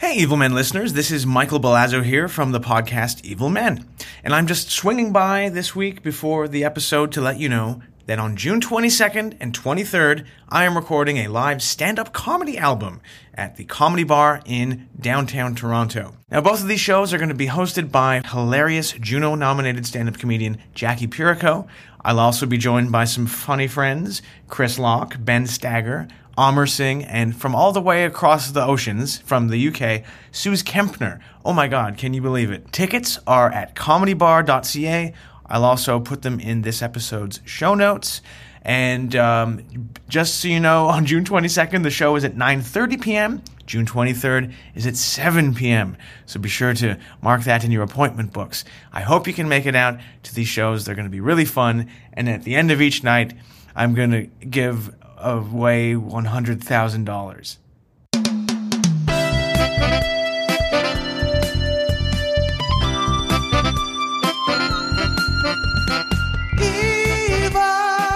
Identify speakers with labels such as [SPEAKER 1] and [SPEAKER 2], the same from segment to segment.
[SPEAKER 1] Hey, Evil Men listeners, this is Michael Balazzo here from the podcast Evil Men. And I'm just swinging by this week before the episode to let you know that on June 22nd and 23rd, I am recording a live stand up comedy album at the Comedy Bar in downtown Toronto. Now, both of these shows are going to be hosted by hilarious Juno nominated stand up comedian Jackie Pirico. I'll also be joined by some funny friends Chris Locke, Ben Stagger, Amr Singh, and from all the way across the oceans from the UK, Suze Kempner. Oh my God, can you believe it? Tickets are at comedybar.ca. I'll also put them in this episode's show notes. And um, just so you know, on June 22nd, the show is at 9:30 p.m. June 23rd is at 7 p.m. So be sure to mark that in your appointment books. I hope you can make it out to these shows. They're going to be really fun. And at the end of each night, I'm going to give away $100,000.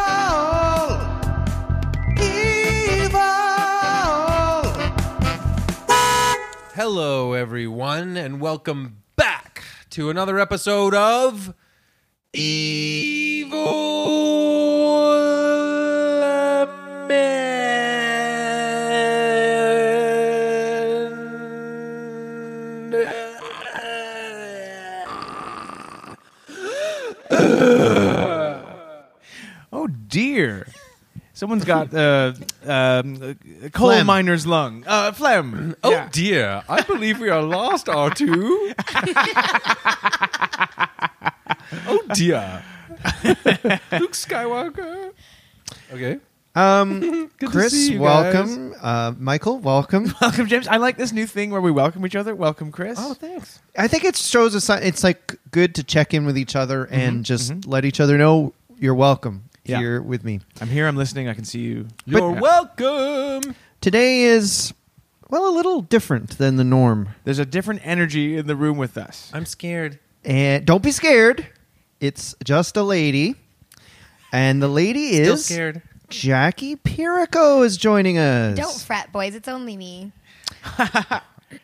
[SPEAKER 1] Evil! Evil!
[SPEAKER 2] Hello, everyone, and welcome back to another episode of Evil Men.
[SPEAKER 1] Oh dear. Someone's got uh, um, a coal
[SPEAKER 3] Phlegm.
[SPEAKER 1] miner's lung. Uh, phlegm.
[SPEAKER 2] Oh
[SPEAKER 1] Yeah.
[SPEAKER 2] dear, I believe we are lost, R2. oh dear. Luke Skywalker. Okay.
[SPEAKER 3] Um,
[SPEAKER 2] Good to
[SPEAKER 3] Chris,
[SPEAKER 2] see you
[SPEAKER 3] welcome. Uh, Michael, welcome.
[SPEAKER 1] Welcome, James. I like this new thing where we welcome each other. Welcome, Chris.
[SPEAKER 2] Oh, thanks.
[SPEAKER 3] I think it shows us it's like good to check in with each other and just let each other know you're welcome
[SPEAKER 1] Yeah.
[SPEAKER 3] here with me.
[SPEAKER 1] I'm here. I'm listening. I can see you.
[SPEAKER 2] You're
[SPEAKER 1] But-
[SPEAKER 2] welcome.
[SPEAKER 3] Today is well a little different than the norm.
[SPEAKER 1] There's a different energy in the room with us.
[SPEAKER 2] I'm scared.
[SPEAKER 3] And don't be scared. It's just a lady. And the lady is Jackie Pirico is joining us.
[SPEAKER 4] Don't fret, boys. It's only me.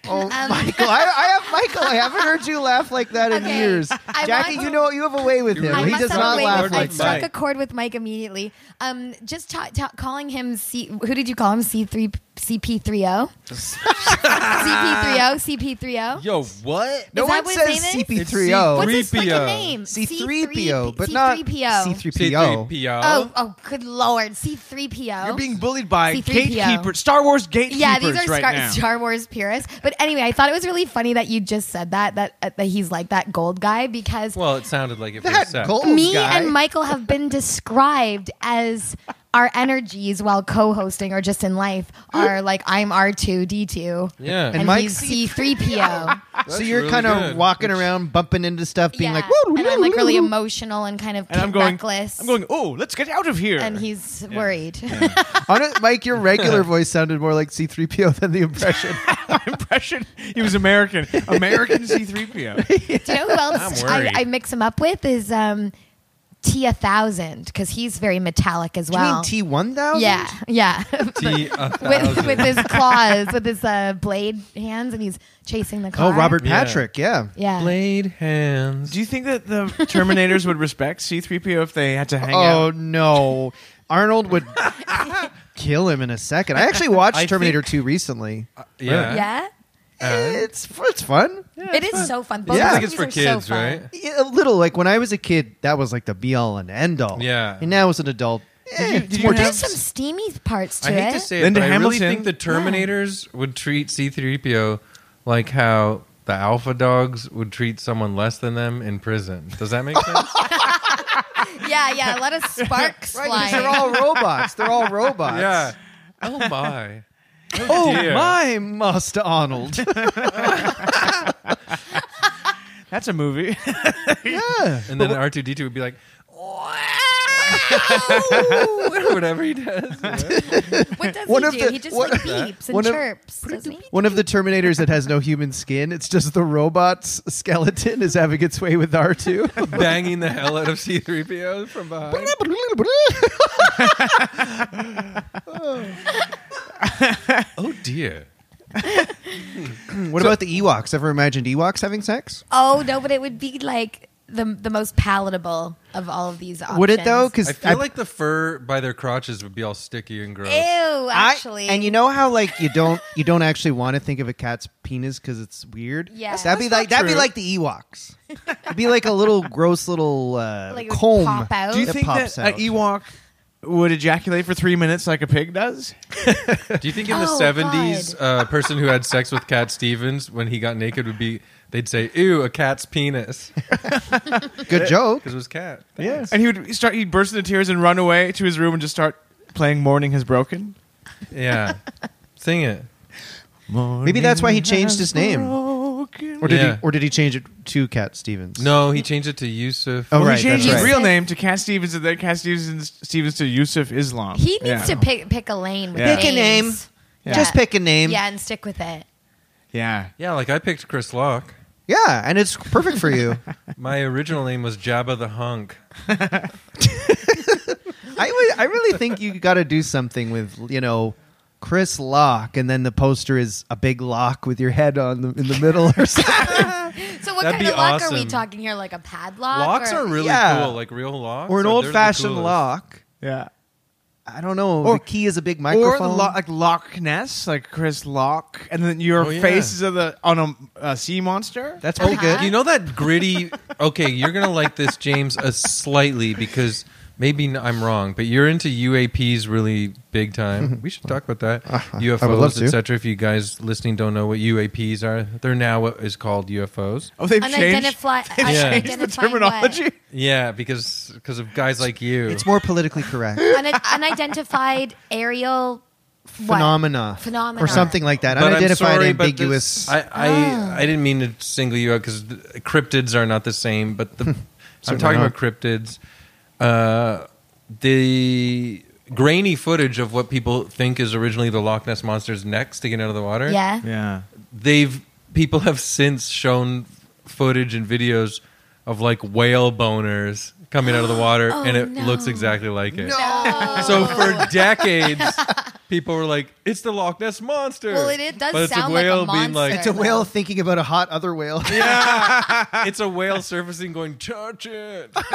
[SPEAKER 3] Oh, Michael, I, I have Michael. I haven't heard you laugh like that in
[SPEAKER 4] Okay.
[SPEAKER 3] years.
[SPEAKER 4] I
[SPEAKER 3] Jackie,
[SPEAKER 4] want-
[SPEAKER 3] you know you have a way with him.
[SPEAKER 2] I
[SPEAKER 3] He
[SPEAKER 2] must
[SPEAKER 3] does
[SPEAKER 2] have a
[SPEAKER 3] not
[SPEAKER 2] way
[SPEAKER 3] laugh
[SPEAKER 2] with-
[SPEAKER 4] I
[SPEAKER 3] like
[SPEAKER 2] Mike.
[SPEAKER 4] struck a chord with Mike immediately. Um, just ta- ta- calling him C. Who did you call him? C three CP three O. CP three O. CP three O.
[SPEAKER 2] Yo, what?
[SPEAKER 3] No
[SPEAKER 4] Is
[SPEAKER 3] one
[SPEAKER 4] that what his
[SPEAKER 3] says
[SPEAKER 4] name is?
[SPEAKER 3] CP3O.
[SPEAKER 4] What's his fucking
[SPEAKER 2] 3PO.
[SPEAKER 4] name?
[SPEAKER 3] C3PO, but not
[SPEAKER 4] C3PO.
[SPEAKER 3] C3PO.
[SPEAKER 4] Oh, oh, good lord, C three PO.
[SPEAKER 1] You're being bullied by
[SPEAKER 4] C-3PO.
[SPEAKER 1] gatekeepers, Star Wars gatekeepers
[SPEAKER 4] Yeah, these are
[SPEAKER 1] right
[SPEAKER 4] Scar-
[SPEAKER 1] now.
[SPEAKER 4] Star Wars purists. But anyway, I thought it was really funny that you just said that that uh, that he's like that gold guy because
[SPEAKER 2] Well, it sounded like it for a
[SPEAKER 3] That
[SPEAKER 2] sec.
[SPEAKER 3] gold
[SPEAKER 4] me
[SPEAKER 3] guy.
[SPEAKER 4] and Michael have been described as our energies while co-hosting or just in life are like I'm R2 D2
[SPEAKER 2] Yeah.
[SPEAKER 4] and,
[SPEAKER 3] Mike's
[SPEAKER 4] he's C3PO.
[SPEAKER 3] So you're
[SPEAKER 2] really
[SPEAKER 3] kind of
[SPEAKER 2] good.
[SPEAKER 3] walking around, bumping into stuff, being
[SPEAKER 4] yeah.
[SPEAKER 3] like,
[SPEAKER 4] and I'm like really emotional and kind of
[SPEAKER 1] and I'm going.
[SPEAKER 4] reckless.
[SPEAKER 1] I'm going. Oh, let's get out of here.
[SPEAKER 4] and he's worried.
[SPEAKER 3] Honest, Mike, your regular voice sounded more like C3PO than the impression.
[SPEAKER 1] impression. He was American. American C-3PO.
[SPEAKER 4] Do you know who else
[SPEAKER 2] I'm
[SPEAKER 4] I,
[SPEAKER 2] worried.
[SPEAKER 4] I mix him up with is um, T1000 because he's very metallic as well.
[SPEAKER 3] you mean T1000?
[SPEAKER 4] yeah, yeah.
[SPEAKER 2] T- a
[SPEAKER 4] with,
[SPEAKER 2] thousand.
[SPEAKER 4] with his claws, with his uh, blade hands, and he's chasing the
[SPEAKER 3] Oh,
[SPEAKER 4] car.
[SPEAKER 3] Robert
[SPEAKER 2] Yeah.
[SPEAKER 3] Patrick, yeah.
[SPEAKER 4] Yeah.
[SPEAKER 2] blade hands.
[SPEAKER 1] Do you think that the Terminators would respect C-3PO if they had to hang
[SPEAKER 3] Oh,
[SPEAKER 1] out?
[SPEAKER 3] no. Arnold would kill him in a second. I actually watched
[SPEAKER 2] I
[SPEAKER 3] Terminator
[SPEAKER 2] think-
[SPEAKER 3] 2 recently.
[SPEAKER 1] Uh,
[SPEAKER 2] yeah.
[SPEAKER 4] Yeah.
[SPEAKER 3] it's, it's fun.
[SPEAKER 4] it is so fun. Both
[SPEAKER 3] Yeah.
[SPEAKER 4] of
[SPEAKER 3] I think
[SPEAKER 2] it's
[SPEAKER 4] these
[SPEAKER 2] for
[SPEAKER 4] are so
[SPEAKER 2] kids,
[SPEAKER 4] fun.
[SPEAKER 2] right?
[SPEAKER 3] Yeah, a little. Like when I was a kid, that was like the be all and end all.
[SPEAKER 2] Yeah.
[SPEAKER 3] And now as an adult, eh,
[SPEAKER 1] you-
[SPEAKER 3] it's
[SPEAKER 1] did you
[SPEAKER 3] more
[SPEAKER 1] have-
[SPEAKER 4] There's
[SPEAKER 3] just
[SPEAKER 4] some steamy parts to
[SPEAKER 2] I hate
[SPEAKER 4] it.
[SPEAKER 2] to say it,
[SPEAKER 1] Linda
[SPEAKER 2] but I
[SPEAKER 1] Hamilton.
[SPEAKER 2] really think the Terminators would treat C-3PO like how the alpha dogs would treat someone less than them in prison. Does that make sense?
[SPEAKER 4] yeah, yeah. A lot of sparks
[SPEAKER 3] right, 'cause
[SPEAKER 4] flying.
[SPEAKER 3] they're all robots. They're all robots.
[SPEAKER 2] yeah. Oh my.
[SPEAKER 3] Oh
[SPEAKER 2] dear.
[SPEAKER 3] my, Master Arnold.
[SPEAKER 1] That's a movie.
[SPEAKER 3] yeah.
[SPEAKER 2] And then R2D2 would be like, "Wow," or whatever he does.
[SPEAKER 4] what does
[SPEAKER 3] One
[SPEAKER 4] he
[SPEAKER 3] of
[SPEAKER 4] do?
[SPEAKER 3] the-
[SPEAKER 4] he just
[SPEAKER 3] one-
[SPEAKER 4] like beeps and
[SPEAKER 3] one of-
[SPEAKER 4] chirps. doesn't he?
[SPEAKER 3] One of the Terminators that has no human skin. It's just the robot's skeleton is having its way with R2.
[SPEAKER 2] Banging the hell out of C-3PO from behind. Oh dear.
[SPEAKER 3] What about the Ewoks? Ever imagined Ewoks having sex?
[SPEAKER 4] Oh no, but it would be like the the most palatable of all of these options.
[SPEAKER 3] Would it though? Because
[SPEAKER 2] I feel like the fur by their crotches would be all sticky and gross.
[SPEAKER 4] ew, actually,
[SPEAKER 3] and you know how like you don't you don't actually want to think of a cat's penis because it's weird.
[SPEAKER 4] Yeah.
[SPEAKER 3] that'd be
[SPEAKER 2] That's not
[SPEAKER 3] like that'd be
[SPEAKER 2] true.
[SPEAKER 3] like the Ewoks. It'd be like a little gross little uh,
[SPEAKER 4] Like it would
[SPEAKER 3] comb.
[SPEAKER 4] pop out.
[SPEAKER 5] Do you
[SPEAKER 4] Oh. It
[SPEAKER 5] think
[SPEAKER 3] pops
[SPEAKER 5] that an
[SPEAKER 3] out.
[SPEAKER 5] Ewok would ejaculate for three minutes like a pig does?
[SPEAKER 2] Do you think in the
[SPEAKER 4] Oh,
[SPEAKER 2] seventies, a person who had sex with Cat Stevens when he got naked would be? They'd say, "Ew, a cat's penis,"
[SPEAKER 3] Good joke.
[SPEAKER 2] because it was cat.
[SPEAKER 5] And he would start. He'd burst into tears and run away to his room and just start playing "Morning Has Broken."
[SPEAKER 2] yeah. Sing it.
[SPEAKER 3] Maybe that's why he changed his name,
[SPEAKER 5] Broken.
[SPEAKER 3] or did
[SPEAKER 2] Yeah.
[SPEAKER 3] he? Or did he change it to Cat Stevens?
[SPEAKER 2] No, he changed it to Yusuf.
[SPEAKER 3] Oh,
[SPEAKER 5] Well,
[SPEAKER 3] right,
[SPEAKER 5] he changed
[SPEAKER 3] that's
[SPEAKER 5] his
[SPEAKER 4] right.
[SPEAKER 5] real name to Cat Stevens, and then Cat Stevens, Stevens to Yusuf Islam.
[SPEAKER 4] he needs
[SPEAKER 5] yeah.
[SPEAKER 4] to pick pick a lane. With
[SPEAKER 5] Yeah.
[SPEAKER 3] Pick a name.
[SPEAKER 4] names.
[SPEAKER 5] Yeah.
[SPEAKER 3] Just pick a name.
[SPEAKER 4] Yeah, and stick with it.
[SPEAKER 5] Yeah.
[SPEAKER 2] Yeah, like I picked Chris Locke.
[SPEAKER 3] Yeah, and it's perfect for you.
[SPEAKER 2] My original name was Jabba the Hunk.
[SPEAKER 3] I would, I really think you got to do something with you know Chris Locke, and then the poster is a big lock with your head on the, in the middle or something,
[SPEAKER 4] So what
[SPEAKER 2] That'd
[SPEAKER 4] kind
[SPEAKER 2] be
[SPEAKER 4] of lock are we
[SPEAKER 2] awesome.
[SPEAKER 4] talking here? Like a padlock?
[SPEAKER 2] Locks
[SPEAKER 4] or,
[SPEAKER 2] are really
[SPEAKER 3] Yeah.
[SPEAKER 2] cool, like real locks.
[SPEAKER 3] or an
[SPEAKER 2] Like,
[SPEAKER 3] old
[SPEAKER 2] they're the
[SPEAKER 3] fashioned
[SPEAKER 2] coolest.
[SPEAKER 3] lock.
[SPEAKER 5] Yeah.
[SPEAKER 3] I don't know.
[SPEAKER 5] Or-
[SPEAKER 3] the key is a big
[SPEAKER 5] Or
[SPEAKER 3] microphone.
[SPEAKER 5] the lo- like Loch Ness, like Chris Loch, and then your
[SPEAKER 2] Oh, yeah.
[SPEAKER 5] face is of the on a uh, sea monster.
[SPEAKER 3] That's pretty
[SPEAKER 4] Uh-huh.
[SPEAKER 2] You know that gritty. Okay, you're gonna like this, James, a slightly because maybe n- I'm wrong, but you're into UAPs really big time. We should talk about that.
[SPEAKER 3] Uh, I would love
[SPEAKER 2] UFOs,
[SPEAKER 3] to.
[SPEAKER 2] etc. If you guys listening don't know what UAPs are, they're now what is called UFOs.
[SPEAKER 5] oh, they've changed,
[SPEAKER 4] Unidentify-
[SPEAKER 5] they've
[SPEAKER 2] Yeah.
[SPEAKER 5] changed the terminology.
[SPEAKER 2] Yeah, because because of guys like you.
[SPEAKER 3] It's more politically correct.
[SPEAKER 4] An, unidentified aerial what?
[SPEAKER 3] Phenomena.
[SPEAKER 4] Phenomena.
[SPEAKER 3] Or something like that.
[SPEAKER 2] But I'm
[SPEAKER 3] Unidentified
[SPEAKER 2] sorry, but
[SPEAKER 3] ambiguous. Ah.
[SPEAKER 2] this- I, I, I didn't mean to single you out because cryptids are not the same. But the, I'm
[SPEAKER 3] Certainly
[SPEAKER 2] talking
[SPEAKER 3] not.
[SPEAKER 2] about cryptids. Uh, the grainy footage of what people think is originally the Loch Ness monster's neck sticking out of the water.
[SPEAKER 4] Yeah.
[SPEAKER 5] Yeah.
[SPEAKER 2] they've people have since shown footage and videos of like whale boners coming out of the water, and it
[SPEAKER 4] Oh, no.
[SPEAKER 2] looks exactly like it.
[SPEAKER 4] No.
[SPEAKER 2] So for decades, people were like, "It's the Loch Ness monster."
[SPEAKER 4] Well, it- it does
[SPEAKER 2] but it's
[SPEAKER 4] sound
[SPEAKER 2] a
[SPEAKER 4] like a
[SPEAKER 2] whale being
[SPEAKER 4] monster.
[SPEAKER 2] like,
[SPEAKER 3] it's a whale thinking about a hot other whale.
[SPEAKER 2] it's a whale surfacing, going touch it.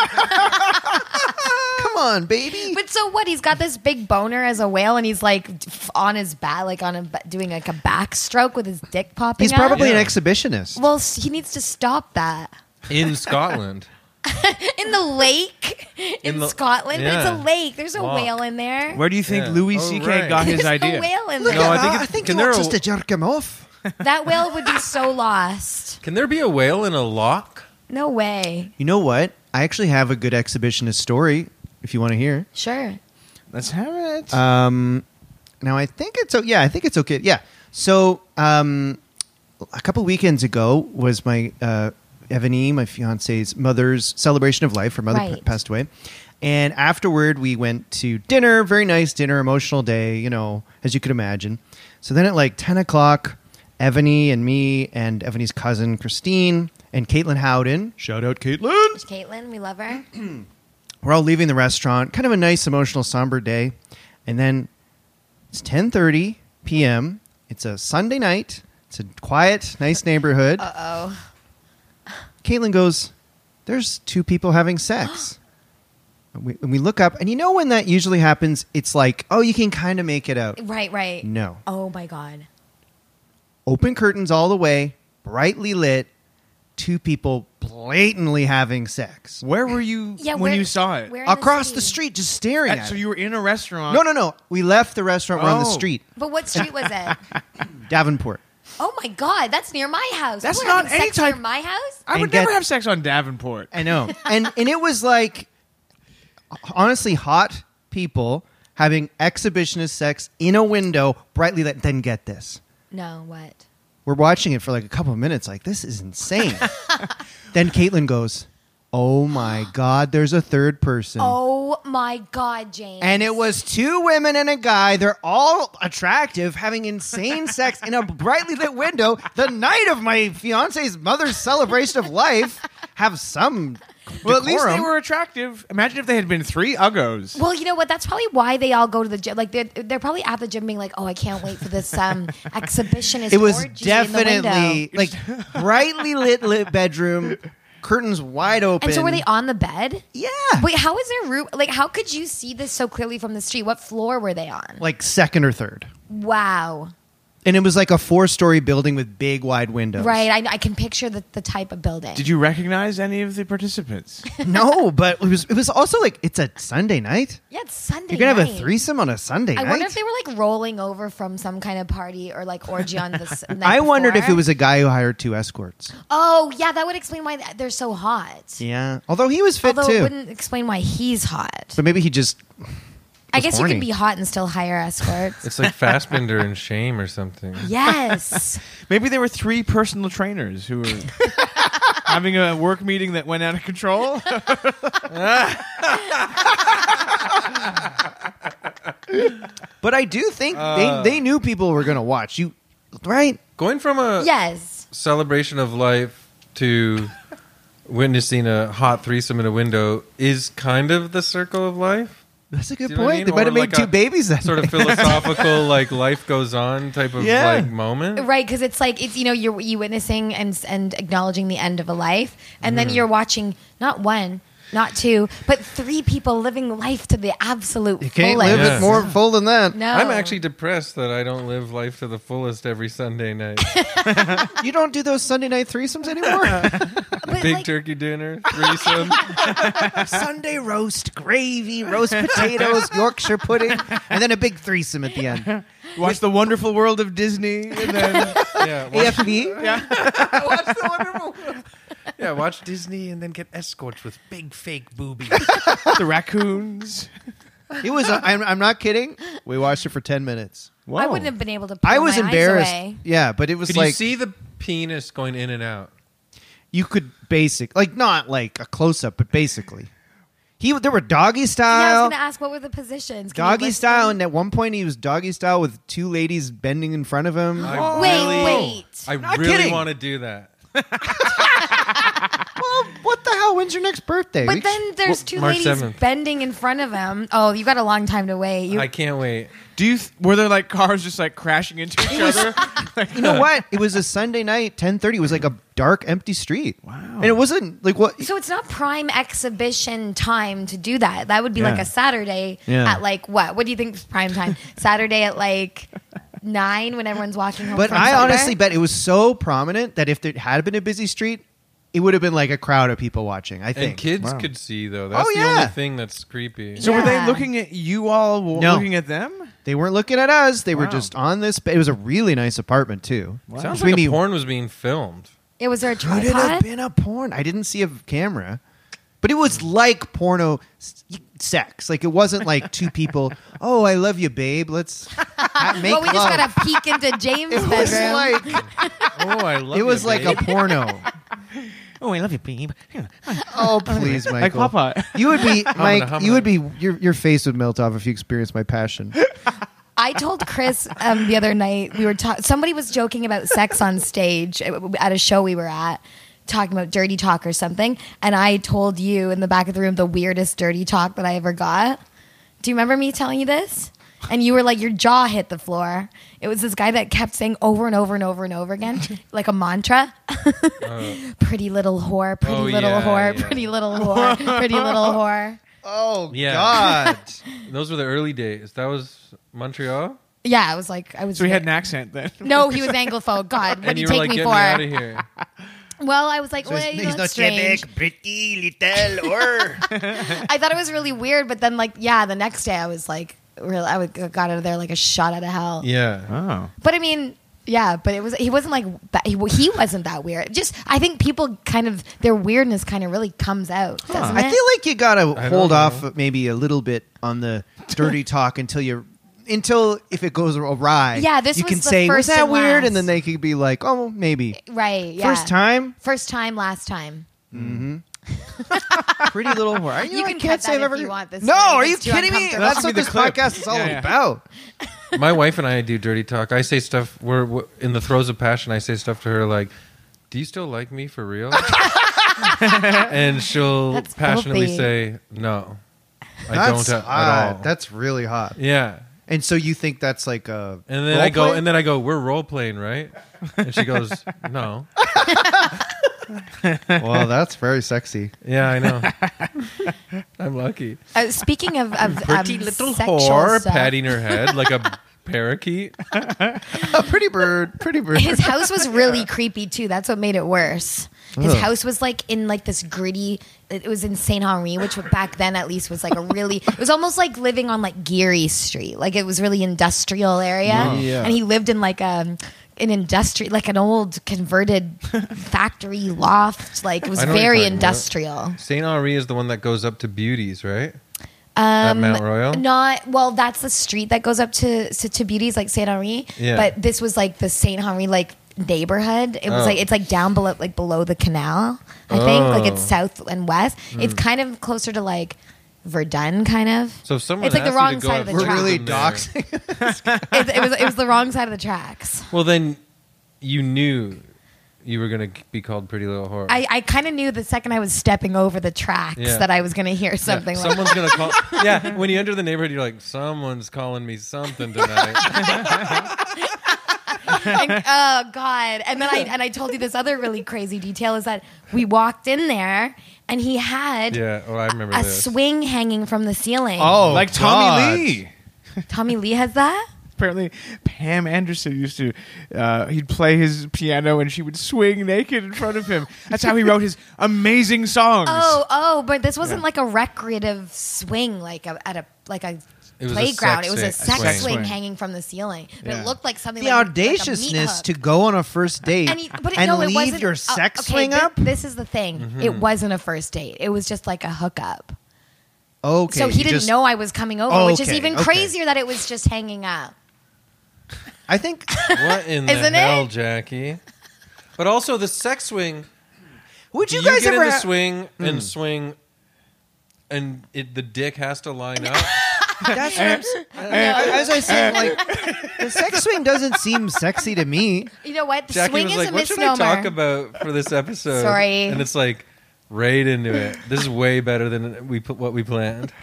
[SPEAKER 3] Come on, baby.
[SPEAKER 4] But so what? He's got this big boner as a whale, and he's like f- on his back, like on a ba- doing like a backstroke with his dick popping.
[SPEAKER 3] He's probably
[SPEAKER 4] out.
[SPEAKER 3] an exhibitionist.
[SPEAKER 4] well. s- He needs to stop that
[SPEAKER 2] In Scotland,
[SPEAKER 4] in the lake in,
[SPEAKER 2] In the-
[SPEAKER 4] Scotland. But
[SPEAKER 2] yeah.
[SPEAKER 4] it's a lake. There's a
[SPEAKER 2] Lock.
[SPEAKER 4] whale in there.
[SPEAKER 5] Where do you think
[SPEAKER 2] Yeah.
[SPEAKER 5] Louis
[SPEAKER 2] Oh,
[SPEAKER 5] C.K.
[SPEAKER 2] right.
[SPEAKER 5] got his
[SPEAKER 4] There's
[SPEAKER 5] idea?
[SPEAKER 4] a whale in
[SPEAKER 3] Look
[SPEAKER 4] there.
[SPEAKER 3] at
[SPEAKER 2] No, I
[SPEAKER 3] that.
[SPEAKER 2] think
[SPEAKER 3] I
[SPEAKER 2] it's-
[SPEAKER 3] think he
[SPEAKER 2] can there
[SPEAKER 3] wants
[SPEAKER 2] a-
[SPEAKER 3] us to jerk him off.
[SPEAKER 4] That whale would be so lost.
[SPEAKER 2] can there be a whale in a loch?
[SPEAKER 4] No way.
[SPEAKER 3] You know what? I actually have a good exhibitionist story if you want to hear.
[SPEAKER 4] Sure.
[SPEAKER 5] Let's have it.
[SPEAKER 3] Um, now I think it's o- yeah, I think it's okay. Yeah. So um, a couple weekends ago was my uh, Ebony, my fiance's mother's celebration of life. Her mother
[SPEAKER 4] Right.
[SPEAKER 3] p- passed away, and afterward we went to dinner. Very nice dinner, emotional day. You know, as you could imagine. So then at like ten o'clock, Ebony and me and Ebony's cousin Christine and Caitlin Howden. Shout out Caitlin.
[SPEAKER 4] Caitlin, we love her.
[SPEAKER 3] We're all leaving the restaurant. Kind of a nice, emotional, somber day. And then it's 10:30 p.m. It's a Sunday night. It's a quiet, nice neighborhood.
[SPEAKER 4] Uh oh.
[SPEAKER 3] Caitlin goes, "There's two people having sex." and, we, and we look up, and you know when that usually happens? It's like, oh, you can kind of make it out.
[SPEAKER 4] Right, right.
[SPEAKER 3] No.
[SPEAKER 4] Oh my god.
[SPEAKER 3] Open curtains all the way, brightly lit. Two people blatantly having sex
[SPEAKER 5] where were you
[SPEAKER 4] Yeah,
[SPEAKER 5] when
[SPEAKER 4] where-
[SPEAKER 5] you saw it?
[SPEAKER 4] where- in the
[SPEAKER 3] across the,
[SPEAKER 4] city.
[SPEAKER 3] street, just staring
[SPEAKER 5] Uh,
[SPEAKER 3] at.
[SPEAKER 5] so
[SPEAKER 3] it.
[SPEAKER 5] you were in a restaurant.
[SPEAKER 3] no, no, no. We left the restaurant. We're on the
[SPEAKER 5] Oh.
[SPEAKER 3] street,
[SPEAKER 4] But what street was it?
[SPEAKER 3] Davenport.
[SPEAKER 4] oh my god, that's near my house.
[SPEAKER 5] That's
[SPEAKER 4] We're
[SPEAKER 5] not
[SPEAKER 4] having
[SPEAKER 5] any
[SPEAKER 4] sex
[SPEAKER 5] type-
[SPEAKER 4] near my house.
[SPEAKER 5] I would
[SPEAKER 3] And get-
[SPEAKER 5] never have sex on Davenport.
[SPEAKER 3] I know. and and it was like honestly hot people having exhibitionist sex in a window brightly lit. Then get this.
[SPEAKER 4] No,
[SPEAKER 3] Mm.
[SPEAKER 4] what?
[SPEAKER 3] We're watching it for like a couple of minutes like this is insane. then Caitlin goes, "Oh my god, there's a third person."
[SPEAKER 4] Oh my god, James.
[SPEAKER 3] And it was two women and a guy. They're all attractive, having insane sex in a brightly lit window the night of my fiance's mother's celebration of life. Have some
[SPEAKER 1] Well, at least they
[SPEAKER 3] Decorum.
[SPEAKER 1] were attractive. Imagine if they had been three uggos.
[SPEAKER 4] Well, you know what? That's probably why they all go to the gym. Like they're they're probably at the gym being like, "Oh, I can't wait for this um exhibitionist."
[SPEAKER 3] it was
[SPEAKER 4] orgy in the
[SPEAKER 3] definitely
[SPEAKER 4] window."
[SPEAKER 3] like brightly lit lit bedroom, curtains wide open.
[SPEAKER 4] And so were they on the bed?
[SPEAKER 3] Yeah.
[SPEAKER 4] Wait, how is their room? Like, how could you see this so clearly from the street? What floor were they on?
[SPEAKER 3] like second or third.
[SPEAKER 4] Wow.
[SPEAKER 3] And it was like a four story building with big wide windows.
[SPEAKER 4] Right. I, I can picture the, the type of building.
[SPEAKER 1] Did you recognize any of the participants?
[SPEAKER 3] no, but it was it was also like it's a Sunday night.
[SPEAKER 4] yeah, it's Sunday.
[SPEAKER 3] You're gonna have a
[SPEAKER 4] night.
[SPEAKER 3] threesome on a Sunday
[SPEAKER 4] I
[SPEAKER 3] night.
[SPEAKER 4] wonder if they were like rolling over from some kind of party or like orgy on this. night
[SPEAKER 3] I wondered if it
[SPEAKER 4] before.
[SPEAKER 3] was a guy who hired two escorts.
[SPEAKER 4] Oh yeah, that would explain why th- they're so hot.
[SPEAKER 3] Yeah. Although he was fit
[SPEAKER 4] Although it
[SPEAKER 3] too.
[SPEAKER 4] wouldn't explain why he's hot.
[SPEAKER 3] But maybe he just
[SPEAKER 4] I
[SPEAKER 3] was
[SPEAKER 4] guess
[SPEAKER 3] horny.
[SPEAKER 4] you can be hot and still hire escorts.
[SPEAKER 2] It's like Fassbender and Shame or something.
[SPEAKER 4] yes.
[SPEAKER 1] Maybe there were three personal trainers who were having a work meeting that went out of control.
[SPEAKER 3] But I do think
[SPEAKER 2] Uh.
[SPEAKER 3] they, they knew people were gonna watch. You right?
[SPEAKER 2] Going from a
[SPEAKER 4] Yes.
[SPEAKER 2] celebration of life to witnessing a hot threesome in a window is kind of the circle of life.
[SPEAKER 3] That's a good
[SPEAKER 2] Do you know
[SPEAKER 3] point.
[SPEAKER 2] what I mean?
[SPEAKER 3] They might
[SPEAKER 2] Or
[SPEAKER 3] have made
[SPEAKER 2] like
[SPEAKER 3] two
[SPEAKER 2] a
[SPEAKER 3] babies that
[SPEAKER 2] Sort of
[SPEAKER 3] night.
[SPEAKER 2] philosophical, like life goes on type of
[SPEAKER 3] Yeah.
[SPEAKER 2] like moment.
[SPEAKER 4] Right, because it's like it's you know you're you witnessing and and acknowledging the end of a life, and
[SPEAKER 3] Mm-hmm.
[SPEAKER 4] then you're watching not one, not two, but three people living life to the absolute
[SPEAKER 3] You can't
[SPEAKER 4] fullest.
[SPEAKER 3] live
[SPEAKER 2] Yeah.
[SPEAKER 3] it more full than that.
[SPEAKER 4] No,
[SPEAKER 2] I'm actually depressed that I don't live life to the fullest every Sunday night.
[SPEAKER 3] You don't do those Sunday night threesomes anymore.
[SPEAKER 4] But,
[SPEAKER 2] Big
[SPEAKER 4] like,
[SPEAKER 2] turkey dinner, threesome.
[SPEAKER 3] Sunday roast, gravy, roast potatoes, Yorkshire pudding, and then a big threesome at the end.
[SPEAKER 1] Watch the Wonderful World of Disney, and then
[SPEAKER 2] yeah, watch,
[SPEAKER 3] AFB.
[SPEAKER 1] watch the Wonderful World.
[SPEAKER 2] yeah, watch Disney and then get escorts with big fake boobies.
[SPEAKER 1] The raccoons.
[SPEAKER 3] It was. i I'm, I'm not kidding. We watched it for ten minutes.
[SPEAKER 4] I wouldn't have been able to. Pull
[SPEAKER 3] I was
[SPEAKER 4] my eyes
[SPEAKER 3] embarrassed.
[SPEAKER 4] away.
[SPEAKER 3] Yeah, but it was
[SPEAKER 2] Could
[SPEAKER 3] like
[SPEAKER 2] you see the penis going in and out?
[SPEAKER 3] you could basic like not like a close up, but basically, he there were doggy
[SPEAKER 4] Yeah, I was
[SPEAKER 3] style,
[SPEAKER 4] gonna ask what were the positions? Can you
[SPEAKER 3] doggy
[SPEAKER 4] list
[SPEAKER 3] style,
[SPEAKER 4] them?
[SPEAKER 3] and at one point he was doggy style with two ladies bending in front of him.
[SPEAKER 2] I
[SPEAKER 4] Wait,
[SPEAKER 2] really-
[SPEAKER 4] wait.
[SPEAKER 2] I
[SPEAKER 3] Not
[SPEAKER 2] really
[SPEAKER 3] kidding.
[SPEAKER 2] want to do that.
[SPEAKER 3] well, what the hell? When's your next birthday? We-
[SPEAKER 4] But then there's
[SPEAKER 2] Well,
[SPEAKER 4] two
[SPEAKER 2] March
[SPEAKER 4] ladies
[SPEAKER 2] 7th.
[SPEAKER 4] bending in front of him. Oh, you got a long time to wait. You,
[SPEAKER 2] I can't wait.
[SPEAKER 1] Do you th- were there like cars just like crashing into each other?
[SPEAKER 3] you know what? It was a Sunday night, ten thirty. It was like a dark, empty street. Wow. And it wasn't like what.
[SPEAKER 4] so it's not prime exhibition time to do that. That would be like
[SPEAKER 1] Yeah.
[SPEAKER 4] a Saturday
[SPEAKER 3] Yeah.
[SPEAKER 4] at like what? What do you think is prime time? Saturday at like nine when everyone's walking home.
[SPEAKER 3] But
[SPEAKER 4] from
[SPEAKER 3] I
[SPEAKER 4] supper?
[SPEAKER 3] honestly bet it was so prominent that if there had been a busy street, it would have been like a crowd of people watching. I think
[SPEAKER 2] And kids
[SPEAKER 1] Wow.
[SPEAKER 2] could see though. That's
[SPEAKER 3] Oh,
[SPEAKER 2] the
[SPEAKER 3] yeah.
[SPEAKER 2] only thing that's creepy.
[SPEAKER 1] So were they
[SPEAKER 4] Yeah.
[SPEAKER 1] looking at you all? W-
[SPEAKER 3] No.
[SPEAKER 1] Looking at them?
[SPEAKER 3] they weren't looking at us. They were
[SPEAKER 1] Wow.
[SPEAKER 3] just on this. It was a really nice apartment too. Which
[SPEAKER 2] Sounds like
[SPEAKER 3] made
[SPEAKER 2] a
[SPEAKER 3] me-
[SPEAKER 2] porn was being filmed.
[SPEAKER 4] it was there a
[SPEAKER 3] Could it have
[SPEAKER 4] tripod.
[SPEAKER 3] been a porn? I didn't see a camera, but it was like porno s- sex. Like it wasn't like two people. Oh, I love you, babe. Let's ha- make
[SPEAKER 4] well, we
[SPEAKER 3] love.
[SPEAKER 4] just got a peek into James'
[SPEAKER 3] it was
[SPEAKER 4] bedroom.
[SPEAKER 3] like
[SPEAKER 2] Oh, I love
[SPEAKER 3] it was
[SPEAKER 2] you,
[SPEAKER 3] like
[SPEAKER 2] babe.
[SPEAKER 3] a porno.
[SPEAKER 1] Oh, I love you, babe.
[SPEAKER 3] Oh please, Michael.
[SPEAKER 1] Like Papa.
[SPEAKER 3] You would be Mike.
[SPEAKER 2] humana.
[SPEAKER 3] You would be your your face would melt off if you experienced my passion.
[SPEAKER 4] I told Chris um, the other night we were talking. Somebody was joking about sex on stage at a show we were at, talking about dirty talk or something. And I told you in the back of the room the weirdest dirty talk that I ever got. Do you remember me telling you this? And you were like, your jaw hit the floor. It was this guy that kept saying over and over and over and over again, like a mantra. pretty little whore, pretty
[SPEAKER 2] Oh,
[SPEAKER 4] little
[SPEAKER 2] yeah,
[SPEAKER 4] whore,
[SPEAKER 2] yeah.
[SPEAKER 4] pretty little whore, pretty little whore.
[SPEAKER 3] Oh
[SPEAKER 2] Yeah.
[SPEAKER 3] God!
[SPEAKER 2] Those were the early days. That was Montreal.
[SPEAKER 4] Yeah, I was like, I was.
[SPEAKER 1] So he had an accent then.
[SPEAKER 4] no, he was Anglophone. God, what
[SPEAKER 2] and
[SPEAKER 4] do
[SPEAKER 2] you
[SPEAKER 4] you
[SPEAKER 2] were like,
[SPEAKER 4] take me
[SPEAKER 2] get
[SPEAKER 4] for?
[SPEAKER 2] me out of here.
[SPEAKER 4] Well, I was like, well,
[SPEAKER 3] he's,
[SPEAKER 4] you know,
[SPEAKER 3] he's not
[SPEAKER 4] that's strange.
[SPEAKER 3] Quebec, pretty little or.
[SPEAKER 4] I thought it was really weird, but then like, yeah, the next day I was like, really, I would, got out of there like a shot out of hell.
[SPEAKER 2] Yeah.
[SPEAKER 1] Oh.
[SPEAKER 4] But I mean, yeah, but it was he wasn't like that, he, he wasn't that weird. Just I think people kind of their weirdness kind of really comes out. Doesn't
[SPEAKER 3] I
[SPEAKER 4] it?
[SPEAKER 3] feel like you gotta
[SPEAKER 2] I
[SPEAKER 3] hold
[SPEAKER 2] don't
[SPEAKER 3] off
[SPEAKER 2] know.
[SPEAKER 3] maybe a little bit on the dirty talk until you're until if it goes awry.
[SPEAKER 4] Yeah, this
[SPEAKER 3] you
[SPEAKER 4] was
[SPEAKER 3] can
[SPEAKER 4] the
[SPEAKER 3] say was
[SPEAKER 4] first
[SPEAKER 3] that
[SPEAKER 4] and
[SPEAKER 3] weird,
[SPEAKER 4] last.
[SPEAKER 3] and then they could be like, oh, maybe
[SPEAKER 4] right. Yeah.
[SPEAKER 3] first time,
[SPEAKER 4] First time. Last time.
[SPEAKER 3] pretty little whore. Are
[SPEAKER 4] You
[SPEAKER 3] I
[SPEAKER 4] can
[SPEAKER 3] can't
[SPEAKER 4] cut
[SPEAKER 3] say I've
[SPEAKER 4] that if
[SPEAKER 3] ever.
[SPEAKER 4] you want this
[SPEAKER 3] no,
[SPEAKER 4] one.
[SPEAKER 3] are
[SPEAKER 4] It's
[SPEAKER 3] you
[SPEAKER 4] too
[SPEAKER 3] kidding me?
[SPEAKER 4] uncomfortable.
[SPEAKER 3] That's
[SPEAKER 1] That'll
[SPEAKER 3] what
[SPEAKER 1] be the
[SPEAKER 3] this
[SPEAKER 1] clip.
[SPEAKER 3] podcast is all
[SPEAKER 1] Yeah, yeah.
[SPEAKER 3] about.
[SPEAKER 2] My wife and I do dirty talk. I say stuff. We're, we're in the throes of passion. I say stuff to her like, "Do you still like me for real?" and she'll
[SPEAKER 4] That's
[SPEAKER 2] passionately
[SPEAKER 4] filthy.
[SPEAKER 2] say, "No, I
[SPEAKER 3] That's
[SPEAKER 2] don't at,
[SPEAKER 3] hot.
[SPEAKER 2] at all."
[SPEAKER 3] That's really hot.
[SPEAKER 2] yeah.
[SPEAKER 3] And so you think that's like a
[SPEAKER 2] And then
[SPEAKER 3] role
[SPEAKER 2] I go,
[SPEAKER 3] play?
[SPEAKER 2] and then I go, "We're role playing, right?" And she goes, "No."
[SPEAKER 3] well, that's very sexy.
[SPEAKER 2] Yeah, I know. I'm lucky.
[SPEAKER 4] Uh, speaking of, of
[SPEAKER 2] Pretty
[SPEAKER 4] um,
[SPEAKER 2] little
[SPEAKER 4] sexual
[SPEAKER 2] whore
[SPEAKER 4] stuff,
[SPEAKER 2] patting her head like a parakeet.
[SPEAKER 3] A pretty bird, pretty bird.
[SPEAKER 4] his house was really creepy too. That's what made it worse. His
[SPEAKER 3] Ugh.
[SPEAKER 4] house was like in like this gritty. It was in Saint Henri, which back then at least was like a really. It was almost like living on like Geary Street, like it was really industrial area.
[SPEAKER 2] Yeah.
[SPEAKER 4] And he lived in like um an industry, like an old converted factory loft. Like it was
[SPEAKER 2] I know what you're
[SPEAKER 4] very
[SPEAKER 2] talking about.
[SPEAKER 4] industrial.
[SPEAKER 2] Saint Henri is the one that goes up to beauties, right? Um, At Mount Royal.
[SPEAKER 4] Not well. That's the street that goes up to to, to beauties like Saint Henri.
[SPEAKER 2] Yeah.
[SPEAKER 4] But this was like the Saint Henri like neighborhood. It was
[SPEAKER 2] Oh.
[SPEAKER 4] like it's like down below like below the canal. I think like it's
[SPEAKER 2] Oh. Hmm.
[SPEAKER 4] south and west. It's kind of closer to like Verdun, kind of.
[SPEAKER 2] So if someone
[SPEAKER 4] It's like the
[SPEAKER 2] asked you
[SPEAKER 4] wrong
[SPEAKER 2] to go
[SPEAKER 4] side of
[SPEAKER 2] out
[SPEAKER 4] the
[SPEAKER 3] We're
[SPEAKER 4] track.
[SPEAKER 3] really
[SPEAKER 2] tourism there-
[SPEAKER 3] doxing.
[SPEAKER 4] It, it was it was the wrong side of the tracks.
[SPEAKER 2] Well, then you knew you were going to be called Pretty Little Whore.
[SPEAKER 4] I, I kind of knew the second I was stepping over the tracks
[SPEAKER 2] Yeah.
[SPEAKER 4] that I was going to hear
[SPEAKER 2] Yeah,
[SPEAKER 4] something. like,
[SPEAKER 2] someone's gonna call. Yeah, when you enter the neighborhood, you're like, someone's calling me something tonight.
[SPEAKER 4] And- oh God! And then I and I told you this other really crazy detail is that we walked in there and he had
[SPEAKER 2] yeah, oh, I remember
[SPEAKER 4] a
[SPEAKER 2] this.
[SPEAKER 4] swing hanging from the ceiling.
[SPEAKER 3] Oh,
[SPEAKER 1] like Tommy
[SPEAKER 3] God.
[SPEAKER 1] Lee.
[SPEAKER 4] Tommy Lee has that.
[SPEAKER 1] Apparently, Pam Anderson used to. Uh, he'd play his piano and she would swing naked in front of him. That's how he wrote his amazing songs.
[SPEAKER 4] Oh, oh, but this wasn't like a recreative swing, like a, at a like a
[SPEAKER 2] It was a
[SPEAKER 4] playground.
[SPEAKER 2] sex
[SPEAKER 4] it was a
[SPEAKER 2] sa-
[SPEAKER 4] sex
[SPEAKER 2] swing.
[SPEAKER 4] swing,
[SPEAKER 1] Swing.
[SPEAKER 4] hanging from the ceiling. But
[SPEAKER 1] Yeah.
[SPEAKER 4] it looked like something.
[SPEAKER 3] the
[SPEAKER 4] like,
[SPEAKER 3] audaciousness
[SPEAKER 4] like a meat
[SPEAKER 3] to
[SPEAKER 4] hook.
[SPEAKER 3] go on a first date
[SPEAKER 4] And, he, but it,
[SPEAKER 3] and
[SPEAKER 4] no, it
[SPEAKER 3] leave
[SPEAKER 4] wasn't,
[SPEAKER 3] your
[SPEAKER 4] oh,
[SPEAKER 3] sex
[SPEAKER 4] okay,
[SPEAKER 3] swing
[SPEAKER 4] thi-
[SPEAKER 3] up.
[SPEAKER 4] This is the thing. It
[SPEAKER 2] Mm-hmm.
[SPEAKER 4] wasn't a first date. It was just like a hookup.
[SPEAKER 3] Okay,
[SPEAKER 4] so he
[SPEAKER 3] you
[SPEAKER 4] didn't
[SPEAKER 3] just-
[SPEAKER 4] know I was coming over,
[SPEAKER 3] Oh,
[SPEAKER 4] which is
[SPEAKER 3] okay,
[SPEAKER 4] even
[SPEAKER 3] okay.
[SPEAKER 4] crazier that it was just hanging out.
[SPEAKER 3] I think
[SPEAKER 2] What in
[SPEAKER 4] Isn't
[SPEAKER 2] the
[SPEAKER 4] it?
[SPEAKER 2] hell, Jackie? But also the sex swing.
[SPEAKER 3] would
[SPEAKER 2] Do
[SPEAKER 3] you
[SPEAKER 2] you,
[SPEAKER 3] guys
[SPEAKER 2] get
[SPEAKER 3] ever
[SPEAKER 2] in the
[SPEAKER 3] ha-
[SPEAKER 2] swing and swing, and it, the dick has to line up?
[SPEAKER 3] That's what I'm, s- as I said, like the sex swing doesn't seem sexy to me.
[SPEAKER 4] You know what? The
[SPEAKER 2] Jackie
[SPEAKER 4] swing
[SPEAKER 2] was
[SPEAKER 4] is
[SPEAKER 2] like,
[SPEAKER 4] a
[SPEAKER 2] "What should
[SPEAKER 4] misnomer.
[SPEAKER 2] I talk about for this episode?"
[SPEAKER 4] Sorry.
[SPEAKER 2] and it's like right into it. This is way better than we put what we planned.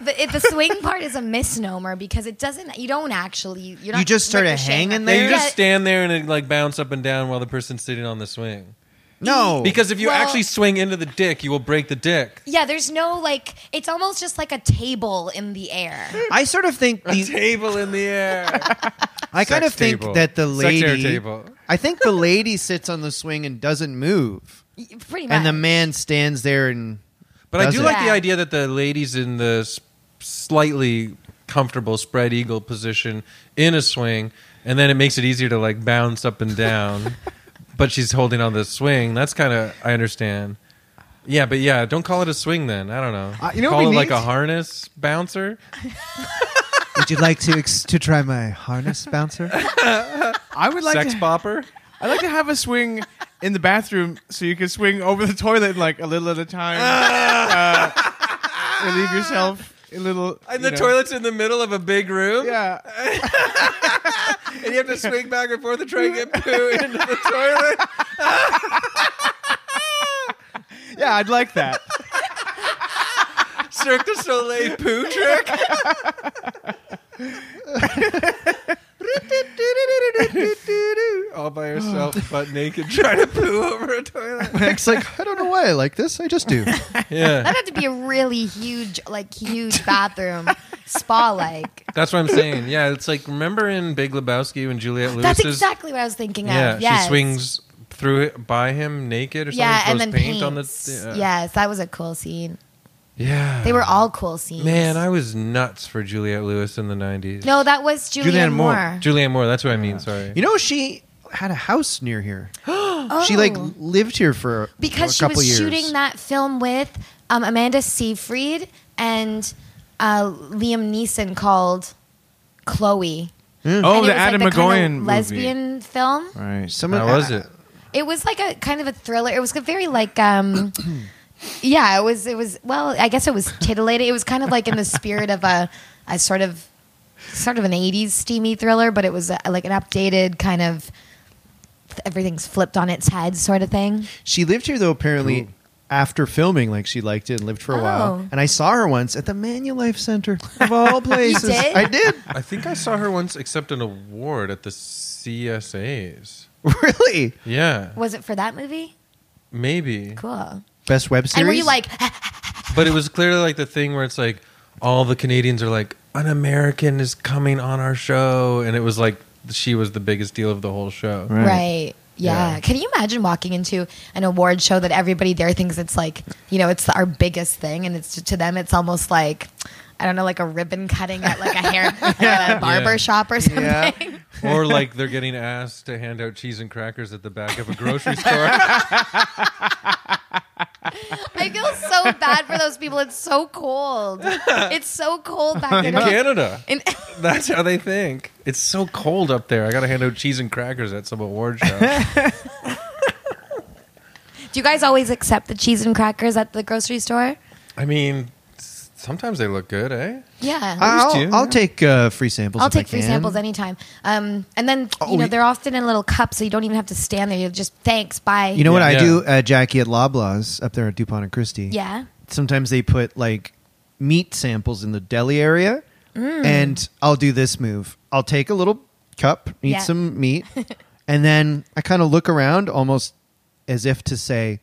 [SPEAKER 4] The, it- the swing part is a misnomer because it doesn't. You don't actually. You're not
[SPEAKER 3] You just started
[SPEAKER 4] ricocheting
[SPEAKER 3] hanging
[SPEAKER 4] off-
[SPEAKER 2] Yeah,
[SPEAKER 3] there?
[SPEAKER 2] you just
[SPEAKER 4] Yeah,
[SPEAKER 2] stand there and it like bounce up and down while the person's sitting on the swing.
[SPEAKER 3] No,
[SPEAKER 2] Because if you
[SPEAKER 4] Well-
[SPEAKER 2] actually swing into the dick, you will break the dick.
[SPEAKER 4] Yeah, there's no like. It's almost just like a table in the air.
[SPEAKER 3] I sort of think the,
[SPEAKER 2] Table in the air.
[SPEAKER 3] I kind of
[SPEAKER 2] Sex
[SPEAKER 3] think
[SPEAKER 2] table.
[SPEAKER 3] that the
[SPEAKER 2] Sex air
[SPEAKER 3] lady.
[SPEAKER 2] table.
[SPEAKER 3] I think the lady sits on the swing and doesn't move,
[SPEAKER 4] Y- Pretty much.
[SPEAKER 3] and the man stands there and.
[SPEAKER 2] But I
[SPEAKER 3] Does
[SPEAKER 2] do
[SPEAKER 3] it?
[SPEAKER 2] like the
[SPEAKER 4] Yeah.
[SPEAKER 2] idea that the ladies in the s- slightly comfortable spread eagle position in a swing, and then it makes it easier to like bounce up and down. but she's holding on the swing. That's kind of I understand. Yeah, but yeah, don't call it a swing then. I don't know.
[SPEAKER 3] Uh, you know what
[SPEAKER 2] call
[SPEAKER 3] we
[SPEAKER 2] it like
[SPEAKER 3] need?
[SPEAKER 2] a harness bouncer.
[SPEAKER 3] Would you like to ex- to try my harness bouncer?
[SPEAKER 1] I would like
[SPEAKER 2] sex
[SPEAKER 1] to.
[SPEAKER 2] popper.
[SPEAKER 1] I like to have a swing in the bathroom so you can swing over the toilet like a little at a time. uh, relieve yourself a little.
[SPEAKER 2] And
[SPEAKER 1] you
[SPEAKER 2] the
[SPEAKER 1] know.
[SPEAKER 2] toilet's in the middle of a big room,
[SPEAKER 1] Yeah.
[SPEAKER 2] and you have to swing back and forth to try and get poo into the toilet.
[SPEAKER 1] Yeah, I'd like that.
[SPEAKER 2] Cirque du Soleil poo trick. All by yourself, butt naked, trying to poo over a
[SPEAKER 1] Oh,
[SPEAKER 2] toilet.
[SPEAKER 3] Nick's like, I don't know why I like this. I just do.
[SPEAKER 2] Yeah,
[SPEAKER 4] That had to be a really huge, like huge bathroom, spa like.
[SPEAKER 2] that's what I'm saying. Yeah, it's like remember in Big Lebowski when Juliette Lewis
[SPEAKER 4] That's
[SPEAKER 2] is
[SPEAKER 4] exactly what I was thinking
[SPEAKER 2] yeah
[SPEAKER 4] of. Yes.
[SPEAKER 2] she swings through it by him naked or something,
[SPEAKER 4] Yeah, and
[SPEAKER 2] throws
[SPEAKER 4] then
[SPEAKER 2] paint
[SPEAKER 4] paints.
[SPEAKER 2] on the uh,
[SPEAKER 4] Yes, that was a cool scene.
[SPEAKER 2] yeah.
[SPEAKER 4] They were all cool scenes.
[SPEAKER 2] man. I was nuts for Juliette Lewis in the '90s.
[SPEAKER 4] no, that was Julianne,
[SPEAKER 3] Julianne Moore.
[SPEAKER 4] Moore.
[SPEAKER 2] Julianne Moore. That's what I mean. Sorry.
[SPEAKER 3] You know, she had a house near here.
[SPEAKER 4] Oh.
[SPEAKER 3] She like lived here for
[SPEAKER 4] because
[SPEAKER 3] a
[SPEAKER 4] she
[SPEAKER 3] couple
[SPEAKER 4] was
[SPEAKER 3] years.
[SPEAKER 4] shooting that film with um, Amanda Seyfried and uh, Liam Neeson called Chloe.
[SPEAKER 1] Oh,
[SPEAKER 4] And it
[SPEAKER 1] the
[SPEAKER 4] was, like,
[SPEAKER 1] Adam
[SPEAKER 4] the kind of
[SPEAKER 1] McGowan movie.
[SPEAKER 4] lesbian film.
[SPEAKER 1] Right.
[SPEAKER 3] Someone,
[SPEAKER 2] How was it?
[SPEAKER 4] It was like a kind of a thriller. It was very like um yeah, it was it was well, I guess it was titillating. It was kind of like in the spirit of a a sort of sort of an 80s steamy thriller, but it was uh like an updated kind of everything's flipped on its head sort of thing.
[SPEAKER 3] She lived here though apparently after filming, like she liked it and lived for a
[SPEAKER 4] Oh.
[SPEAKER 3] while. And I saw her once at the Manulife Center of all places.
[SPEAKER 4] did?
[SPEAKER 3] I did.
[SPEAKER 2] I think I saw her once accept an award at the CSAs.
[SPEAKER 3] Really?
[SPEAKER 2] Yeah,
[SPEAKER 4] Was it for that movie?
[SPEAKER 2] maybe.
[SPEAKER 4] Cool.
[SPEAKER 3] Best web series.
[SPEAKER 4] And were you like, "Eh,
[SPEAKER 2] But it was clearly like the thing where it's like all the Canadians are like, an American is coming on our show. And it was like she was the biggest deal of the whole show.
[SPEAKER 4] right?
[SPEAKER 3] Right.
[SPEAKER 4] Yeah.
[SPEAKER 2] Yeah.
[SPEAKER 4] Can you imagine walking into an award show that everybody there thinks it's like, you know, it's our biggest thing, and it's to them, it's almost like, I don't know, like a ribbon cutting at like a hair at a barber
[SPEAKER 2] Yeah.
[SPEAKER 4] shop or something.
[SPEAKER 3] Yeah.
[SPEAKER 2] Or like they're getting asked to hand out cheese and crackers at the back of a grocery store.
[SPEAKER 4] I feel so bad for those people. It's so cold. It's so cold back
[SPEAKER 2] in
[SPEAKER 4] there.
[SPEAKER 2] Canada.
[SPEAKER 4] In-
[SPEAKER 2] That's how they think. It's so cold up there. I got to hand out cheese and crackers at some award show.
[SPEAKER 4] Do you guys always accept the cheese and crackers at the grocery store?
[SPEAKER 2] I mean, s- sometimes they look good, eh?
[SPEAKER 4] Yeah.
[SPEAKER 3] I'll,
[SPEAKER 1] Used to,
[SPEAKER 3] I'll
[SPEAKER 1] yeah.
[SPEAKER 3] take uh, free samples.
[SPEAKER 4] I'll
[SPEAKER 3] if I
[SPEAKER 4] take free
[SPEAKER 3] can.
[SPEAKER 4] samples anytime. Um, and then
[SPEAKER 3] Oh,
[SPEAKER 4] you know
[SPEAKER 3] we-
[SPEAKER 4] they're often in little cups, so you don't even have to stand there. You just thanks, bye.
[SPEAKER 3] You know what
[SPEAKER 2] Yeah.
[SPEAKER 3] I do, uh, Jackie, at Loblaws up there at DuPont and Christie?
[SPEAKER 4] Yeah.
[SPEAKER 3] Sometimes they put like meat samples in the deli area.
[SPEAKER 4] Mm.
[SPEAKER 3] And I'll do this move I'll take a little cup, eat
[SPEAKER 4] Yeah.
[SPEAKER 3] some meat, and then I kind of look around almost as if to say,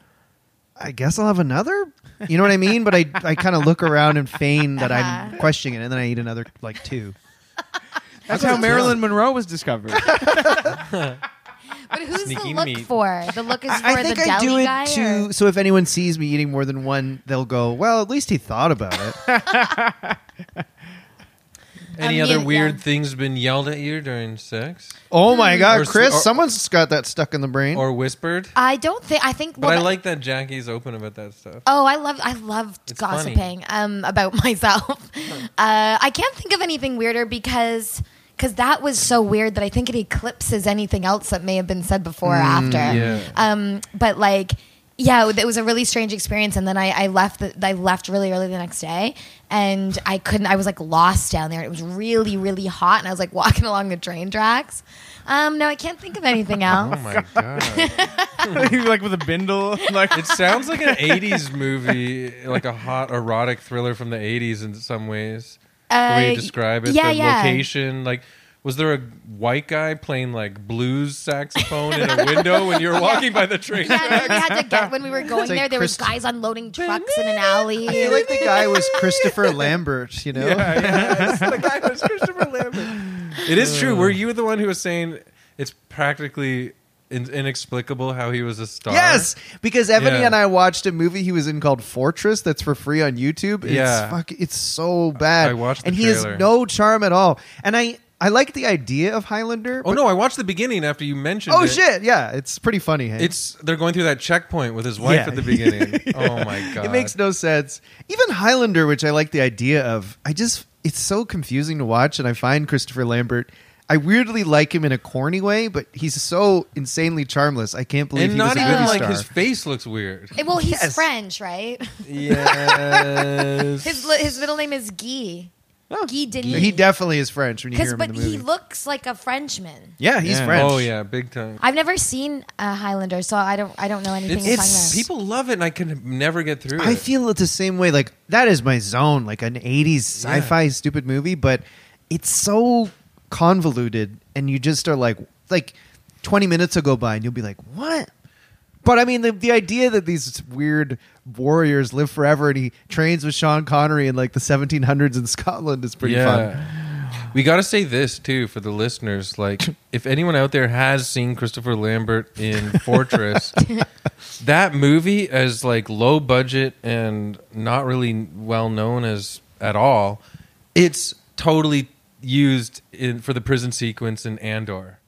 [SPEAKER 3] I guess I'll have another. You know what I mean? But I, I kind of look around and feign that
[SPEAKER 4] Uh-huh.
[SPEAKER 3] I'm questioning it, and then I eat another like two.
[SPEAKER 1] That's how Marilyn Monroe was discovered.
[SPEAKER 4] But who's
[SPEAKER 2] Sneaking
[SPEAKER 4] the look
[SPEAKER 2] meat.
[SPEAKER 4] for? The look is for
[SPEAKER 3] I, I think
[SPEAKER 4] the
[SPEAKER 3] I
[SPEAKER 4] deli
[SPEAKER 3] do
[SPEAKER 4] guy.
[SPEAKER 3] it
[SPEAKER 4] or-
[SPEAKER 3] to so if anyone sees me eating more than one, they'll go, "Well, at least he thought about it."
[SPEAKER 2] Any
[SPEAKER 4] Um,
[SPEAKER 2] other
[SPEAKER 4] you-
[SPEAKER 2] weird
[SPEAKER 4] yeah.
[SPEAKER 2] things been yelled at you during sex
[SPEAKER 3] Oh my
[SPEAKER 2] Hmm. Or
[SPEAKER 3] God,
[SPEAKER 2] s-
[SPEAKER 3] Chris!
[SPEAKER 2] or-
[SPEAKER 3] someone's got that stuck in the brain.
[SPEAKER 2] or whispered?
[SPEAKER 4] I don't think. I think.
[SPEAKER 2] But
[SPEAKER 4] well,
[SPEAKER 2] I
[SPEAKER 4] that-
[SPEAKER 2] like that Jackie's open about that stuff.
[SPEAKER 4] Oh, I love I love
[SPEAKER 2] It's
[SPEAKER 4] gossiping um, about myself. uh, I can't think of anything weirder because because that was so weird that I think it eclipses anything else that may have been said before or after.
[SPEAKER 2] Mm, yeah.
[SPEAKER 4] Um, but like, yeah, it was a really strange experience, and then I, I left. The, I left really early the next day, and I couldn't. I was like lost down there. It was really really hot, and I was like walking along the train tracks. Um, no, I can't think of anything
[SPEAKER 2] Oh
[SPEAKER 4] else.
[SPEAKER 2] my god!
[SPEAKER 1] like with a bindle. Like
[SPEAKER 2] It sounds like an '80s movie, like a hot erotic thriller from the '80s in some ways. the way
[SPEAKER 4] Uh,
[SPEAKER 2] you describe it,
[SPEAKER 4] yeah,
[SPEAKER 2] the
[SPEAKER 4] yeah.
[SPEAKER 2] location, like. Was there a white guy playing like blues saxophone in a window when you were walking by the train?
[SPEAKER 4] Yeah, no, we had to get when we were going
[SPEAKER 3] It's like
[SPEAKER 4] there. there was
[SPEAKER 3] Christ-
[SPEAKER 4] guys unloading trucks in an alley.
[SPEAKER 3] I feel like the guy was Christopher Lambert. You know,
[SPEAKER 2] the guy was Christopher Lambert. It is true. Were you the one who was saying it's practically in- inexplicable how he was a star?
[SPEAKER 3] yes, because Ebony
[SPEAKER 2] Yeah.
[SPEAKER 3] and I watched a movie he was in called Fortress that's for free on YouTube. It's
[SPEAKER 2] Yeah.
[SPEAKER 3] fuck, it's so bad.
[SPEAKER 2] I watched the
[SPEAKER 3] and he
[SPEAKER 2] trailer.
[SPEAKER 3] has no charm at all. And I I like the idea of Highlander.
[SPEAKER 2] Oh
[SPEAKER 3] but-
[SPEAKER 2] no, I watched the beginning after you mentioned.
[SPEAKER 3] Oh
[SPEAKER 2] it.
[SPEAKER 3] shit! Yeah, it's pretty funny. Hey?
[SPEAKER 2] It's they're going through that checkpoint with his wife
[SPEAKER 3] Yeah.
[SPEAKER 2] at the beginning. Oh my god!
[SPEAKER 3] It makes no sense. Even Highlander, which I like the idea of, I just it's so confusing to watch, and I find Christopher Lambert. I weirdly like him in a corny way, but he's so insanely charmless. I can't believe
[SPEAKER 2] and
[SPEAKER 3] he
[SPEAKER 2] not
[SPEAKER 3] was a
[SPEAKER 2] even
[SPEAKER 3] movie
[SPEAKER 2] like
[SPEAKER 3] star.
[SPEAKER 2] his face looks weird.
[SPEAKER 4] Eh, Well, he's
[SPEAKER 3] Yes.
[SPEAKER 4] French, right?
[SPEAKER 2] Yes.
[SPEAKER 4] His li- his middle name is Guy. Guy Denis.
[SPEAKER 3] Oh. he definitely is French when you hear
[SPEAKER 4] Because
[SPEAKER 3] him
[SPEAKER 4] but
[SPEAKER 3] in the movie.
[SPEAKER 4] he looks like a Frenchman.
[SPEAKER 3] yeah, he's
[SPEAKER 1] Yeah.
[SPEAKER 3] French.
[SPEAKER 2] Oh yeah, big time.
[SPEAKER 4] I've never seen a Highlander, so I don't I don't know anything.
[SPEAKER 2] It's,
[SPEAKER 4] about
[SPEAKER 3] it's-
[SPEAKER 4] Highlander.
[SPEAKER 2] people love it, and I can never get through it.
[SPEAKER 3] I feel it the same way. Like that is my zone. Like an '80s sci-fi stupid movie, but it's so convoluted, and you just are like, like twenty minutes will go by, and you'll be like, what? But I mean, the, the idea that these weird warriors live forever, and he trains with Sean Connery in like the 1700s in Scotland is pretty fun.
[SPEAKER 2] We got to say this too for the listeners. Like, if anyone out there has seen Christopher Lambert in Fortress, that movie, as like low budget and not really well known as at all, it's totally used in for the prison sequence in Andor.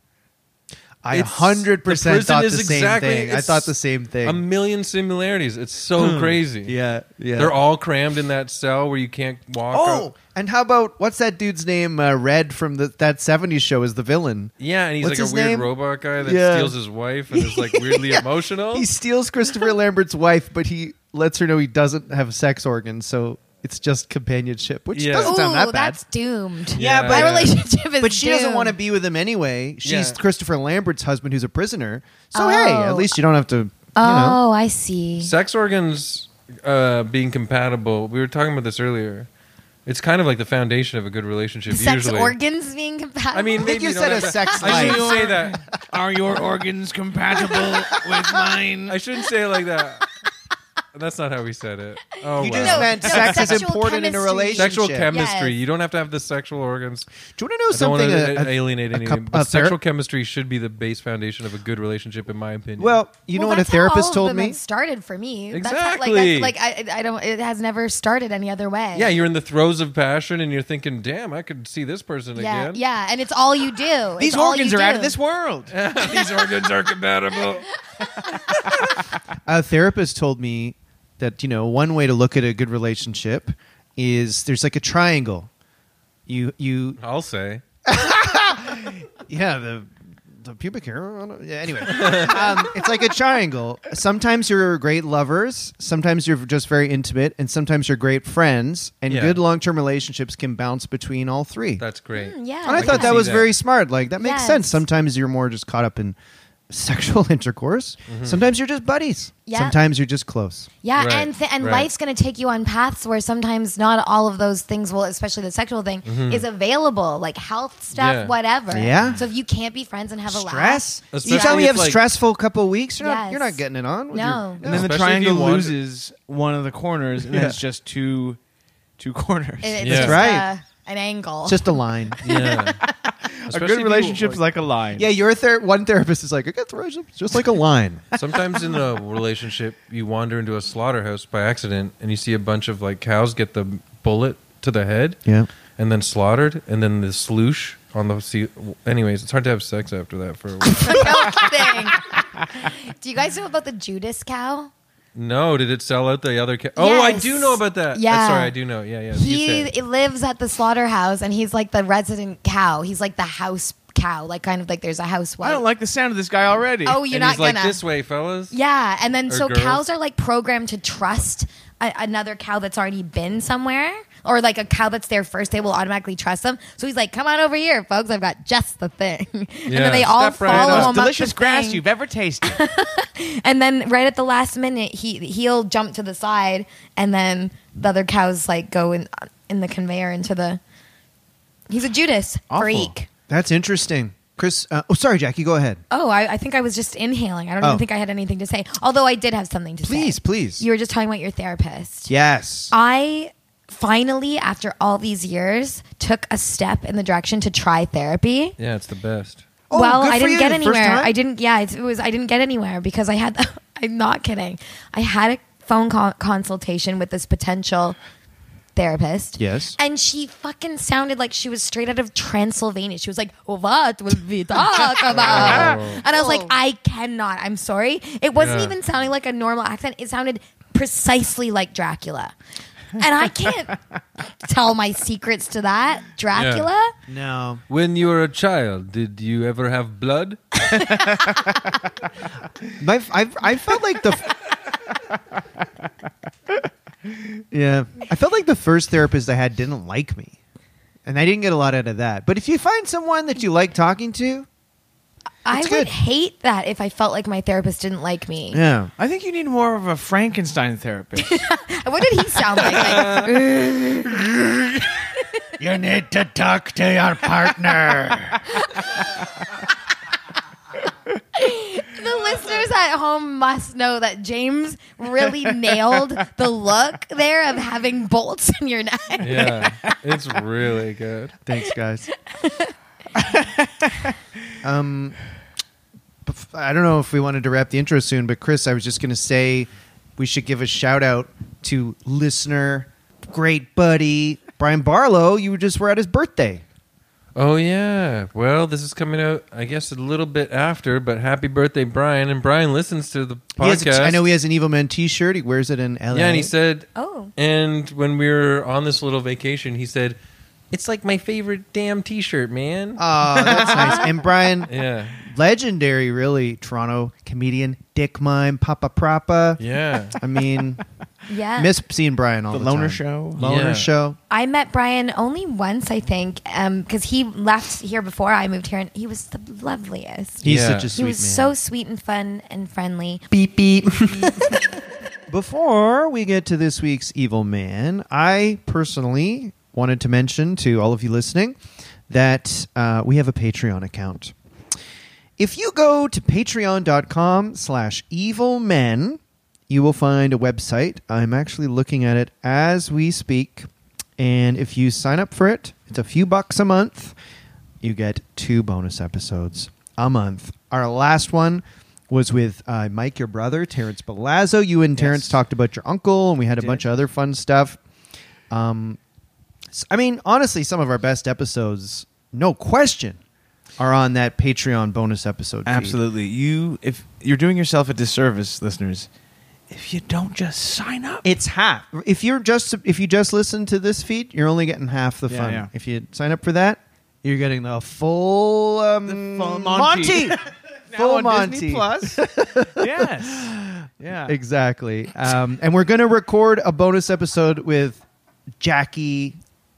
[SPEAKER 3] I
[SPEAKER 2] It's-
[SPEAKER 3] 100 percent
[SPEAKER 2] prison
[SPEAKER 3] thought the
[SPEAKER 2] is
[SPEAKER 3] same
[SPEAKER 2] exactly-
[SPEAKER 3] thing. I
[SPEAKER 2] it's
[SPEAKER 3] thought the same thing. Hmm.
[SPEAKER 2] A million similarities. It's so crazy.
[SPEAKER 3] yeah, yeah.
[SPEAKER 2] They're all crammed in that cell where you can't walk.
[SPEAKER 3] Oh,
[SPEAKER 2] out.
[SPEAKER 3] and how about what's that dude's name? Uh, Red from the, that '70s show is the villain.
[SPEAKER 2] Yeah, and he's
[SPEAKER 3] What's
[SPEAKER 2] like a
[SPEAKER 3] his
[SPEAKER 2] weird
[SPEAKER 3] name?
[SPEAKER 2] robot guy that
[SPEAKER 3] Yeah.
[SPEAKER 2] steals his wife and is like weirdly emotional.
[SPEAKER 3] He steals Christopher Lambert's wife, but he lets her know he doesn't have sex organs, so it's just companionship, which
[SPEAKER 2] Yeah.
[SPEAKER 3] doesn't sound that
[SPEAKER 4] Ooh,
[SPEAKER 3] bad.
[SPEAKER 4] that's doomed.
[SPEAKER 2] Yeah,
[SPEAKER 4] my
[SPEAKER 2] but-
[SPEAKER 4] relationship is.
[SPEAKER 3] but she doesn't
[SPEAKER 4] doomed.
[SPEAKER 3] want to be with him anyway. She's
[SPEAKER 2] Yeah.
[SPEAKER 3] Christopher Lambert's husband, who's a prisoner. So
[SPEAKER 4] Oh.
[SPEAKER 3] hey, at least you don't have to
[SPEAKER 4] Oh,
[SPEAKER 3] know.
[SPEAKER 4] I see.
[SPEAKER 2] sex organs uh, being compatible. We were talking about this earlier. It's kind of like the foundation of a good relationship.
[SPEAKER 4] Sex
[SPEAKER 2] usually,
[SPEAKER 4] organs being compatible.
[SPEAKER 2] I mean,
[SPEAKER 3] I think
[SPEAKER 2] maybe
[SPEAKER 3] you
[SPEAKER 2] don't
[SPEAKER 3] said a
[SPEAKER 2] have-
[SPEAKER 3] sex
[SPEAKER 2] I
[SPEAKER 3] life.
[SPEAKER 2] shouldn't say that.
[SPEAKER 1] Are your organs compatible with mine?
[SPEAKER 2] I shouldn't say it like that. That's not how we said it. Oh,
[SPEAKER 3] You
[SPEAKER 2] wow.
[SPEAKER 3] just
[SPEAKER 4] No,
[SPEAKER 3] meant
[SPEAKER 4] no,
[SPEAKER 3] sex is
[SPEAKER 4] sexual
[SPEAKER 3] important in a
[SPEAKER 4] chemistry.
[SPEAKER 3] relationship.
[SPEAKER 2] sexual chemistry.
[SPEAKER 4] Yes.
[SPEAKER 2] You don't have to have the sexual organs.
[SPEAKER 3] Do you want to
[SPEAKER 2] I
[SPEAKER 3] know
[SPEAKER 2] don't want
[SPEAKER 3] something?
[SPEAKER 2] to
[SPEAKER 3] A- a-
[SPEAKER 2] alienate
[SPEAKER 3] a
[SPEAKER 2] anyone.
[SPEAKER 3] coup-
[SPEAKER 2] but
[SPEAKER 3] a ther-
[SPEAKER 2] sexual chemistry should be the base foundation of a good relationship, in my opinion.
[SPEAKER 3] well, you know
[SPEAKER 4] Well,
[SPEAKER 3] what a
[SPEAKER 4] that's how all
[SPEAKER 3] therapist
[SPEAKER 4] of
[SPEAKER 3] told
[SPEAKER 4] them
[SPEAKER 3] me?
[SPEAKER 4] have Started for me.
[SPEAKER 2] Exactly.
[SPEAKER 4] That's like, that's, like I, I don't. It has never started any other way.
[SPEAKER 2] yeah, you're in the throes of passion, and you're thinking, "Damn, I could see this person
[SPEAKER 4] yeah,
[SPEAKER 2] again."
[SPEAKER 4] yeah. And it's all you do. It's
[SPEAKER 1] These
[SPEAKER 4] all
[SPEAKER 1] organs
[SPEAKER 4] you
[SPEAKER 1] are out
[SPEAKER 4] do.
[SPEAKER 1] of this world.
[SPEAKER 2] These organs are compatible.
[SPEAKER 3] a therapist told me that you know one way to look at a good relationship is there's like a triangle. You you
[SPEAKER 2] I'll say.
[SPEAKER 3] yeah the the pubic hair I don't- yeah, anyway um, it's like a triangle sometimes you're great lovers sometimes you're just very intimate and sometimes you're great friends and
[SPEAKER 2] Yeah.
[SPEAKER 3] good long-term relationships can bounce between all three
[SPEAKER 2] That's great.
[SPEAKER 4] Mm, yeah.
[SPEAKER 3] and i
[SPEAKER 2] I
[SPEAKER 3] thought
[SPEAKER 2] can
[SPEAKER 3] that
[SPEAKER 2] see
[SPEAKER 3] was
[SPEAKER 2] that.
[SPEAKER 3] very smart like that makes
[SPEAKER 4] Yes.
[SPEAKER 3] sense sometimes you're more just caught up in sexual intercourse
[SPEAKER 2] Mm-hmm.
[SPEAKER 3] sometimes you're just buddies
[SPEAKER 4] Yeah.
[SPEAKER 3] sometimes you're just close
[SPEAKER 4] Yeah,
[SPEAKER 2] Right,
[SPEAKER 4] and th- and
[SPEAKER 2] right.
[SPEAKER 4] life's going to take you on paths where sometimes not all of those things will, especially the sexual thing, is available, like health stuff,
[SPEAKER 2] Mm-hmm. Yeah.
[SPEAKER 4] whatever.
[SPEAKER 3] Yeah.
[SPEAKER 4] So if you can't be friends and have a
[SPEAKER 3] stress
[SPEAKER 4] laugh,
[SPEAKER 3] you
[SPEAKER 2] Especially
[SPEAKER 3] tell me you
[SPEAKER 2] if,
[SPEAKER 3] have
[SPEAKER 2] like-
[SPEAKER 3] stressful couple weeks you're, not, you're
[SPEAKER 4] Yes.
[SPEAKER 3] not getting it on with
[SPEAKER 4] No.
[SPEAKER 3] your,
[SPEAKER 1] And then the
[SPEAKER 2] Especially if you
[SPEAKER 1] triangle
[SPEAKER 2] wander-
[SPEAKER 1] loses one of the corners, and then
[SPEAKER 2] Yeah.
[SPEAKER 1] it's just two, two corners.
[SPEAKER 4] it- it's
[SPEAKER 2] Yeah.
[SPEAKER 4] just
[SPEAKER 3] Right.
[SPEAKER 4] uh, an angle.
[SPEAKER 3] it's just a line
[SPEAKER 2] Yeah.
[SPEAKER 1] a good relationship's like a line.
[SPEAKER 3] yeah your ther- one therapist is like i got the relationship just like a line
[SPEAKER 2] Sometimes in a relationship, you wander into a slaughterhouse by accident, and you see a bunch of like cows get the bullet to the head,
[SPEAKER 3] Yeah.
[SPEAKER 2] and then slaughtered, and then the sloosh on the sea. Anyways, it's hard to have sex after that for a while.
[SPEAKER 4] no kidding. Do you guys know about the Judas cow?
[SPEAKER 2] no, did it sell out the other? Ca- oh, I
[SPEAKER 4] Yes.
[SPEAKER 2] do know about that. I'm
[SPEAKER 4] Yeah.
[SPEAKER 2] sorry, I do know. Yeah, yeah. you
[SPEAKER 4] He
[SPEAKER 2] said.
[SPEAKER 4] lives at the slaughterhouse, and he's like the resident cow. He's like the house cow, like kind of like there's a housewife.
[SPEAKER 1] I don't like the sound of this guy already.
[SPEAKER 4] Oh, you're
[SPEAKER 2] and
[SPEAKER 4] not
[SPEAKER 2] he's like
[SPEAKER 4] gonna.
[SPEAKER 2] this way, fellas.
[SPEAKER 4] Yeah, and then
[SPEAKER 2] Or
[SPEAKER 4] so
[SPEAKER 2] girls.
[SPEAKER 4] cows are like programmed to trust a, another cow that's already been somewhere, or like a cow that's there first. They will automatically trust them. So he's like, "Come on over here, folks. I've got just the thing." and
[SPEAKER 2] Yeah.
[SPEAKER 4] then they all
[SPEAKER 2] Step right
[SPEAKER 4] follow
[SPEAKER 2] up.
[SPEAKER 4] him
[SPEAKER 1] most
[SPEAKER 4] up
[SPEAKER 1] delicious
[SPEAKER 4] the
[SPEAKER 1] grass
[SPEAKER 4] thing.
[SPEAKER 1] you've ever tasted.
[SPEAKER 4] And then right at the last minute, he he'll jump to the side, and then the other cows like go in in the conveyor into the. He's a Judas freak.
[SPEAKER 3] That's interesting. Chris, uh, oh, sorry, Jackie, go ahead.
[SPEAKER 4] Oh, I, I think I was just inhaling. I don't
[SPEAKER 3] Oh.
[SPEAKER 4] even think I had anything to say. Although I did have something to say.
[SPEAKER 3] Please, please.
[SPEAKER 4] You were just talking about your therapist.
[SPEAKER 3] yes.
[SPEAKER 4] Um, I finally, after all these years, took a step in the direction to try therapy.
[SPEAKER 2] Yeah, it's the best.
[SPEAKER 3] Oh,
[SPEAKER 4] well,
[SPEAKER 3] good for
[SPEAKER 4] I didn't
[SPEAKER 3] you,
[SPEAKER 4] get
[SPEAKER 3] the first
[SPEAKER 4] anywhere.
[SPEAKER 3] time?
[SPEAKER 4] I didn't. Yeah, it was. I didn't get anywhere because I had. I'm not kidding. I had a phone con- consultation with this potential therapist.
[SPEAKER 3] Yes.
[SPEAKER 4] And she fucking sounded like she was straight out of Transylvania. She was like, "What will we talk about?"
[SPEAKER 2] Oh.
[SPEAKER 4] and I was like, "I cannot. I'm sorry. It wasn't
[SPEAKER 2] Yeah.
[SPEAKER 4] even sounding like a normal accent. It sounded precisely like Dracula." And I can't tell my secrets to that Dracula.
[SPEAKER 3] No.
[SPEAKER 2] When you were a child, did you ever have blood?
[SPEAKER 3] My, f- I, I felt like the. yeah. I felt like the first therapist I had didn't like me. And I didn't get a lot out of that. But if you find someone that you like talking to,
[SPEAKER 4] I
[SPEAKER 3] It's
[SPEAKER 4] would
[SPEAKER 3] good.
[SPEAKER 4] hate that if I felt like my therapist didn't like me.
[SPEAKER 3] yeah.
[SPEAKER 1] I think you need more of a Frankenstein therapist.
[SPEAKER 4] What did he sound like? Like,
[SPEAKER 1] you need to talk to your partner.
[SPEAKER 4] the listeners at home must know that James really nailed the look there of having bolts in your neck.
[SPEAKER 2] Yeah, it's really good.
[SPEAKER 3] Thanks, guys. um, bef- I don't know if we wanted to wrap the intro soon, but Chris, I was just going to say we should give a shout out to listener, great buddy Brian Barlow. You just were at his birthday.
[SPEAKER 2] Oh yeah. Well, this is coming out, I guess, a little bit after. But happy birthday, Brian! And Brian listens to the
[SPEAKER 3] He has a t-
[SPEAKER 2] podcast.
[SPEAKER 3] I know he has an Evil Man T-shirt. He wears it in LA.
[SPEAKER 2] yeah, and he said.
[SPEAKER 4] Oh.
[SPEAKER 2] And when we were on this little vacation, he said, "It's like my favorite damn T-shirt, man."
[SPEAKER 3] "Oh, that's nice." And Brian,
[SPEAKER 2] yeah.
[SPEAKER 3] legendary, really Toronto comedian, Dick Mime, Papa Propa.
[SPEAKER 2] Yeah.
[SPEAKER 3] I mean,
[SPEAKER 4] Yeah.
[SPEAKER 3] Miss seeing Brian all
[SPEAKER 1] The
[SPEAKER 3] the,
[SPEAKER 1] Loner
[SPEAKER 3] time.
[SPEAKER 1] Show.
[SPEAKER 3] Loner
[SPEAKER 2] Yeah.
[SPEAKER 3] Show.
[SPEAKER 4] I met Brian only once, I think, because he left here before I moved here, and he was the loveliest.
[SPEAKER 3] He's
[SPEAKER 2] Yeah.
[SPEAKER 3] such a
[SPEAKER 2] He
[SPEAKER 4] he
[SPEAKER 3] sweet
[SPEAKER 4] was
[SPEAKER 3] man.
[SPEAKER 4] so sweet and fun and friendly.
[SPEAKER 3] beep beep. Before we get to this week's evil man, I personally wanted to mention to all of you listening that uh, we have a Patreon account. If you go to patreon.com slash evil men, you will find a website. I'm actually looking at it as we speak. And if you sign up for it, it's a few bucks a month. You get two bonus episodes a month. Our last one was with uh, Mike, your brother, Terrence Belazzo. You and Terrence talked about your uncle, and we had a bunch of other fun stuff. Um, s- I mean, honestly, some of our best episodes, no question, are on that Patreon bonus episode. feed.
[SPEAKER 1] Absolutely. You if you're doing yourself a disservice, listeners, if you don't just sign up.
[SPEAKER 3] It's half. If you're just if you just listen to this feed, you're only getting half the
[SPEAKER 1] Yeah,
[SPEAKER 3] fun.
[SPEAKER 1] yeah.
[SPEAKER 3] If you sign up for that, you're getting the full um,
[SPEAKER 1] full Monty.
[SPEAKER 3] full
[SPEAKER 1] on
[SPEAKER 3] Monty.
[SPEAKER 1] Disney Plus. yes. Yeah.
[SPEAKER 3] Exactly. Um, and we're going to record a bonus episode with Jackie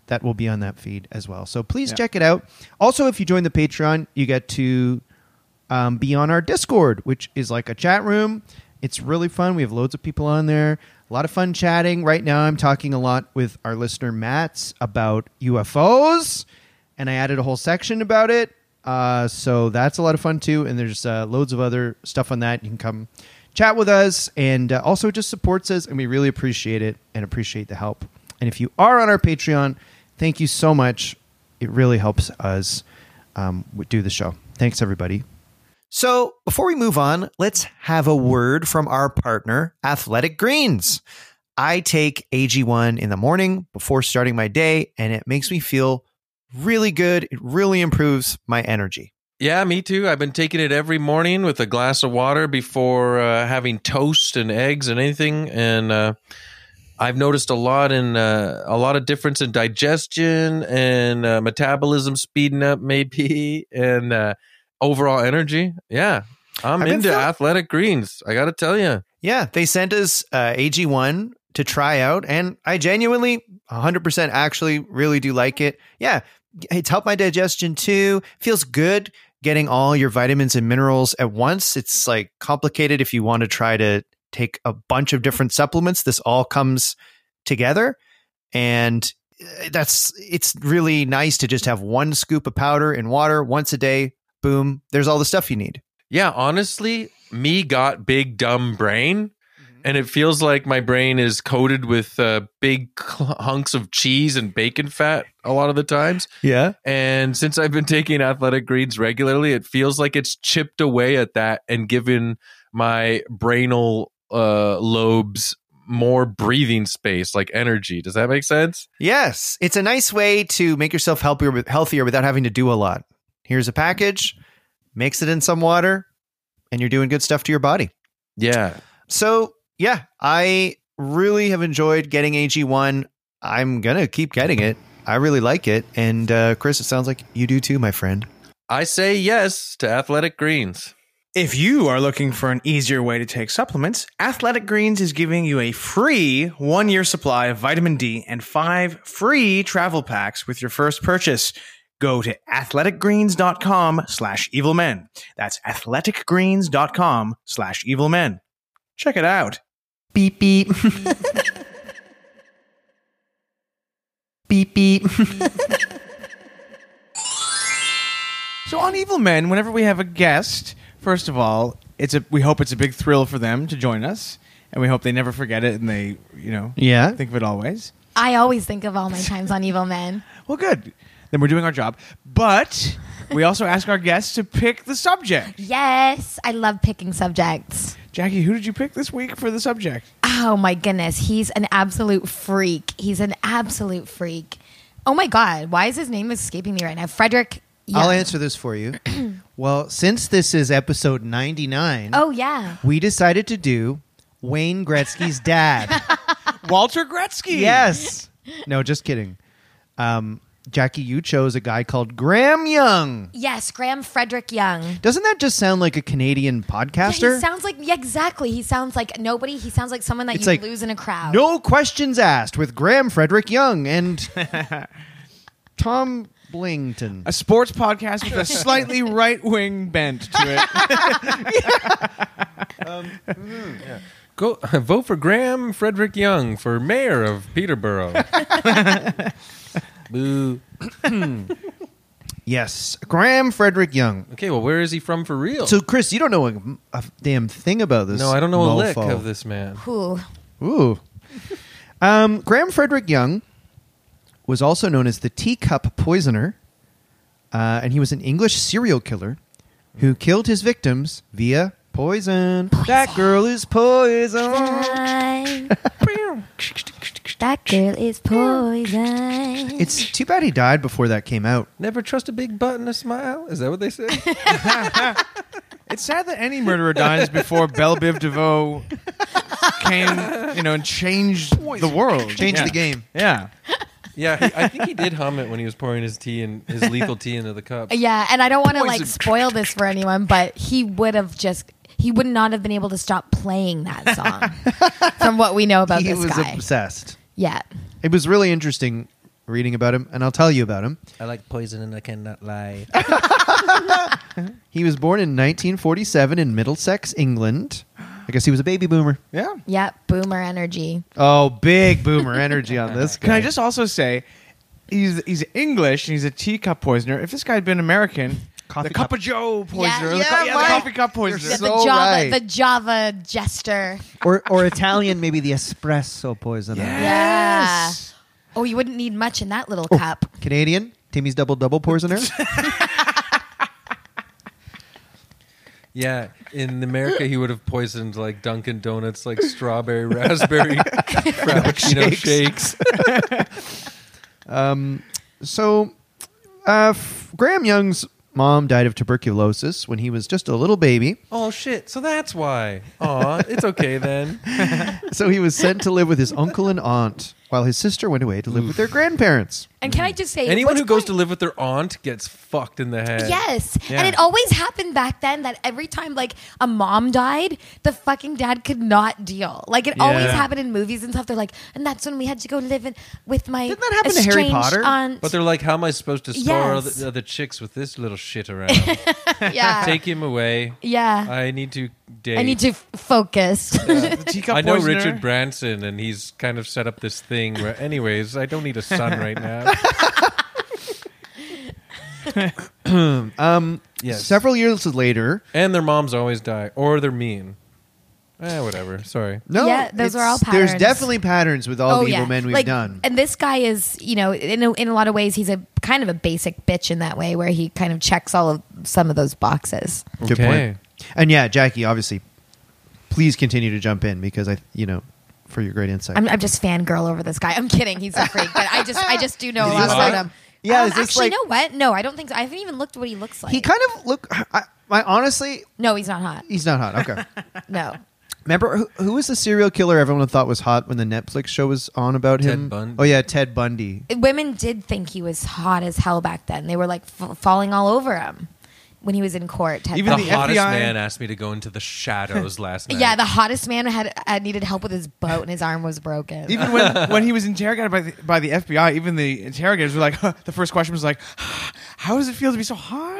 [SPEAKER 3] that will be on that feed as well. So please
[SPEAKER 1] Yeah.
[SPEAKER 3] check it out. Also, if you join the Patreon, you get to um, be on our Discord, which is like a chat room. It's really fun. We have loads of people on there. A lot of fun chatting. Right now, I'm talking a lot with our listener, Matts, about UFOs, and I added a whole section about it. Uh, so that's a lot of fun too. And there's uh, loads of other stuff on that. You can come chat with us, and uh, also it just supports us, and we really appreciate it and appreciate the help. And if you are on our Patreon, thank you so much. It really helps us um, w- do the show. Thanks, everybody. So, before we move on, let's have a word from our partner, Athletic Greens. I take AG1 in the morning before starting my day, and it makes me feel really good. It really improves my energy.
[SPEAKER 2] Yeah, me too. I've been taking it every morning with a glass of water before uh, having toast and eggs and anything, and uh, I've noticed a lot in uh, a lot of difference in digestion and uh, metabolism speeding up, maybe, and uh, overall energy. Yeah, I'm
[SPEAKER 3] I've been
[SPEAKER 2] into
[SPEAKER 3] feel-
[SPEAKER 2] athletic greens. I got to tell you.
[SPEAKER 3] Yeah, they sent us uh, AG1 to try out, and I genuinely 100% actually really do like it. Yeah, it's helped my digestion too. Feels good getting all your vitamins and minerals at once. It's like complicated if you want to try to take a bunch of different supplements. This all comes together. And uh, that's it's really nice to just have one scoop of powder in water once a day. Boom, there's all the stuff you need.
[SPEAKER 2] Yeah, honestly, me got big dumb brain, and it feels like my brain is coated with uh, big cl- hunks of cheese and bacon fat a lot of the times.
[SPEAKER 3] Yeah.
[SPEAKER 2] And since I've been taking athletic greens regularly, it feels like it's chipped away at that and given my brainal uh, lobes more breathing space, like energy. Does that make sense?
[SPEAKER 3] Yes, it's a nice way to make yourself healthier, healthier without having to do a lot. Here's a package, mix it in some water, and you're doing good stuff to your body.
[SPEAKER 2] Yeah.
[SPEAKER 3] So, yeah, I really have enjoyed getting AG1. I'm going to keep getting it. I really like it. And uh, Chris, it sounds like you do too, my friend.
[SPEAKER 2] I say yes to athletic greens.
[SPEAKER 5] If you are looking for an easier way to take supplements, Athletic Greens is giving you a free one year supply of vitamin D and five free travel packs with your first purchase. Go to athleticgreens.com slash evilmen. That's athleticgreens.com slash evilmen. Check it out.
[SPEAKER 3] Beep, beep. beep, beep.
[SPEAKER 1] So on Evil Men, whenever we have a guest, first of all, it's a we hope it's a big thrill for them to join us, and we hope they never forget it and they you know
[SPEAKER 3] Yeah.
[SPEAKER 1] think of it always.
[SPEAKER 4] I always think of all my times on Evil Men.
[SPEAKER 1] Well, good. Then we're doing our job, but we also ask our guests to pick the subject.
[SPEAKER 4] Yes, I love picking subjects.
[SPEAKER 1] Jackie, who did you pick this week for the subject?
[SPEAKER 4] Oh my goodness, he's an absolute freak. He's an absolute freak. Oh my god, why is his name escaping me right now? Frederick.
[SPEAKER 3] I'll
[SPEAKER 4] Young.
[SPEAKER 3] answer this for you. well, since this is episode 99.
[SPEAKER 4] Oh yeah.
[SPEAKER 3] we decided to do Wayne Gretzky's dad.
[SPEAKER 1] Walter Gretzky.
[SPEAKER 3] yes. No, just kidding. Um, Jackie, you chose a guy called Graham Young.
[SPEAKER 4] Yes, Graham Frederick Young.
[SPEAKER 3] Doesn't that just sound like a Canadian podcaster?
[SPEAKER 4] Yeah, he sounds like yeah, exactly. He sounds like nobody. He sounds like someone that
[SPEAKER 3] It's
[SPEAKER 4] you
[SPEAKER 3] like-
[SPEAKER 4] lose in a crowd.
[SPEAKER 3] No questions asked with Graham Frederick Young and Tom Blington.
[SPEAKER 2] Uh,
[SPEAKER 1] A sports podcast with a slightly right wing bent to it.
[SPEAKER 2] Go vote for Graham Frederick Young for mayor of Peterborough. Boo.
[SPEAKER 3] Yes, Graham Frederick Young.
[SPEAKER 2] Okay, well, where is he from for real?
[SPEAKER 3] So, Chris, you don't know a, a damn thing about this.
[SPEAKER 2] no, I don't know a lick
[SPEAKER 3] mofo.
[SPEAKER 2] of this man.
[SPEAKER 4] Who?
[SPEAKER 3] Ooh. Um, Graham Frederick Young was also known as the teacup poisoner, uh, and he was an English serial killer who killed his victims via poison. That girl is poison.
[SPEAKER 4] that girl is poison.
[SPEAKER 3] It's too bad he died before that came out.
[SPEAKER 2] Never trust a big butt and a smile. Is that what they say?
[SPEAKER 1] it's sad that any murderer dies before Belle Biv DeVoe came, you know, and changed the world.
[SPEAKER 3] Changed
[SPEAKER 1] yeah.
[SPEAKER 3] the game.
[SPEAKER 1] Yeah.
[SPEAKER 2] yeah, he, I think he did hum it when he was pouring his tea and his lethal tea into the cup.
[SPEAKER 4] Yeah, and I don't want to like
[SPEAKER 1] Poison.
[SPEAKER 4] spoil this for anyone, but he would have just he would not have been able to stop playing that song from what we know about
[SPEAKER 3] he
[SPEAKER 4] this
[SPEAKER 3] was
[SPEAKER 4] guy.
[SPEAKER 3] obsessed.
[SPEAKER 4] yeah.
[SPEAKER 3] It was really interesting reading about him, and I'll tell you about him.
[SPEAKER 2] I like poison and I cannot lie.
[SPEAKER 3] He was born in 1947 in Middlesex, England. I guess he was a baby boomer.
[SPEAKER 1] Yeah.
[SPEAKER 4] Yeah, boomer energy.
[SPEAKER 3] Oh, big boomer energy on this guy.
[SPEAKER 1] Can I just also say, he's he's English and he's a teacup poisoner. If this guy had been American,
[SPEAKER 3] Coffee
[SPEAKER 1] the cup,
[SPEAKER 3] cup.
[SPEAKER 1] of Joe
[SPEAKER 4] Yeah,
[SPEAKER 1] poisoner, the,
[SPEAKER 4] yeah,
[SPEAKER 1] cu- the
[SPEAKER 4] right.
[SPEAKER 1] coffee cup
[SPEAKER 4] Yeah,
[SPEAKER 1] poisoner.
[SPEAKER 3] so-
[SPEAKER 4] the Java
[SPEAKER 3] right.
[SPEAKER 4] the Java jester.
[SPEAKER 3] or or Italian, maybe the espresso poisoner.
[SPEAKER 1] yes.
[SPEAKER 4] Oh, you wouldn't need much in that little
[SPEAKER 3] Oh.
[SPEAKER 4] cup.
[SPEAKER 3] Canadian, Timmy's double double poisoner.
[SPEAKER 2] Yeah, in America, he would have poisoned like Dunkin' Donuts, like strawberry, raspberry, frappuccino shakes.
[SPEAKER 3] so, uh, f- Graham Young's mom died of tuberculosis when he was just a little baby.
[SPEAKER 2] Oh shit! So that's why. Aw, it's okay then.
[SPEAKER 3] So he was sent to live with his uncle and aunt while his sister went away to live with their grandparents.
[SPEAKER 4] And can I just say
[SPEAKER 2] Anyone
[SPEAKER 4] what's
[SPEAKER 2] who goes
[SPEAKER 4] going-
[SPEAKER 2] to live with their aunt gets fucked in the head.
[SPEAKER 4] Yes.
[SPEAKER 1] Yeah.
[SPEAKER 4] And it always happened back then that every time like a mom died, the fucking dad could not deal. Like it always
[SPEAKER 2] Yeah.
[SPEAKER 4] happened in movies and stuff. They're like, and that's when we had to go live in with my
[SPEAKER 3] Didn't that happen to Harry
[SPEAKER 4] estranged
[SPEAKER 3] Potter?
[SPEAKER 4] Aunt.
[SPEAKER 2] But they're like, how am I supposed to spoil
[SPEAKER 4] Yes.
[SPEAKER 2] the other chicks with this little shit around?
[SPEAKER 4] yeah.
[SPEAKER 2] Take him away.
[SPEAKER 4] yeah.
[SPEAKER 2] I need to date.
[SPEAKER 4] I, need to f- focus.
[SPEAKER 1] The teacup
[SPEAKER 2] I know
[SPEAKER 1] poisoner.
[SPEAKER 2] Richard Branson, and he's kind of set up this thing where, anyways, I don't need a son right now.
[SPEAKER 3] Um,
[SPEAKER 2] Yes.
[SPEAKER 3] Several years later,
[SPEAKER 2] and their moms always die, or they're mean. Eh, whatever. Sorry.
[SPEAKER 3] no,
[SPEAKER 4] Yeah, those
[SPEAKER 3] it's-
[SPEAKER 4] are all
[SPEAKER 3] There's
[SPEAKER 4] patterns.
[SPEAKER 3] definitely patterns with all the evil men we've
[SPEAKER 4] Oh, Like,
[SPEAKER 3] done.
[SPEAKER 4] And this guy is, you know, in a, in a lot of ways, he's a kind of a basic bitch in that way, where he kind of checks all of some of those boxes.
[SPEAKER 3] Good
[SPEAKER 2] Okay.
[SPEAKER 3] point. And yeah, Jackie, obviously, please continue to jump in because I, you know, for your great insight.
[SPEAKER 4] I'm, I'm just fangirl over this guy. I'm kidding. He's a freak, but I just I just do know a
[SPEAKER 3] Is he
[SPEAKER 4] lot
[SPEAKER 2] hot?
[SPEAKER 4] about him.
[SPEAKER 3] Yeah,
[SPEAKER 4] Um,
[SPEAKER 3] is this
[SPEAKER 4] actually,
[SPEAKER 3] like-
[SPEAKER 4] you know what? No, I don't think so. I haven't even looked what he looks like.
[SPEAKER 3] he kind of look. I, I honestly,
[SPEAKER 4] no, he's not hot.
[SPEAKER 3] he's not hot. Okay.
[SPEAKER 4] No.
[SPEAKER 3] Remember who, who was the serial killer everyone thought was hot when the Netflix show was on about
[SPEAKER 2] Ted
[SPEAKER 3] him?
[SPEAKER 2] Bundy.
[SPEAKER 3] Oh yeah, Ted Bundy.
[SPEAKER 4] Women did think he was hot as hell back then. They were like f- falling all over him when he was in court. Ted
[SPEAKER 1] Even
[SPEAKER 2] The,
[SPEAKER 4] Bundy.
[SPEAKER 1] The
[SPEAKER 2] hottest
[SPEAKER 1] FBI
[SPEAKER 2] man asked me to go into the shadows last night.
[SPEAKER 4] yeah, the hottest man had uh, needed help with his boat and his arm was broken.
[SPEAKER 1] Even when, when he was interrogated by the, by the FBI, even the interrogators were like, the first question was like, how does it feel to be so hot?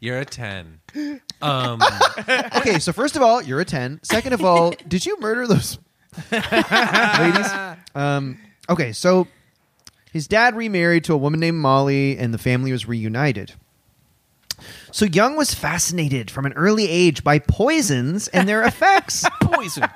[SPEAKER 2] You're a 10. Um,
[SPEAKER 3] Okay, so first of all, you're a ten. Second of all, did you murder those ladies? Um, okay, so his dad remarried to a woman named Molly, and the family was reunited. So Young was fascinated from an early age by poisons and their effects.
[SPEAKER 1] Poison.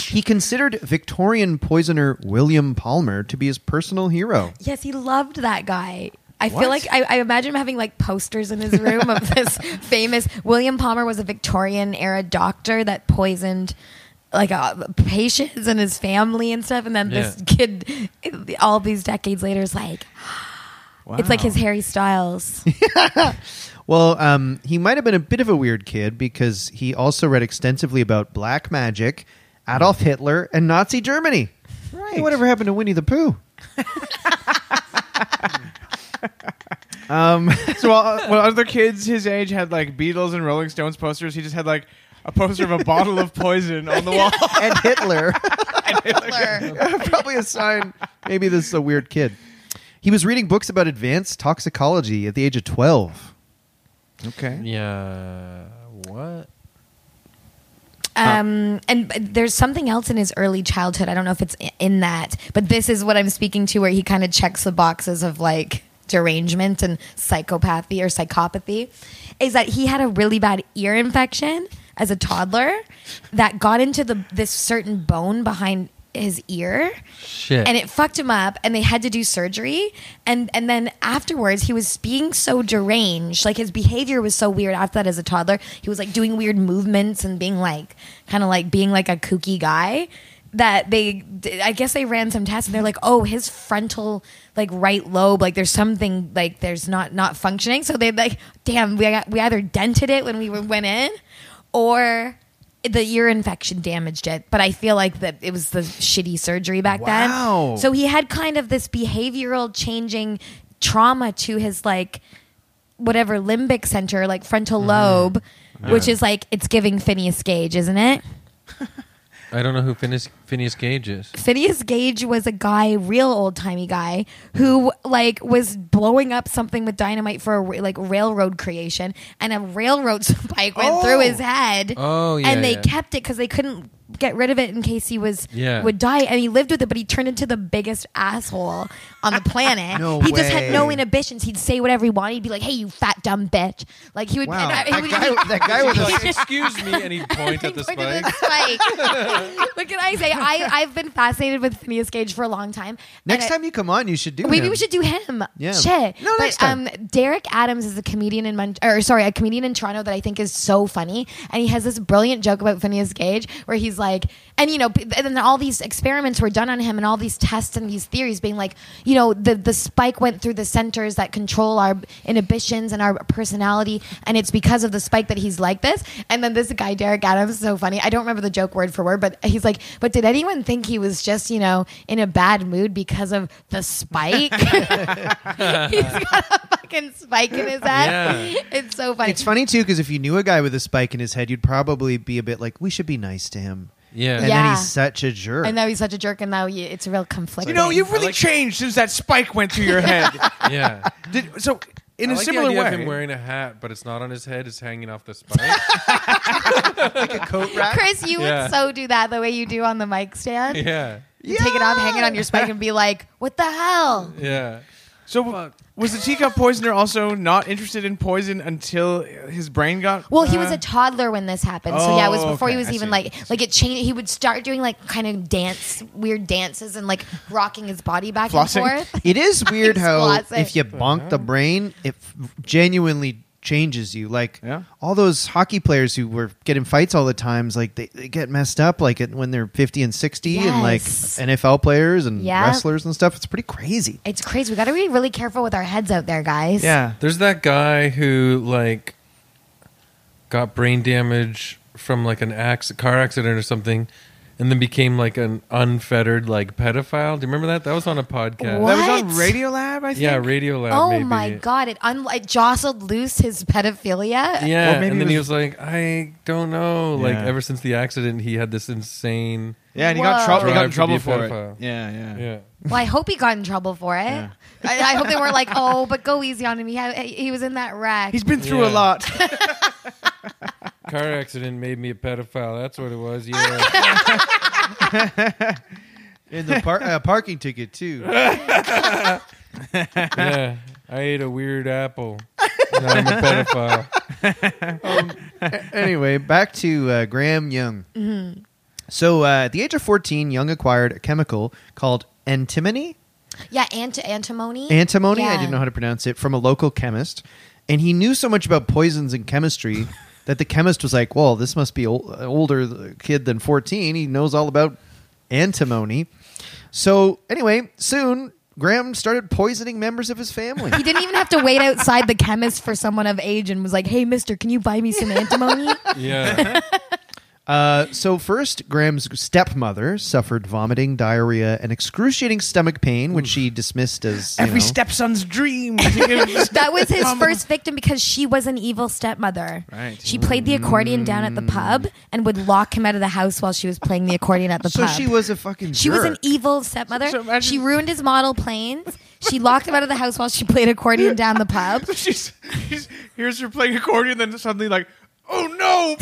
[SPEAKER 3] He considered Victorian poisoner William Palmer to be his personal hero.
[SPEAKER 4] Yes, he loved that guy. I
[SPEAKER 1] What?
[SPEAKER 4] feel like I, I imagine him having like posters in his room of this famous William Palmer was a Victorian era doctor that poisoned like uh, patients and his family and stuff, and then this
[SPEAKER 2] Yeah.
[SPEAKER 4] kid, all these decades later, is like it's like his Harry Styles.
[SPEAKER 3] Well, um, he might have been a bit of a weird kid because he also read extensively about black magic, Adolf Hitler, and Nazi Germany.
[SPEAKER 1] Right.
[SPEAKER 3] Hey, whatever happened to Winnie the Pooh? um,
[SPEAKER 1] So while, while uh, other kids his age had like Beatles and Rolling Stones posters, he just had like a poster of a bottle of poison on the wall.
[SPEAKER 3] and Hitler.
[SPEAKER 4] Hitler.
[SPEAKER 3] Probably a sign. Maybe this is a weird kid. He was reading books about advanced toxicology at the age of 12.
[SPEAKER 1] Okay.
[SPEAKER 2] Yeah. What?
[SPEAKER 4] Um, and b- there's something else in his early childhood. I don't know if it's i- in that, but this is what I'm speaking to, where he kind of checks the boxes of like derangement and psychopathy or psychopathy. Is that he had a really bad ear infection as a toddler that got into the this certain bone behind his ear
[SPEAKER 2] Shit.
[SPEAKER 4] and it fucked him up and they had to do surgery and and then afterwards he was being so deranged like his behavior was so weird after that as a toddler he was like doing weird movements and being like kind of like being like a kooky guy that they i guess they ran some tests and they're like oh his frontal like right lobe like there's something like there's not not functioning so they like damn we we either dented it when we went in or the ear infection damaged it, but I feel like that it was the shitty surgery back
[SPEAKER 3] Wow.
[SPEAKER 4] then. So he had kind of this behavioral changing trauma to his like whatever limbic center, like frontal lobe, which is like it's giving Phineas Gage, isn't it?
[SPEAKER 2] I don't know who Phineas, Phineas Gage is.
[SPEAKER 4] Phineas Gage was a guy, real old timey guy, who like was blowing up something with dynamite for a ra- like railroad creation, and a railroad spike went
[SPEAKER 1] Oh.
[SPEAKER 4] through his head.
[SPEAKER 2] Oh, yeah,
[SPEAKER 4] and they
[SPEAKER 2] yeah.
[SPEAKER 4] kept it because they couldn't get rid of it in case he was
[SPEAKER 2] Yeah.
[SPEAKER 4] would die, and he lived with it, but he turned into the biggest asshole on the planet.
[SPEAKER 3] No
[SPEAKER 4] he just had no
[SPEAKER 3] way.
[SPEAKER 4] inhibitions. He'd say whatever he wanted. He'd be like, "Hey, you fat dumb bitch!" Like he would.
[SPEAKER 3] Wow.
[SPEAKER 4] and I- he
[SPEAKER 3] That
[SPEAKER 4] would-
[SPEAKER 3] guy, that guy with
[SPEAKER 2] Like,
[SPEAKER 3] a.
[SPEAKER 2] excuse me, and he'd point at the
[SPEAKER 4] Point
[SPEAKER 2] spike.
[SPEAKER 4] to the spike. what can I say? I, I've been fascinated with Phineas Gage for a long time.
[SPEAKER 3] Next
[SPEAKER 4] And I-
[SPEAKER 3] time you come on, you should do
[SPEAKER 4] Maybe
[SPEAKER 3] him.
[SPEAKER 4] we should do him.
[SPEAKER 3] Yeah.
[SPEAKER 4] Shit.
[SPEAKER 3] No,
[SPEAKER 4] but,
[SPEAKER 3] next time.
[SPEAKER 4] Um, Derek Adams is a comedian in Mon- or sorry, a comedian in Toronto that I think is so funny, and he has this brilliant joke about Phineas Gage where he's like, and you know, p- and then all these experiments were done on him, and all these tests and these theories being like, you know, the the spike went through the centers that control our inhibitions and our personality, and it's because of the spike that he's like this. And then this guy Derek Adams is so funny. I don't remember the joke word for word, but he's like, but did anyone think he was just you know in a bad mood because of the spike? He's got a fucking spike in his head.
[SPEAKER 2] Yeah.
[SPEAKER 4] It's so funny.
[SPEAKER 3] It's funny too because if you knew a guy with a spike in his head, you'd probably be a bit like, "We should be nice to him."
[SPEAKER 2] Yeah.
[SPEAKER 3] And
[SPEAKER 4] Yeah.
[SPEAKER 3] then he's such a jerk.
[SPEAKER 4] And now he's such a jerk, and now you, it's a real conflict.
[SPEAKER 1] You know, you've really
[SPEAKER 2] like-
[SPEAKER 1] changed since that spike went through your head.
[SPEAKER 2] Yeah.
[SPEAKER 1] Did, so in
[SPEAKER 2] I
[SPEAKER 1] a
[SPEAKER 2] like
[SPEAKER 1] similar
[SPEAKER 2] the idea
[SPEAKER 1] way,
[SPEAKER 2] of him wearing a hat, but it's not on his head; it's hanging off the spike.
[SPEAKER 3] like a coat rack.
[SPEAKER 4] Chris, you
[SPEAKER 2] Yeah.
[SPEAKER 4] would so do that the way you do on the mic stand.
[SPEAKER 2] yeah,
[SPEAKER 4] You take it off, hang it on your spike, and be like, "What the hell?"
[SPEAKER 2] yeah.
[SPEAKER 1] so was the teacup poisoner also not interested in poison until his brain got?
[SPEAKER 4] Well, he was
[SPEAKER 1] uh,
[SPEAKER 4] a toddler when this happened, so yeah, it was
[SPEAKER 1] Oh,
[SPEAKER 4] before he
[SPEAKER 1] okay,
[SPEAKER 4] was
[SPEAKER 1] I
[SPEAKER 4] even
[SPEAKER 1] see.
[SPEAKER 4] like like it changed. He would start doing like kind of dance, weird dances, and like rocking his body back
[SPEAKER 1] Flossing?
[SPEAKER 4] and forth.
[SPEAKER 3] It is weird how
[SPEAKER 4] Exploits
[SPEAKER 3] if
[SPEAKER 4] it.
[SPEAKER 3] you bonk the brain, it f- genuinely changes you. Like
[SPEAKER 1] Yeah.
[SPEAKER 3] all those hockey players who were getting fights all the times, like they, they get messed up like at, when they're fifty and sixty, and like
[SPEAKER 4] Yes.
[SPEAKER 3] NFL players and
[SPEAKER 4] Yeah.
[SPEAKER 3] wrestlers and stuff. It's pretty crazy.
[SPEAKER 4] It's crazy. We got to be really careful with our heads out there, guys.
[SPEAKER 1] yeah.
[SPEAKER 2] There's that guy who like got brain damage from like an ax- car accident or something, and then became like an unfettered like pedophile. Do you remember that? That was on a podcast.
[SPEAKER 4] What?
[SPEAKER 1] That was on Radiolab, I think.
[SPEAKER 2] Yeah, Radio Lab.
[SPEAKER 4] Oh
[SPEAKER 2] maybe.
[SPEAKER 4] my god! It, un- it jostled loose his pedophilia.
[SPEAKER 2] Yeah,
[SPEAKER 1] Or maybe
[SPEAKER 2] and then
[SPEAKER 1] it
[SPEAKER 2] he
[SPEAKER 1] was-
[SPEAKER 2] was like, I don't know. Like
[SPEAKER 1] Yeah.
[SPEAKER 2] ever since the accident, he had this insane.
[SPEAKER 1] Yeah, and he got,
[SPEAKER 4] Whoa.
[SPEAKER 1] trouble. he got in
[SPEAKER 2] Drive to be
[SPEAKER 1] trouble for
[SPEAKER 2] a
[SPEAKER 1] it.
[SPEAKER 2] pedophile.
[SPEAKER 1] Yeah, yeah.
[SPEAKER 2] Yeah.
[SPEAKER 4] Well, I hope he got in trouble for it. I, I hope they weren't like, "Oh, but go easy on him." He, had, he was in that wreck.
[SPEAKER 1] He's been through
[SPEAKER 2] Yeah.
[SPEAKER 1] a lot.
[SPEAKER 2] Car accident made me a pedophile. That's what it was. Yeah.
[SPEAKER 3] And the par- uh, parking ticket too.
[SPEAKER 2] yeah. I ate a weird apple. Now I'm a pedophile.
[SPEAKER 3] anyway, back to uh, Graham Young.
[SPEAKER 4] Mm-hmm.
[SPEAKER 3] So, uh, at the age of 14, Young acquired a chemical called antimony.
[SPEAKER 4] yeah, ant- antimony.
[SPEAKER 3] Antimony, I
[SPEAKER 4] Yeah.
[SPEAKER 3] didn't know how to pronounce it, from a local chemist. And he knew so much about poisons and chemistry that the chemist was like, well, this must be ol- uh, older kid than 14. He knows all about antimony. So, anyway, soon Graham started poisoning members of his family.
[SPEAKER 4] He didn't even have to wait outside the chemist for someone of age and was like, "Hey, Mister, can you buy me some antimony?"
[SPEAKER 2] Yeah.
[SPEAKER 3] Uh, so first, Graham's stepmother suffered vomiting, diarrhea, and excruciating stomach pain, which she dismissed as you
[SPEAKER 1] Every
[SPEAKER 3] know-
[SPEAKER 1] stepson's dream.
[SPEAKER 4] That was his
[SPEAKER 1] Um,
[SPEAKER 4] first victim because she was an evil stepmother.
[SPEAKER 1] Right.
[SPEAKER 4] She played the accordion down
[SPEAKER 3] Mm.
[SPEAKER 4] at the pub and would lock him out of the house while she was playing the accordion at the
[SPEAKER 3] So
[SPEAKER 4] pub.
[SPEAKER 3] she was a fucking.
[SPEAKER 4] She was an
[SPEAKER 3] jerk.
[SPEAKER 4] evil stepmother.
[SPEAKER 1] So- so imagine-
[SPEAKER 4] she ruined his model planes. She locked him out of the house while she played accordion down the pub.
[SPEAKER 1] she's, she's, here's her playing accordion, then suddenly like, oh no!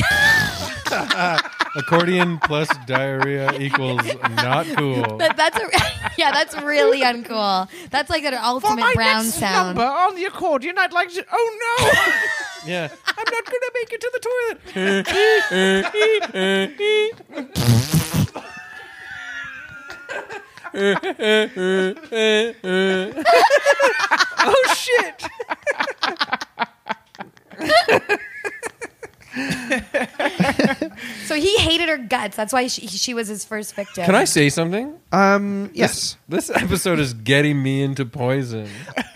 [SPEAKER 2] Accordion plus diarrhea equals not cool.
[SPEAKER 4] That, that's a, yeah, that's really uncool. That's like an
[SPEAKER 1] For
[SPEAKER 4] ultimate
[SPEAKER 1] my
[SPEAKER 4] brown
[SPEAKER 1] next
[SPEAKER 4] sound.
[SPEAKER 1] number on the accordion, I'd like to. Oh no!
[SPEAKER 2] Yeah.
[SPEAKER 1] I'm not gonna make it to the toilet.
[SPEAKER 4] So he hated her guts. That's why she, she was his first victim.
[SPEAKER 2] Can I say something?
[SPEAKER 3] Um. Yes,
[SPEAKER 2] This episode is getting me into poison.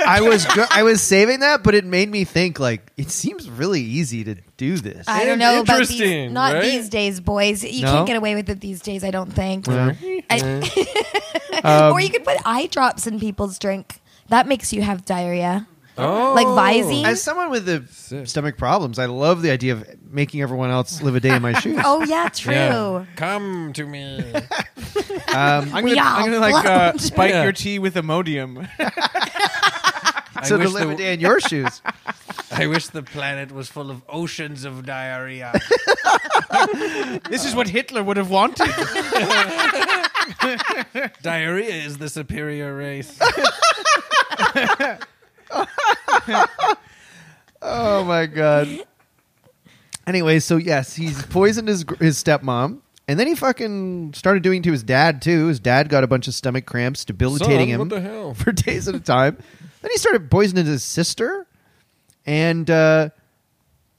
[SPEAKER 3] I was. Go- I was saving that, but it made me think. Like, it seems really easy to do this.
[SPEAKER 4] I don't know about these.
[SPEAKER 2] Interesting,
[SPEAKER 4] Not
[SPEAKER 2] right?
[SPEAKER 4] these days, boys. You
[SPEAKER 3] No?
[SPEAKER 4] can't get away with it these days. I don't think. I-
[SPEAKER 2] Um,
[SPEAKER 4] or you could put eye drops in people's drink. That makes you have diarrhea,
[SPEAKER 2] Oh.
[SPEAKER 4] like Visine.
[SPEAKER 3] As someone with the stomach problems, I love the idea of making everyone else live a day in my shoes.
[SPEAKER 4] oh yeah, true.
[SPEAKER 2] Come to me.
[SPEAKER 1] I'm
[SPEAKER 4] We
[SPEAKER 1] gonna,
[SPEAKER 4] all
[SPEAKER 1] I'm gonna like uh,
[SPEAKER 4] float.
[SPEAKER 1] spike
[SPEAKER 2] Yeah.
[SPEAKER 1] your tea with Imodium.
[SPEAKER 3] so
[SPEAKER 2] I,
[SPEAKER 3] to
[SPEAKER 2] wish
[SPEAKER 3] live a
[SPEAKER 2] the,
[SPEAKER 3] day in your shoes.
[SPEAKER 2] I wish the planet was full of oceans of diarrhea.
[SPEAKER 1] this is what Hitler would have wanted.
[SPEAKER 2] diarrhea is the superior race.
[SPEAKER 3] Oh my god. Anyway, so yes, he's poisoned his gr- his stepmom, and then he fucking started doing it to his dad too. His dad got a bunch of stomach cramps, debilitating
[SPEAKER 2] Son,
[SPEAKER 3] him
[SPEAKER 2] what the hell?
[SPEAKER 3] for days at a time. Then he started poisoning his sister, and uh,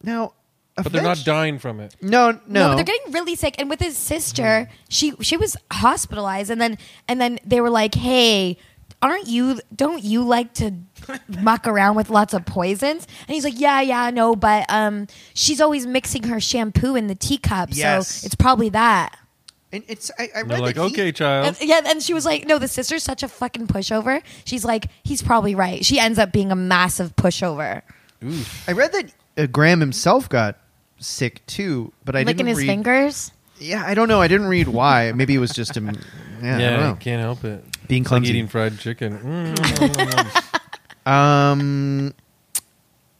[SPEAKER 3] now,
[SPEAKER 2] But they're not
[SPEAKER 3] eventu-
[SPEAKER 2] dying from it.
[SPEAKER 3] No, no,
[SPEAKER 4] No, but they're getting really sick. And with his sister, she she was hospitalized, and then and then they were like, "Hey, aren't you? Don't you like to muck around with lots of poisons?" And he's like, "Yeah, yeah, no, but um, she's always mixing her shampoo in the teacup,
[SPEAKER 3] Yes.
[SPEAKER 4] so it's probably that."
[SPEAKER 3] and it's I, I
[SPEAKER 2] And they're
[SPEAKER 3] read
[SPEAKER 2] like,
[SPEAKER 3] that he-
[SPEAKER 2] okay, child.
[SPEAKER 4] And, yeah, and she was like, "No, the sister's such a fucking pushover." She's like, "He's probably right." She ends up being a massive pushover,
[SPEAKER 3] I read that uh, Graham himself got sick too, but I
[SPEAKER 4] licking
[SPEAKER 3] didn't
[SPEAKER 4] his
[SPEAKER 3] read-
[SPEAKER 4] fingers.
[SPEAKER 3] Yeah, I don't know. I didn't read why. Maybe it was just him. Yeah, I don't
[SPEAKER 2] yeah,
[SPEAKER 3] know.
[SPEAKER 2] can't help it.
[SPEAKER 3] Being
[SPEAKER 2] It's like
[SPEAKER 3] clumsy.
[SPEAKER 2] eating fried chicken. Mm.
[SPEAKER 3] Um,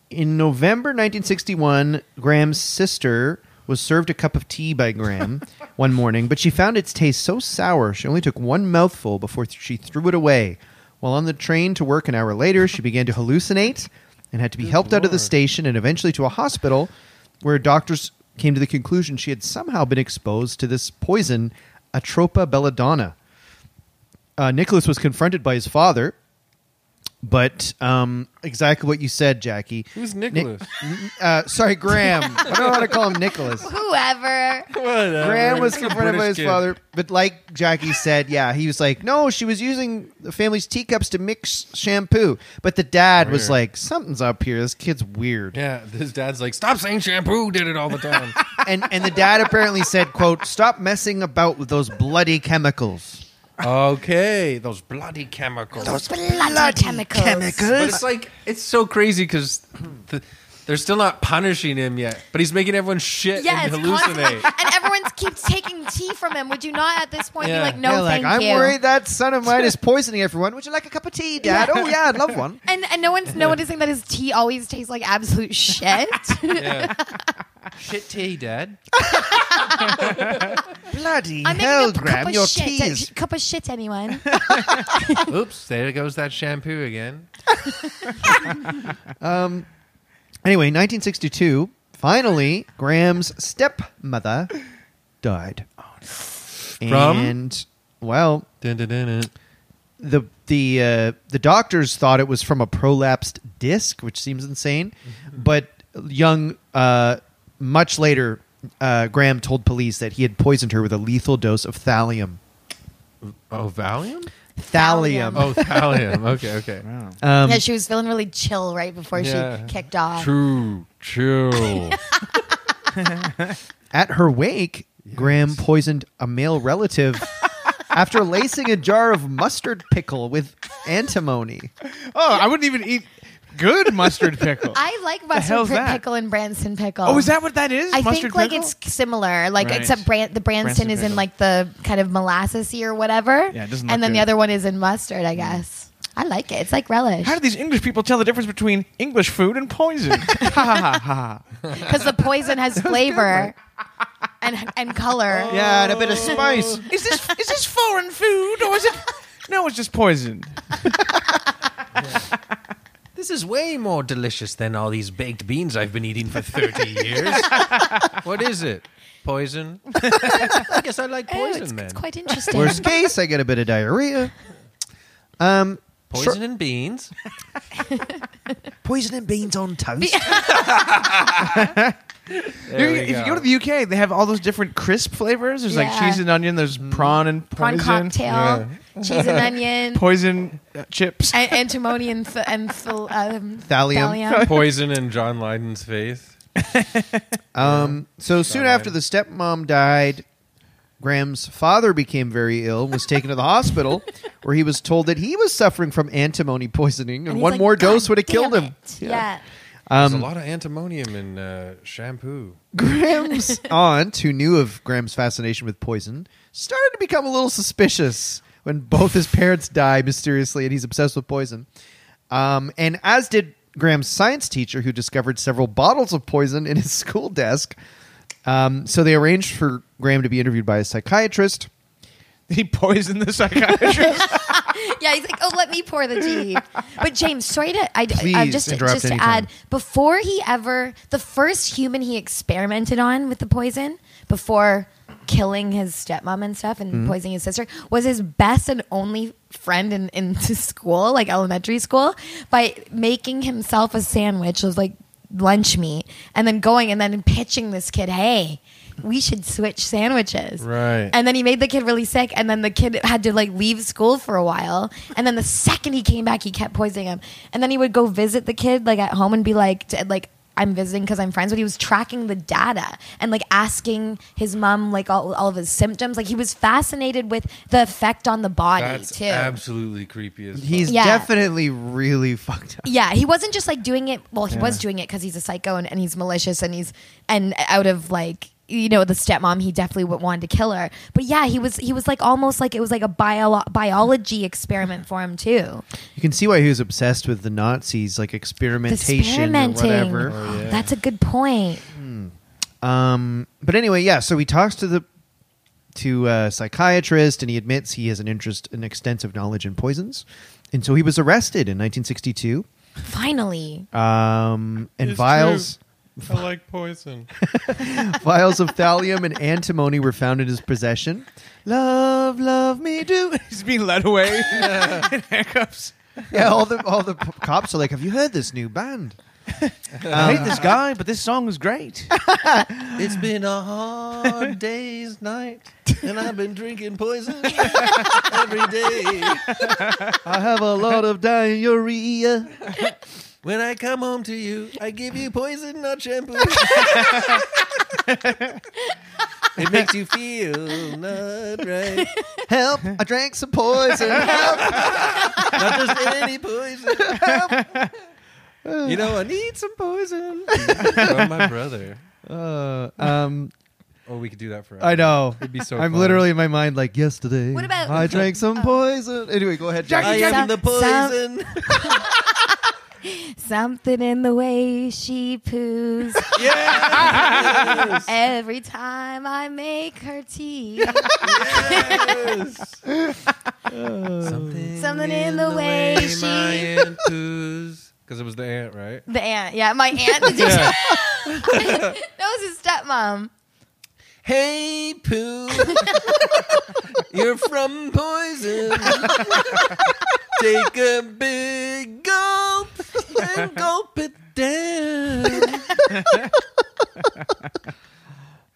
[SPEAKER 3] in November 1961, Graham's sister was served a cup of tea by Graham one morning, but she found its taste so sour she only took one mouthful before th- she threw it away. While on the train to work an hour later, she began to hallucinate and had to be helped out of the
[SPEAKER 2] Lord.
[SPEAKER 3] station and eventually to a hospital where doctors came to the conclusion she had somehow been exposed to this poison, Atropa belladonna. Uh, Nicholas was confronted by his father, but um, exactly what you said, Jackie.
[SPEAKER 2] Who's
[SPEAKER 3] Nic-
[SPEAKER 2] Nicholas?
[SPEAKER 3] uh, sorry, Graham. I don't want to call him Nicholas.
[SPEAKER 4] Whoever.
[SPEAKER 3] Graham was
[SPEAKER 2] It's Uh, a
[SPEAKER 3] confronted by
[SPEAKER 2] British
[SPEAKER 3] his
[SPEAKER 2] kid.
[SPEAKER 3] father, but like Jackie said, yeah, he was like, no, she was using the family's teacups to mix shampoo. But the dad was
[SPEAKER 2] Weird.
[SPEAKER 3] like, something's up here. This kid's weird.
[SPEAKER 2] Yeah, his dad's like, stop saying shampoo. Did it all the time.
[SPEAKER 3] And and the dad apparently said, "quote Stop messing about with those bloody chemicals."
[SPEAKER 2] okay, those bloody chemicals.
[SPEAKER 4] Bloody, chemicals.
[SPEAKER 2] But it's like it's so crazy because the, they're still not punishing him yet, but he's making everyone shit
[SPEAKER 4] Yeah,
[SPEAKER 2] and
[SPEAKER 4] it's constantly,
[SPEAKER 2] hallucinate.
[SPEAKER 4] and everyone keeps taking tea from him. Would you not at this point
[SPEAKER 2] Yeah.
[SPEAKER 4] be like, no,
[SPEAKER 3] They're like,
[SPEAKER 4] thank
[SPEAKER 3] I'm
[SPEAKER 4] you?
[SPEAKER 3] worried that son of mine is poisoning everyone. Would you like a cup of tea, Dad? Oh yeah, I'd love one.
[SPEAKER 4] And and no one's noticing that his tea always tastes like absolute shit.
[SPEAKER 2] yeah.
[SPEAKER 3] Shit tea, Dad. Bloody
[SPEAKER 4] I'm
[SPEAKER 3] hell,
[SPEAKER 4] making a
[SPEAKER 3] Graham!
[SPEAKER 4] cup
[SPEAKER 3] Your
[SPEAKER 4] of shit.
[SPEAKER 3] tea is
[SPEAKER 4] Cup of shit, anyone?
[SPEAKER 2] Oops, there goes that shampoo again.
[SPEAKER 3] Anyway, 1962, finally, Graham's stepmother died.
[SPEAKER 2] From?
[SPEAKER 3] And, well,
[SPEAKER 2] Dun, dun, dun, dun.
[SPEAKER 3] the the uh, the doctors thought it was from a prolapsed disc, which seems insane.
[SPEAKER 2] Mm-hmm.
[SPEAKER 3] But young, uh, much later, uh, Graham told police that he had poisoned her with a lethal dose of thallium.
[SPEAKER 2] Oh, Valium?
[SPEAKER 3] Thallium.
[SPEAKER 4] Thallium.
[SPEAKER 2] Oh, Valium. Okay, okay.
[SPEAKER 1] Oh,
[SPEAKER 3] Um,
[SPEAKER 4] yeah, she was feeling really chill right before
[SPEAKER 2] Yeah.
[SPEAKER 4] she kicked off.
[SPEAKER 2] True, true.
[SPEAKER 3] At her wake, Graham poisoned a male relative after lacing a jar of mustard pickle with antimony.
[SPEAKER 1] Oh, I wouldn't even eat good mustard pickle.
[SPEAKER 4] I like
[SPEAKER 1] hell's
[SPEAKER 4] mustard
[SPEAKER 1] that?
[SPEAKER 4] pickle and Branson pickle.
[SPEAKER 1] oh, is that what that is?
[SPEAKER 4] I
[SPEAKER 1] mustard
[SPEAKER 4] think like
[SPEAKER 1] pickle?
[SPEAKER 4] it's similar, like
[SPEAKER 1] Right.
[SPEAKER 4] except Bran- the Branston
[SPEAKER 1] Branston
[SPEAKER 4] is
[SPEAKER 1] pickle.
[SPEAKER 4] in like the kind of molassesy or whatever.
[SPEAKER 1] Yeah, it doesn't look
[SPEAKER 4] And then the
[SPEAKER 1] good. Mm.
[SPEAKER 4] other one is in mustard, I guess. I like it. It's like relish
[SPEAKER 1] How do these English people tell the difference between English food and poison? Ha, ha, ha, ha.
[SPEAKER 4] because the poison has flavor and and color. Oh.
[SPEAKER 3] Yeah, and a bit of spice.
[SPEAKER 1] is this is this foreign food or is it? No, it's just poison.
[SPEAKER 2] This is way more delicious than all these baked beans I've been eating for 30 years. what is it? Poison? I guess I like
[SPEAKER 4] Oh,
[SPEAKER 2] poison
[SPEAKER 4] it's,
[SPEAKER 2] then.
[SPEAKER 4] it's quite interesting.
[SPEAKER 3] Worst case, I get a bit of diarrhea. Um,
[SPEAKER 2] poison and beans?
[SPEAKER 3] poison and beans on toast.
[SPEAKER 1] You- if you go to the UK, they have all those different crisp flavors. There's like
[SPEAKER 4] Yeah.
[SPEAKER 1] cheese and onion. There's prawn and
[SPEAKER 4] Prawn
[SPEAKER 1] poison.
[SPEAKER 4] cocktail, cheese and onion,
[SPEAKER 1] Poison uh, chips.
[SPEAKER 4] and antimony and th- and phil-
[SPEAKER 3] Thallium.
[SPEAKER 4] um, thallium.
[SPEAKER 2] poison in John Lydon's face.
[SPEAKER 3] Um, so soon
[SPEAKER 2] right.
[SPEAKER 3] after the stepmom died, Graham's father became very ill and was taken to the hospital, where he was told that he was suffering from antimony poisoning, and,
[SPEAKER 4] And he's
[SPEAKER 3] one
[SPEAKER 4] like,
[SPEAKER 3] more
[SPEAKER 4] "God
[SPEAKER 3] dose would have
[SPEAKER 4] damn
[SPEAKER 3] killed him.
[SPEAKER 4] it." Yeah.
[SPEAKER 3] Um,
[SPEAKER 2] There's a lot of antimonium in uh, shampoo.
[SPEAKER 3] Graham's aunt, who knew of Graham's fascination with poison, started to become a little suspicious when both his parents die mysteriously and he's obsessed with poison. Um, and as did Graham's science teacher, who discovered several bottles of poison in his school desk. Um, so they arranged for Graham to be interviewed by a psychiatrist.
[SPEAKER 1] He poisoned the psychiatrist.
[SPEAKER 4] Yeah, he's like, oh, let me pour the tea. But James, sorry to, I, uh,
[SPEAKER 3] Please
[SPEAKER 4] just,
[SPEAKER 3] interrupt
[SPEAKER 4] just to
[SPEAKER 3] anytime.
[SPEAKER 4] add, before he ever, the first human he experimented on with the poison, before killing his stepmom and stuff and
[SPEAKER 3] Mm-hmm.
[SPEAKER 4] poisoning his sister, was his best and only friend in, into school, like elementary school, by making himself a sandwich of like lunch meat and then going and then pitching this kid, hey, we should switch sandwiches.
[SPEAKER 2] Right.
[SPEAKER 4] And then he made the kid really sick, and then the kid had to like leave school for a while. And then the second he came back, he kept poisoning him. And then he would go visit the kid like at home and be like, t- like I'm visiting because I'm friends. But he was tracking the data and like asking his mom like all, all of his symptoms. Like he was fascinated with the effect on the body
[SPEAKER 2] That's
[SPEAKER 4] too.
[SPEAKER 2] absolutely creepy as fuck.
[SPEAKER 3] He's
[SPEAKER 4] Yeah.
[SPEAKER 3] definitely really fucked up.
[SPEAKER 4] Yeah, he wasn't just like doing it. Well, he was doing it because he's a psycho and, and he's malicious and he's and out of like you know the stepmom, he definitely would, wanted to kill her. But yeah, he was he was like almost like it was like a bio- biology experiment for him too.
[SPEAKER 3] You can see why he was obsessed with the Nazis, like experimentation or
[SPEAKER 4] Experimenting.
[SPEAKER 3] whatever.
[SPEAKER 2] Oh,
[SPEAKER 4] That's a good point.
[SPEAKER 3] Um, but anyway, yeah. So he talks to the to a psychiatrist, and he admits he has an interest, an extensive knowledge in poisons, and so he was arrested in 1962.
[SPEAKER 4] Finally,
[SPEAKER 3] Um, and
[SPEAKER 2] It's
[SPEAKER 3] vials
[SPEAKER 2] I like poison.
[SPEAKER 3] vials of thallium and antimony were found in his possession. Love, love me do.
[SPEAKER 1] He's being led away in handcuffs.
[SPEAKER 3] Yeah, all the all the p- cops are like, "Have you heard this new band?"
[SPEAKER 1] I hate this guy, but this song was great.
[SPEAKER 2] It's been a hard day's night, and I've been drinking poison every day.
[SPEAKER 3] I have a lot of diarrhea.
[SPEAKER 2] When I come home to you, I give you poison, not shampoo. it makes you feel not right.
[SPEAKER 3] Help! I drank some poison. Help!
[SPEAKER 2] Not just any poison. You know, I need some poison. From my brother.
[SPEAKER 3] Uh, um,
[SPEAKER 2] Oh, we could do that for.
[SPEAKER 3] I know.
[SPEAKER 2] It'd be so
[SPEAKER 3] I'm
[SPEAKER 2] fun.
[SPEAKER 3] literally in my mind like yesterday.
[SPEAKER 4] What about- Oh.
[SPEAKER 3] I drank some poison. Anyway, go ahead,
[SPEAKER 2] I
[SPEAKER 3] Jackie.
[SPEAKER 4] Jackie.
[SPEAKER 2] am the
[SPEAKER 4] Some-
[SPEAKER 2] poison.
[SPEAKER 4] something in the way she poos
[SPEAKER 2] yes.
[SPEAKER 4] every time I make her tea.
[SPEAKER 2] yes. Something,
[SPEAKER 4] Something in the way she-
[SPEAKER 2] my aunt poos. Because it was the aunt, right?
[SPEAKER 4] The aunt, yeah, my aunt.
[SPEAKER 2] Yeah.
[SPEAKER 4] that was his stepmom.
[SPEAKER 2] Hey, poo. You're from poison. Take a big gulp and gulp it down.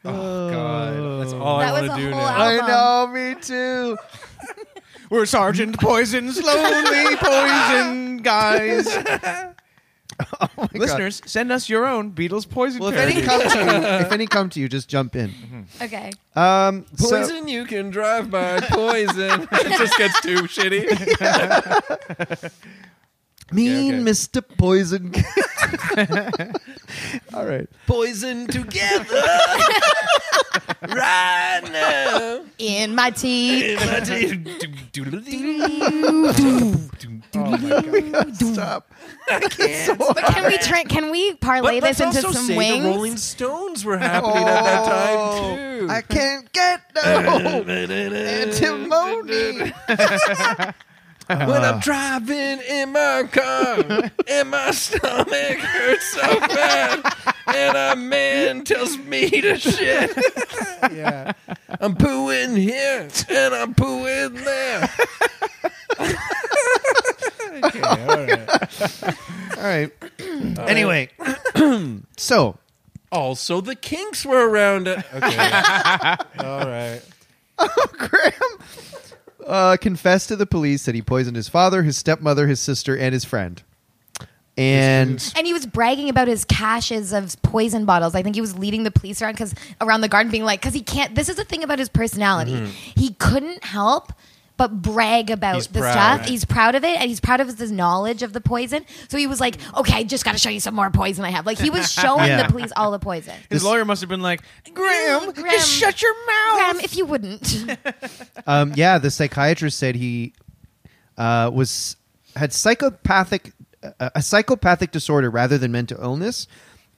[SPEAKER 2] oh, God. That's all
[SPEAKER 4] That
[SPEAKER 2] Oh, I
[SPEAKER 4] was
[SPEAKER 2] want
[SPEAKER 4] a
[SPEAKER 2] to do
[SPEAKER 4] whole
[SPEAKER 2] now.
[SPEAKER 4] album.
[SPEAKER 3] I know, me
[SPEAKER 2] Oh
[SPEAKER 3] too.
[SPEAKER 1] We're
[SPEAKER 4] Oh
[SPEAKER 1] Sergeant Poison's lonely poison guys.
[SPEAKER 3] Oh God.
[SPEAKER 1] Listeners, send us your own Beatles poison
[SPEAKER 3] Well, if any
[SPEAKER 1] parody.
[SPEAKER 3] come to you, if any come to you, just jump in.
[SPEAKER 4] Okay.
[SPEAKER 3] Um, so-
[SPEAKER 2] Mm-hmm. Poison you can drive by poison. it just gets too shitty.
[SPEAKER 3] mean
[SPEAKER 2] okay.
[SPEAKER 3] Mr. Poison. All right.
[SPEAKER 2] Poison together right now.
[SPEAKER 4] In my teeth.
[SPEAKER 1] Oh
[SPEAKER 3] Stop.
[SPEAKER 4] But can we tra- can we parlay
[SPEAKER 2] But let's
[SPEAKER 4] this into
[SPEAKER 2] also
[SPEAKER 4] some
[SPEAKER 2] say
[SPEAKER 4] wings? Oh,
[SPEAKER 2] the Rolling Stones were happening at that time too.
[SPEAKER 3] I can't get no
[SPEAKER 2] Uh,
[SPEAKER 3] antimony.
[SPEAKER 2] when I'm driving in my car and my stomach hurts so bad, and a man tells me to shit.
[SPEAKER 3] yeah.
[SPEAKER 2] I'm pooing here and I'm pooing there.
[SPEAKER 3] All right. anyway, so
[SPEAKER 2] Also, the Kinks were around. It. Okay. All right.
[SPEAKER 3] Graham uh, confessed to the police that he poisoned his father, his stepmother, his sister, and his friend. And
[SPEAKER 4] And he was bragging about his caches of poison bottles. I think he was leading the police around because around the garden, being like, because he can't. This is the thing about his personality. He couldn't help but brag about
[SPEAKER 2] Mm-hmm. He's
[SPEAKER 4] the
[SPEAKER 2] proud.
[SPEAKER 4] stuff. He's proud of it, and he's proud of his knowledge of the poison. So he was like, "Okay, I just got to show you some more poison I have." Like he was showing
[SPEAKER 3] Yeah.
[SPEAKER 4] the police all the poison.
[SPEAKER 1] His lawyer must have been like, Graham,
[SPEAKER 4] Graham.
[SPEAKER 1] just shut your mouth.
[SPEAKER 4] Graham, if you wouldn't,
[SPEAKER 3] um, yeah, the psychiatrist said he uh, was had psychopathic uh, a psychopathic disorder rather than mental illness.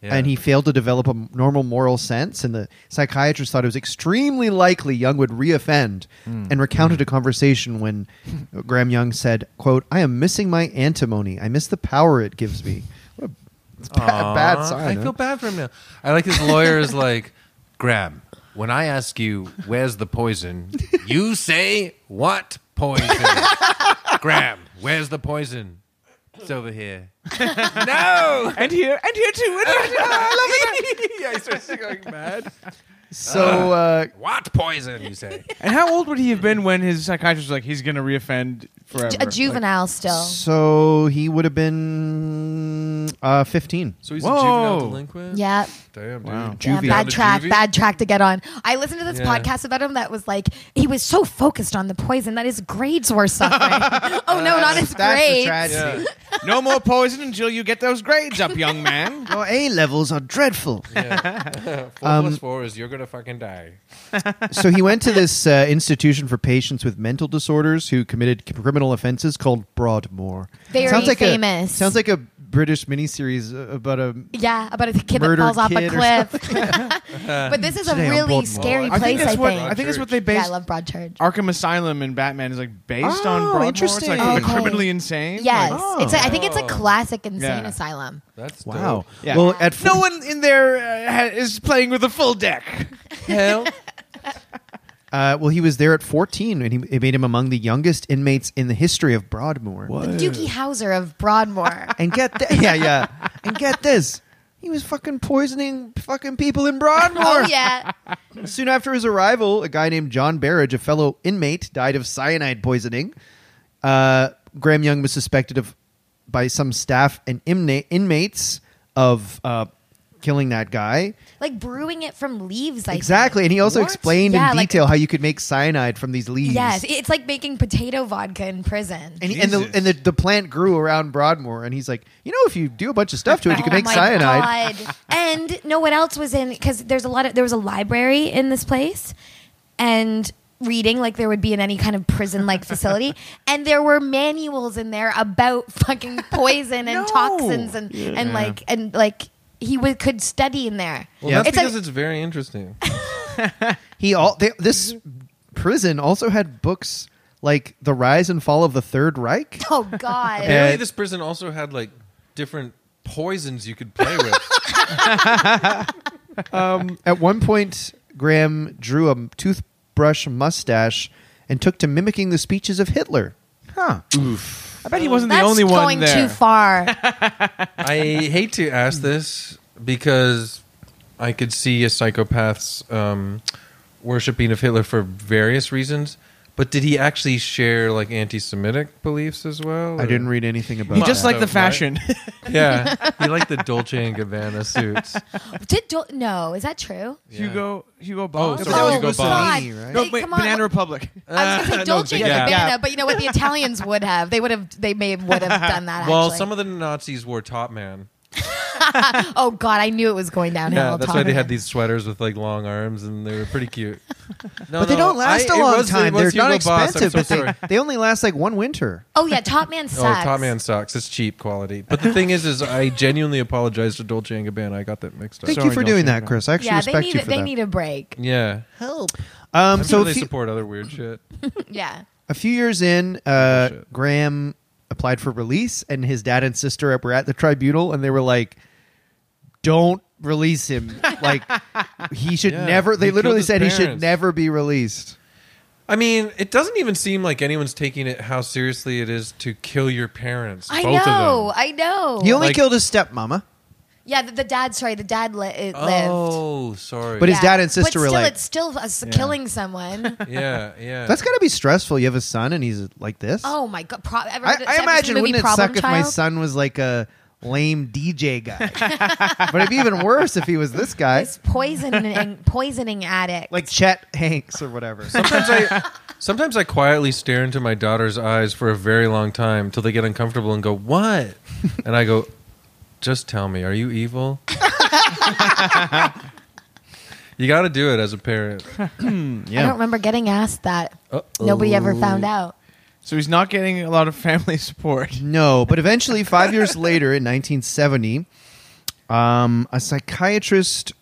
[SPEAKER 2] Yeah.
[SPEAKER 3] And he failed to develop a normal moral sense, and the psychiatrist thought it was extremely likely Young would reoffend,
[SPEAKER 2] Hmm.
[SPEAKER 3] and recounted a conversation when Graham Young said, "quote I am missing my antimony. I miss the power it gives me." What a, it's a bad,
[SPEAKER 2] Aw,
[SPEAKER 3] bad sign.
[SPEAKER 2] I
[SPEAKER 3] huh?
[SPEAKER 2] feel bad for him now. I like his lawyer is like, Graham, when I ask you where's the poison, you say what poison? Graham, where's the poison? It's over here. no!
[SPEAKER 1] And here, and here too. And here too. I love it.
[SPEAKER 2] Yeah, he starts going mad.
[SPEAKER 3] So uh,
[SPEAKER 2] What poison, you say?
[SPEAKER 1] And how old would he have been when his psychiatrist was like, he's going to reoffend forever?
[SPEAKER 4] a juvenile still.
[SPEAKER 3] So he would have been uh, 15.
[SPEAKER 2] So he's
[SPEAKER 1] a juvenile Whoa.
[SPEAKER 2] delinquent?
[SPEAKER 4] Yeah.
[SPEAKER 2] Damn, dude.
[SPEAKER 1] Wow.
[SPEAKER 4] Yeah,
[SPEAKER 3] Juvie.
[SPEAKER 4] bad
[SPEAKER 2] the
[SPEAKER 4] track,
[SPEAKER 2] juvie?
[SPEAKER 4] bad track to get on. I listened to this
[SPEAKER 2] Yeah.
[SPEAKER 4] podcast about him that was like he was so focused on the poison that his grades were suffering. oh no, not his grades.
[SPEAKER 2] Yeah.
[SPEAKER 1] Like, no more poison until you get those grades up, young man.
[SPEAKER 3] Your A levels are dreadful.
[SPEAKER 2] Four plus four is you're gonna fucking die.
[SPEAKER 3] so he went to this uh, institution for patients with mental disorders who committed c- criminal offenses called Broadmoor.
[SPEAKER 4] Very
[SPEAKER 3] sounds like
[SPEAKER 4] famous.
[SPEAKER 3] A, sounds like a British miniseries uh, about a.
[SPEAKER 4] Yeah, about a kid
[SPEAKER 3] Murder
[SPEAKER 4] that falls
[SPEAKER 3] kid or
[SPEAKER 4] off a cliff. but this is a
[SPEAKER 3] Today on Baltimore.
[SPEAKER 4] really scary
[SPEAKER 1] I
[SPEAKER 4] place.
[SPEAKER 1] think that's
[SPEAKER 4] I
[SPEAKER 1] what
[SPEAKER 4] think.
[SPEAKER 1] I think that's what they
[SPEAKER 4] yeah, I
[SPEAKER 1] based
[SPEAKER 4] love Broadchurch.
[SPEAKER 1] Arkham Asylum and Batman is like based
[SPEAKER 3] Oh,
[SPEAKER 1] on Broadmoor.
[SPEAKER 3] interesting.
[SPEAKER 1] It's like for the
[SPEAKER 4] Okay.
[SPEAKER 1] criminally insane.
[SPEAKER 4] Yes,
[SPEAKER 1] Like,
[SPEAKER 3] Oh.
[SPEAKER 4] it's. A, I think it's a
[SPEAKER 2] Oh.
[SPEAKER 4] classic insane
[SPEAKER 1] Yeah.
[SPEAKER 4] asylum.
[SPEAKER 2] That's
[SPEAKER 3] Wow.
[SPEAKER 1] Yeah.
[SPEAKER 3] Well, at
[SPEAKER 1] no one in there uh, ha- is playing with a full deck.
[SPEAKER 2] hell.
[SPEAKER 3] uh, well, he was there at 14, and he it made him among the youngest inmates in the history of Broadmoor.
[SPEAKER 4] The Dookie Howser of Broadmoor.
[SPEAKER 3] And get thi- yeah, yeah, and get this. He was fucking poisoning fucking people in Broadmoor.
[SPEAKER 4] oh yeah,
[SPEAKER 3] Soon after his arrival, a guy named John Barrage, a fellow inmate, died of cyanide poisoning. Uh, Graham Young was suspected of by some staff and imna- inmates of uh, killing that guy.
[SPEAKER 4] like brewing it from leaves. I
[SPEAKER 3] Exactly, and he also
[SPEAKER 1] What?
[SPEAKER 3] explained
[SPEAKER 4] Yeah,
[SPEAKER 3] in
[SPEAKER 4] like-
[SPEAKER 3] detail how you could make cyanide from these leaves.
[SPEAKER 4] Think. Yes, it's like making potato vodka in prison.
[SPEAKER 3] And, he- and, the,
[SPEAKER 1] Jesus.
[SPEAKER 3] and the, the plant grew around Broadmoor, and he's like, you know, if you do a bunch of stuff to it, you can
[SPEAKER 4] Oh
[SPEAKER 3] make
[SPEAKER 4] my
[SPEAKER 3] cyanide.
[SPEAKER 4] God. and no one else was in because there's a lot of there was a library in this place, and reading like there would be in any kind of prison like facility, and there were manuals in there about fucking poison
[SPEAKER 1] No.
[SPEAKER 4] and toxins and and like and like he would could study in there.
[SPEAKER 2] Well,
[SPEAKER 3] Yeah.
[SPEAKER 2] that's
[SPEAKER 4] It's like-
[SPEAKER 2] because it's very interesting.
[SPEAKER 3] He all they, this
[SPEAKER 4] Mm-hmm.
[SPEAKER 3] prison also had books like the rise and fall of the Third Reich.
[SPEAKER 4] Oh God.
[SPEAKER 3] Yeah.
[SPEAKER 2] Apparently, this prison also had like different poisons you could play with.
[SPEAKER 3] Um, At one point, Graham drew a toothbrush mustache and took to mimicking the speeches of Hitler.
[SPEAKER 1] Huh. I bet he wasn't
[SPEAKER 4] That's
[SPEAKER 1] the only one
[SPEAKER 4] going
[SPEAKER 1] there.
[SPEAKER 4] too far.
[SPEAKER 2] I hate to ask this because I could see a psychopath's um, worshiping of Hitler for various reasons, But did he actually share like anti-Semitic beliefs as well?
[SPEAKER 3] I
[SPEAKER 2] or-
[SPEAKER 3] didn't read anything about.
[SPEAKER 1] He
[SPEAKER 3] it.
[SPEAKER 1] just
[SPEAKER 2] like
[SPEAKER 1] liked
[SPEAKER 2] so
[SPEAKER 1] the
[SPEAKER 2] right.
[SPEAKER 1] fashion.
[SPEAKER 2] Yeah, he liked the Dolce and Gabbana suits.
[SPEAKER 4] Did Dol- no? Is that true?
[SPEAKER 1] Hugo Hugo
[SPEAKER 2] Oh,
[SPEAKER 1] Boss.
[SPEAKER 2] so Hugo
[SPEAKER 4] Oh,
[SPEAKER 2] Boss.
[SPEAKER 3] Right?
[SPEAKER 4] God.
[SPEAKER 1] No,
[SPEAKER 4] They-
[SPEAKER 1] wait,
[SPEAKER 4] come on.
[SPEAKER 1] Banana Republic.
[SPEAKER 4] I was going
[SPEAKER 2] Uh,
[SPEAKER 4] to say Dolce
[SPEAKER 2] no,
[SPEAKER 4] and
[SPEAKER 2] yeah.
[SPEAKER 4] Gabbana,
[SPEAKER 1] Yeah.
[SPEAKER 4] but you know what? The Italians would have. They would have. They may would have done that.
[SPEAKER 2] Well,
[SPEAKER 4] actually.
[SPEAKER 2] some of the Nazis wore top man.
[SPEAKER 4] oh God, I knew it was going downhill.
[SPEAKER 2] Yeah, that's why they
[SPEAKER 4] Tommy.
[SPEAKER 2] had these sweaters with like long arms, and they were pretty cute. No,
[SPEAKER 3] but they
[SPEAKER 2] no,
[SPEAKER 3] don't last
[SPEAKER 2] I-
[SPEAKER 3] a
[SPEAKER 2] it
[SPEAKER 3] long
[SPEAKER 2] was- it
[SPEAKER 3] time. They're
[SPEAKER 2] was
[SPEAKER 3] not
[SPEAKER 2] Hugo Boss, I'm
[SPEAKER 3] expensive,
[SPEAKER 2] so
[SPEAKER 3] but
[SPEAKER 2] sorry.
[SPEAKER 3] they, they only last like one winter.
[SPEAKER 4] Oh yeah, Top Man sucks.
[SPEAKER 2] Oh, Top Man sucks. It's cheap quality. But the thing is, is I genuinely apologize to Dolce and Gabbana. I got that mixed up.
[SPEAKER 3] Thank
[SPEAKER 1] Sorry,
[SPEAKER 3] you for
[SPEAKER 1] Dolce
[SPEAKER 3] doing
[SPEAKER 1] and
[SPEAKER 3] that,
[SPEAKER 1] Gabbana.
[SPEAKER 3] Chris. I actually
[SPEAKER 4] Yeah, they
[SPEAKER 3] respect
[SPEAKER 4] need
[SPEAKER 3] you
[SPEAKER 4] a,
[SPEAKER 3] for
[SPEAKER 4] they
[SPEAKER 3] that.
[SPEAKER 4] need a break.
[SPEAKER 2] yeah.
[SPEAKER 3] help. Um,
[SPEAKER 2] I'm
[SPEAKER 3] so
[SPEAKER 2] sure
[SPEAKER 3] a
[SPEAKER 2] they
[SPEAKER 3] few,
[SPEAKER 2] support other weird shit.
[SPEAKER 4] Yeah.
[SPEAKER 3] a few years in,
[SPEAKER 2] Oh,
[SPEAKER 3] uh,
[SPEAKER 2] Bullshit.
[SPEAKER 3] Graham applied for release, and his dad and sister were at the tribunal, and they were like, "Don't release him. like he should
[SPEAKER 2] Yeah,
[SPEAKER 3] never." They
[SPEAKER 2] he killed
[SPEAKER 3] literally
[SPEAKER 2] his
[SPEAKER 3] said he should
[SPEAKER 2] parents.
[SPEAKER 3] never be released.
[SPEAKER 2] I mean, it doesn't even seem like anyone's taking it how seriously it is to kill your parents.
[SPEAKER 4] I
[SPEAKER 2] both
[SPEAKER 4] know.
[SPEAKER 2] Of them.
[SPEAKER 4] I know.
[SPEAKER 3] He only
[SPEAKER 2] Like-
[SPEAKER 3] killed his stepmama.
[SPEAKER 4] Oh, yeah, the, the dad. Sorry, the dad li- it lived.
[SPEAKER 2] Oh, sorry.
[SPEAKER 3] But his
[SPEAKER 4] Yeah.
[SPEAKER 3] dad and sister
[SPEAKER 4] but
[SPEAKER 3] were
[SPEAKER 4] still,
[SPEAKER 3] like-
[SPEAKER 4] it's still us
[SPEAKER 2] Yeah.
[SPEAKER 4] killing someone.
[SPEAKER 2] yeah, yeah.
[SPEAKER 3] That's gotta be stressful. You have a son, and he's like this.
[SPEAKER 4] oh my God! Pro- ever,
[SPEAKER 3] I,
[SPEAKER 4] ever
[SPEAKER 3] I
[SPEAKER 4] seen
[SPEAKER 3] imagine
[SPEAKER 4] the movie
[SPEAKER 3] wouldn't it
[SPEAKER 4] Problem
[SPEAKER 3] suck if my
[SPEAKER 4] Child?
[SPEAKER 3] son was like a lame DJ guy? but it'd be even worse if he was this guy,
[SPEAKER 4] This poisoning poisoning addict.
[SPEAKER 3] like Chet Hanks or whatever.
[SPEAKER 2] sometimes I sometimes I quietly stare into my daughter's eyes for a very long time till they get uncomfortable and go, "What?" And I go, "Just tell me, are you evil?" you got to do it as a parent.
[SPEAKER 4] I don't remember getting asked that. Nobody ever found out.
[SPEAKER 1] So he's not getting a lot of family support.
[SPEAKER 3] No, but eventually, five years later, in 1970, um, a psychiatrist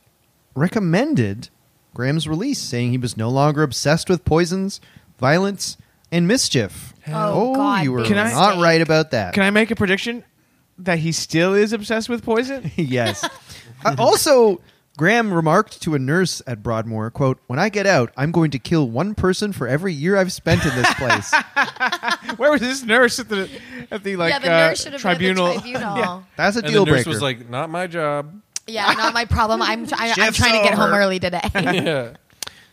[SPEAKER 3] recommended Graham's release, saying he was no longer obsessed with poisons, violence, and mischief.
[SPEAKER 4] Oh, God,
[SPEAKER 3] you were
[SPEAKER 4] big
[SPEAKER 3] not
[SPEAKER 4] mistake.
[SPEAKER 3] right about that.
[SPEAKER 1] Can I make a prediction that he still is obsessed with poison?
[SPEAKER 3] yes. Uh, also, Graham remarked to a nurse at Broadmoor, "quote When I get out, I'm going to kill one person for every year I've spent in this place."
[SPEAKER 1] Where was this nurse at the at the like
[SPEAKER 4] yeah, the
[SPEAKER 1] uh,
[SPEAKER 4] nurse should have
[SPEAKER 1] tribunal?
[SPEAKER 4] been at the tribunal.
[SPEAKER 3] That's a
[SPEAKER 2] And
[SPEAKER 3] deal
[SPEAKER 2] the nurse
[SPEAKER 3] breaker.
[SPEAKER 2] was like, "Not my job."
[SPEAKER 4] yeah. not my problem. I'm tr- I, am
[SPEAKER 3] Shift's
[SPEAKER 4] trying to get home
[SPEAKER 3] over.
[SPEAKER 4] early today.
[SPEAKER 2] Yeah.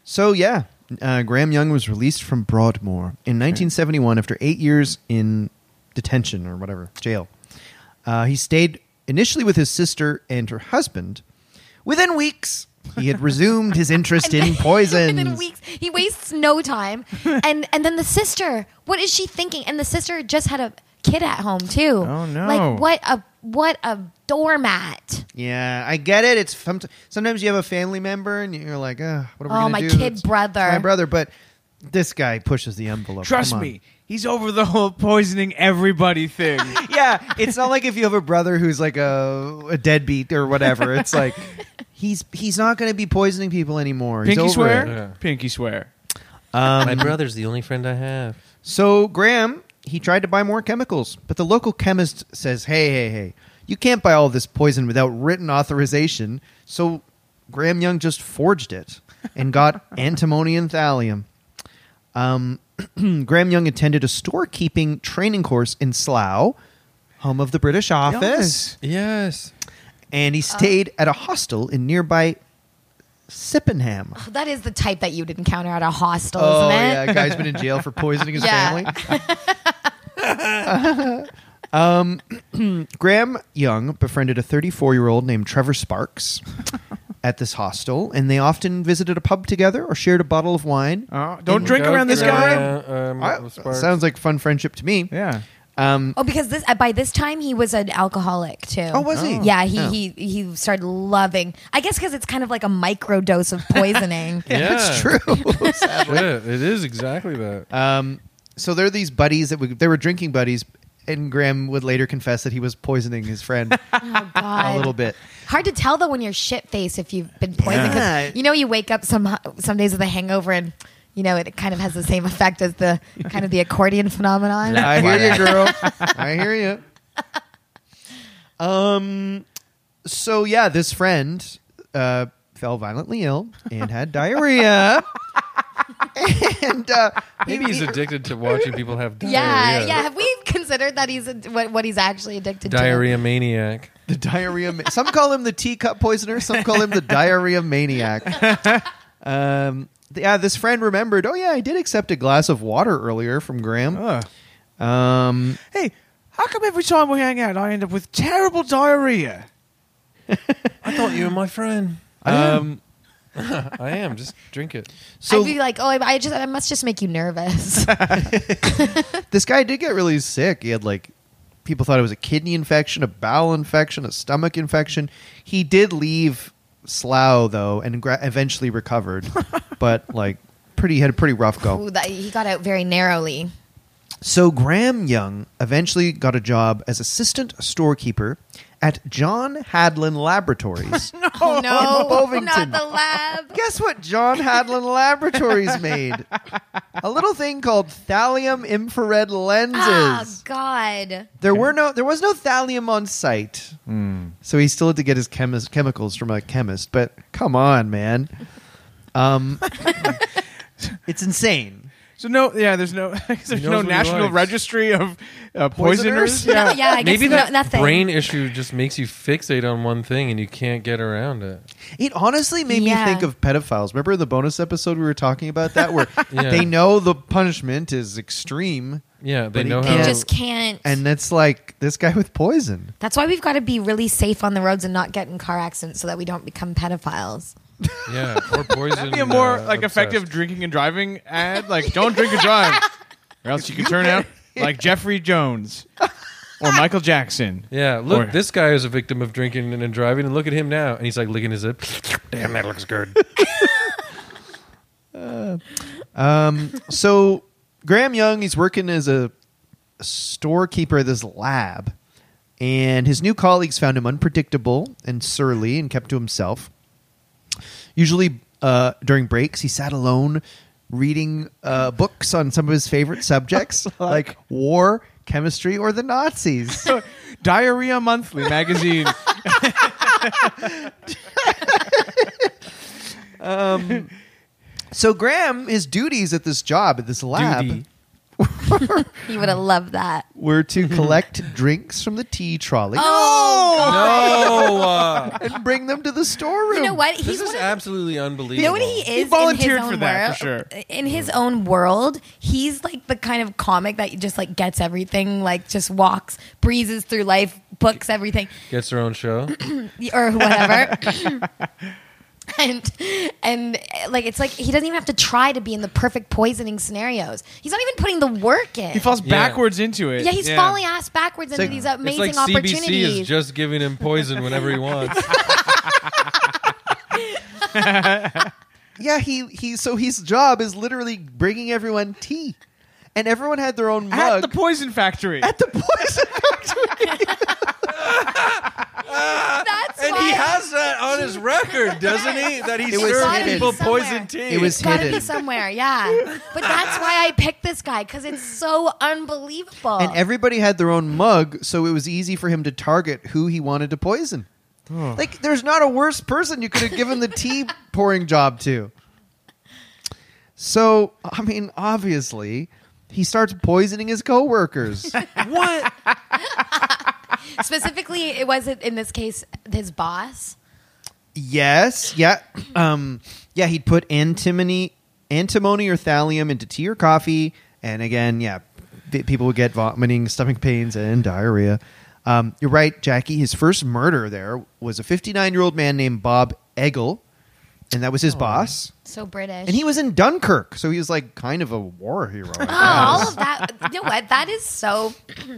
[SPEAKER 3] So yeah, uh, Graham Young was released from Broadmoor in 1971 after eight years in detention or whatever jail. Uh, he stayed initially with his sister and her husband. Within weeks, he had resumed his interest in poisons.
[SPEAKER 4] Within weeks, he wastes no time. And and then the sister, what is she thinking? And the sister just had a kid at home too.
[SPEAKER 1] Oh, no.
[SPEAKER 4] Like what a what a doormat.
[SPEAKER 3] Yeah, I get it. It's som- sometimes you have a family member and you're like, uh, what are we
[SPEAKER 4] Oh,
[SPEAKER 3] gonna
[SPEAKER 4] my
[SPEAKER 3] do?
[SPEAKER 4] kid
[SPEAKER 3] It's- it's
[SPEAKER 4] brother.
[SPEAKER 3] my brother. But this guy pushes the envelope.
[SPEAKER 1] Trust
[SPEAKER 3] Come on.
[SPEAKER 1] me, he's over the whole poisoning everybody thing.
[SPEAKER 3] yeah, it's not like if you have a brother who's like a, a deadbeat or whatever. It's like he's he's not going to be poisoning people anymore. He's
[SPEAKER 1] Pinky
[SPEAKER 3] over
[SPEAKER 1] swear?
[SPEAKER 3] it.
[SPEAKER 2] Yeah.
[SPEAKER 1] Pinky swear.
[SPEAKER 2] my brother's the only friend I have.
[SPEAKER 3] So Graham, he tried to buy more chemicals, but the local chemist says, "Hey, hey, hey, you can't buy all this poison without written authorization." So Graham Young just forged it and got antimony and thallium. Um, Graham Young attended a storekeeping training course in Slough, home of the British office.
[SPEAKER 2] Yes.
[SPEAKER 3] and he stayed at a hostel in nearby Sippenham.
[SPEAKER 4] Oh, that is the type that you'd encounter at a hostel,
[SPEAKER 3] Oh
[SPEAKER 4] isn't it?
[SPEAKER 3] yeah, a guy's been in jail for poisoning his
[SPEAKER 4] Yeah.
[SPEAKER 3] family. um, Graham Young befriended a 34-year-old named Trevor Sparks at this hostel, and they often visited a pub together or shared a bottle of wine.
[SPEAKER 1] Oh, don't drink around this guy.
[SPEAKER 2] Um,
[SPEAKER 3] I- sounds like fun friendship to me.
[SPEAKER 1] Yeah.
[SPEAKER 3] Um,
[SPEAKER 4] Oh, because this uh, by this time he was an alcoholic too.
[SPEAKER 3] Oh, was he? Oh.
[SPEAKER 4] Yeah, he
[SPEAKER 3] Oh.
[SPEAKER 4] he he started loving. I guess because it's kind of like a micro dose of poisoning.
[SPEAKER 2] yeah,
[SPEAKER 3] That's true.
[SPEAKER 2] Shit, it is exactly that.
[SPEAKER 3] Um, so they're these buddies that we, they were drinking buddies, and Graham would later confess that he was poisoning his friend
[SPEAKER 4] God.
[SPEAKER 3] a little bit.
[SPEAKER 4] Hard to tell though when you're shit faced if you've been poisoned. 'cause
[SPEAKER 3] Yeah.
[SPEAKER 4] You know, you wake up some some days with a hangover, and you know it kind of has the same effect as the kind of the accordion phenomenon.
[SPEAKER 3] I hear you, girl. I hear you. Um, so yeah, this friend uh, fell violently ill and had diarrhea. and uh,
[SPEAKER 2] Maybe he's addicted to watching people have diarrhea.
[SPEAKER 4] Yeah, yeah. Have we considered that he's what, what he's actually addicted
[SPEAKER 2] Diarrhea maniac.
[SPEAKER 3] the diarrhea. Ma- some call him the teacup poisoner. Some call him the diarrhea maniac. Um, th- yeah, this friend remembered. Oh yeah, I did accept a glass of water earlier from Graham.
[SPEAKER 1] Ugh.
[SPEAKER 3] Um,
[SPEAKER 1] Hey, how come every time we hang out, I end up with terrible diarrhea?
[SPEAKER 2] I thought you were my friend.
[SPEAKER 1] Um,
[SPEAKER 2] I am. Just drink it.
[SPEAKER 3] so
[SPEAKER 4] I'd be like, oh, I, I just I must just make you nervous.
[SPEAKER 3] this guy did get really sick. He had like people thought it was a kidney infection, a bowel infection, a stomach infection. He did leave Slough though, and gra- eventually recovered, but like pretty had a pretty rough go.
[SPEAKER 4] Ooh, that, he got out very narrowly.
[SPEAKER 3] So Graham Young eventually got a job as assistant storekeeper at John Hadlin Laboratories.
[SPEAKER 4] Oh no,
[SPEAKER 3] Bovington.
[SPEAKER 4] not the lab.
[SPEAKER 3] Guess what John Hadlin Laboratories made? A little thing called thallium infrared lenses.
[SPEAKER 4] Oh God.
[SPEAKER 3] There were no there was no thallium on site. So he still had to get his chemis- chemicals from a chemist, but come on, man. Um, it's insane.
[SPEAKER 1] So no, yeah, there's no, there's
[SPEAKER 2] knows
[SPEAKER 1] no
[SPEAKER 2] what he
[SPEAKER 1] national
[SPEAKER 2] likes.
[SPEAKER 1] registry of uh, poisoners.
[SPEAKER 3] Poisoners?
[SPEAKER 4] No, yeah, I guess
[SPEAKER 2] Maybe
[SPEAKER 4] no-
[SPEAKER 2] that
[SPEAKER 4] nothing.
[SPEAKER 2] brain issue just makes you fixate on one thing and you can't get around it.
[SPEAKER 3] It honestly made
[SPEAKER 4] Yeah.
[SPEAKER 3] me think of pedophiles. Remember the bonus episode we were talking about that where
[SPEAKER 2] Yeah.
[SPEAKER 3] they know the punishment is extreme
[SPEAKER 2] Yeah, they
[SPEAKER 3] But he
[SPEAKER 2] know
[SPEAKER 4] They
[SPEAKER 2] how.
[SPEAKER 3] can't-
[SPEAKER 4] just can't.
[SPEAKER 3] and it's like this guy with poison.
[SPEAKER 4] That's why we've got to be really safe on the roads and not get in car accidents so that we don't become pedophiles.
[SPEAKER 2] yeah, or poison.
[SPEAKER 1] That'd be a more
[SPEAKER 2] uh,
[SPEAKER 1] like
[SPEAKER 2] obsessed.
[SPEAKER 1] effective drinking and driving ad. Like, don't drink and drive, or else you can turn out like Jeffrey Jones or Michael Jackson.
[SPEAKER 2] Yeah, look,
[SPEAKER 1] Or-
[SPEAKER 2] this guy is a victim of drinking and, and driving, and look at him now. And he's like licking his lip. Damn, that looks good.
[SPEAKER 3] Um, so Graham Young, he's working as a storekeeper at this lab, and his new colleagues found him unpredictable and surly and kept to himself. Usually uh, during breaks, he sat alone reading uh, books on some of his favorite subjects like war, chemistry, or the Nazis.
[SPEAKER 1] Diarrhea Monthly magazine.
[SPEAKER 3] Um, So Graham, his duties at this job at this lab.
[SPEAKER 2] Duty.
[SPEAKER 4] You would have loved that.
[SPEAKER 3] were to
[SPEAKER 1] Mm-hmm.
[SPEAKER 3] collect drinks from the tea trolley
[SPEAKER 4] Oh,
[SPEAKER 2] No, uh,
[SPEAKER 3] and bring them to the storeroom.
[SPEAKER 4] you know what? He's
[SPEAKER 2] this is
[SPEAKER 4] one of-
[SPEAKER 2] absolutely unbelievable.
[SPEAKER 4] You know what he is? in
[SPEAKER 1] volunteered
[SPEAKER 4] his own
[SPEAKER 1] for that,
[SPEAKER 4] world,
[SPEAKER 1] for sure.
[SPEAKER 4] In his own world, he's like the kind of comic that just like gets everything, like just walks, breezes through life, books everything,
[SPEAKER 2] gets their own show.
[SPEAKER 4] or whatever. and and uh, like it's like he doesn't even have to try to be in the perfect poisoning scenarios. He's not even putting the work in.
[SPEAKER 1] He falls
[SPEAKER 2] Yeah.
[SPEAKER 1] backwards into it.
[SPEAKER 4] yeah, he's falling ass backwards into
[SPEAKER 3] like-
[SPEAKER 4] these
[SPEAKER 2] It's like
[SPEAKER 4] amazing
[SPEAKER 2] CBC
[SPEAKER 4] opportunities.
[SPEAKER 2] is just giving him poison whenever he wants.
[SPEAKER 3] Yeah, he he. So his job is literally bringing everyone tea, and everyone had their own
[SPEAKER 1] at
[SPEAKER 3] mug
[SPEAKER 1] the poison factory.
[SPEAKER 3] at the poison factory.
[SPEAKER 4] That's
[SPEAKER 2] And
[SPEAKER 4] why
[SPEAKER 2] he has that on his record, doesn't he? That he
[SPEAKER 3] It was
[SPEAKER 2] served
[SPEAKER 3] hidden.
[SPEAKER 2] people
[SPEAKER 4] Somewhere.
[SPEAKER 2] poison tea.
[SPEAKER 3] It was
[SPEAKER 4] It's gotta
[SPEAKER 3] hidden.
[SPEAKER 4] be somewhere, yeah. But that's why I picked this guy because it's so unbelievable.
[SPEAKER 3] and everybody had their own mug, so it was easy for him to target who he wanted to poison. Like, there's not a worse person you could have given the tea pouring job to. So, I mean, obviously, he starts poisoning his coworkers.
[SPEAKER 2] what?
[SPEAKER 4] Specifically, it wasn't in this case his boss.
[SPEAKER 3] Yes. Yeah. Um, yeah. He'd put antimony, antimony or thallium into tea or coffee, and again, yeah, p- people would get vomiting, stomach pains, and diarrhea. Um, you're right, Jackie. His first murder there was a 59 year old man named Bob Eggle, and that was his boss.
[SPEAKER 4] So British.
[SPEAKER 3] And he was in Dunkirk, so he was like kind of a war hero. I
[SPEAKER 4] Oh,
[SPEAKER 3] guess.
[SPEAKER 4] all of that. You know what? That is so.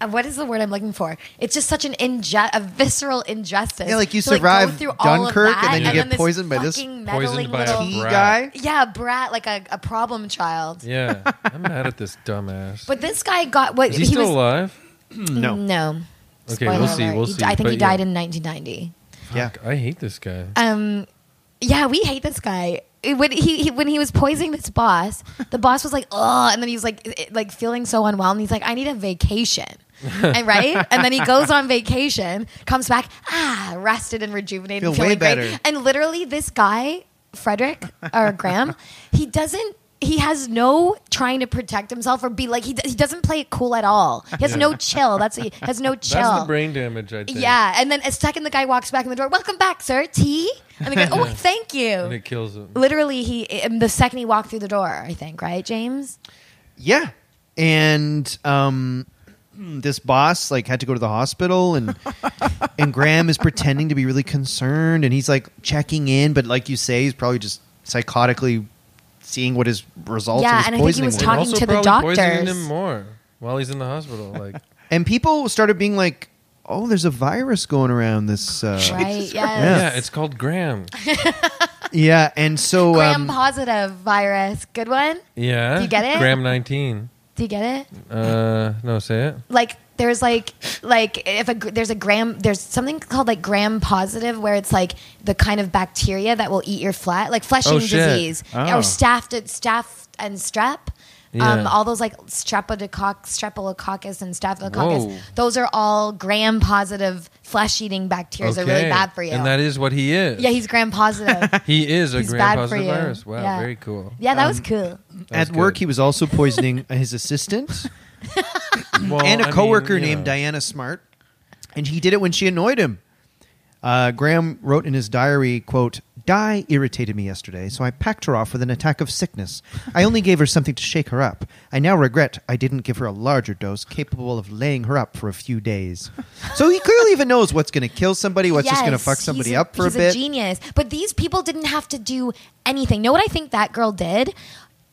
[SPEAKER 4] uh, What is the word I'm looking for? It's just such an inju- a visceral injustice.
[SPEAKER 3] Yeah, like you
[SPEAKER 4] To,
[SPEAKER 3] survive
[SPEAKER 4] go through all of
[SPEAKER 3] Dunkirk and
[SPEAKER 4] that
[SPEAKER 3] then
[SPEAKER 2] you get
[SPEAKER 4] this
[SPEAKER 3] poisoned by this-
[SPEAKER 4] fucking meddling
[SPEAKER 2] Poisoned by
[SPEAKER 4] little-
[SPEAKER 2] a
[SPEAKER 3] Tea
[SPEAKER 2] brat.
[SPEAKER 3] guy.
[SPEAKER 4] yeah, brat, like a, a problem child.
[SPEAKER 2] Yeah, I'm mad at this dumbass.
[SPEAKER 4] But this guy got what
[SPEAKER 2] is he,
[SPEAKER 4] he
[SPEAKER 2] still
[SPEAKER 4] was. Mm,
[SPEAKER 2] alive?
[SPEAKER 3] No.
[SPEAKER 4] no.
[SPEAKER 2] Okay, we'll
[SPEAKER 4] Spoiler
[SPEAKER 2] see,
[SPEAKER 4] alert.
[SPEAKER 2] we'll
[SPEAKER 4] He-
[SPEAKER 2] see.
[SPEAKER 4] I think he
[SPEAKER 2] But yeah.
[SPEAKER 4] died in 1990.
[SPEAKER 3] Yeah.
[SPEAKER 2] I hate this guy.
[SPEAKER 4] um, yeah, we hate this guy. It- When he, he when he was poisoning this boss, the boss was like, "Oh," and then he was like, i- i- like feeling so unwell, and he's like, "I need a vacation," and right, and then he goes on vacation, comes back, ah, rested and rejuvenated,
[SPEAKER 3] Feel
[SPEAKER 4] feeling
[SPEAKER 3] way
[SPEAKER 4] great,
[SPEAKER 3] better.
[SPEAKER 4] and literally this guy, Frederick or Graham, he doesn't he has no trying to protect himself or be like he, d- he doesn't play it cool at all. He has no chill. That's what he has no chill.
[SPEAKER 2] That's the brain damage, I think.
[SPEAKER 4] Yeah, and then a second the guy walks back in the door. Welcome back, sir. Tea. And the guy, oh, thank
[SPEAKER 2] And
[SPEAKER 4] you.
[SPEAKER 2] it kills him.
[SPEAKER 4] Literally, he and the second he walked through the door, I think, right, James?
[SPEAKER 3] Yeah. And um this boss like had to go to the hospital and and Graham is pretending to be really concerned and he's like checking in but like you say he's probably just psychotically seeing what his results
[SPEAKER 4] Yeah,
[SPEAKER 3] of his
[SPEAKER 4] and I think he
[SPEAKER 3] poisoning
[SPEAKER 4] was
[SPEAKER 3] were.
[SPEAKER 4] talking
[SPEAKER 2] also
[SPEAKER 4] to the
[SPEAKER 2] probably poisoning
[SPEAKER 4] doctors.
[SPEAKER 2] him more while he's in the hospital. Like,
[SPEAKER 3] and people started being like oh there's a virus going around this uh,
[SPEAKER 4] right. Yes.
[SPEAKER 3] Yeah.
[SPEAKER 2] yeah, it's called Graham.
[SPEAKER 3] yeah and so
[SPEAKER 4] Gram
[SPEAKER 3] um,
[SPEAKER 4] positive virus. Good one.
[SPEAKER 2] Yeah,
[SPEAKER 4] Do you get it?
[SPEAKER 2] Graham nineteen.
[SPEAKER 4] Do you get it?
[SPEAKER 2] Uh, no, say it.
[SPEAKER 4] like there's like like if a gr- there's a gram there's something called like gram positive where it's like the kind of bacteria that will eat your flat like flesh
[SPEAKER 2] Oh,
[SPEAKER 4] eating
[SPEAKER 2] shit.
[SPEAKER 4] disease
[SPEAKER 1] Oh.
[SPEAKER 4] or staph staph and strep. Um,
[SPEAKER 2] Yeah.
[SPEAKER 4] all those like streptococcus, streptococcus, and staphylococcus.
[SPEAKER 2] Whoa.
[SPEAKER 4] Those are all gram-positive flesh-eating bacteria. They're really bad for you.
[SPEAKER 2] And that is what he is.
[SPEAKER 4] yeah, he's gram-positive.
[SPEAKER 2] he is a
[SPEAKER 4] he's
[SPEAKER 2] Graham
[SPEAKER 4] bad for
[SPEAKER 2] positive
[SPEAKER 4] you.
[SPEAKER 2] virus. Wow,
[SPEAKER 4] Yeah.
[SPEAKER 2] very cool. Um,
[SPEAKER 4] yeah, that was cool.
[SPEAKER 2] That was
[SPEAKER 3] at work
[SPEAKER 2] good.
[SPEAKER 3] he was also poisoning his assistant and
[SPEAKER 2] Well, Oh, I
[SPEAKER 3] a
[SPEAKER 2] mean,
[SPEAKER 3] coworker
[SPEAKER 2] you
[SPEAKER 3] named
[SPEAKER 2] know.
[SPEAKER 3] Diana Smart, and he did it when she annoyed him. Uh, Graham wrote in his diary, "quote Di irritated me yesterday, so I packed her off with an attack of sickness. I only gave her something to shake her up. I now regret I didn't give her a larger dose capable of laying her up for a few days." So he clearly even knows what's going to kill somebody, what's just going to
[SPEAKER 4] Yes,
[SPEAKER 3] fuck somebody
[SPEAKER 4] he's a-
[SPEAKER 3] up for a
[SPEAKER 4] he's
[SPEAKER 3] bit.
[SPEAKER 4] genius. But these people didn't have to do anything. Know what I think that girl did?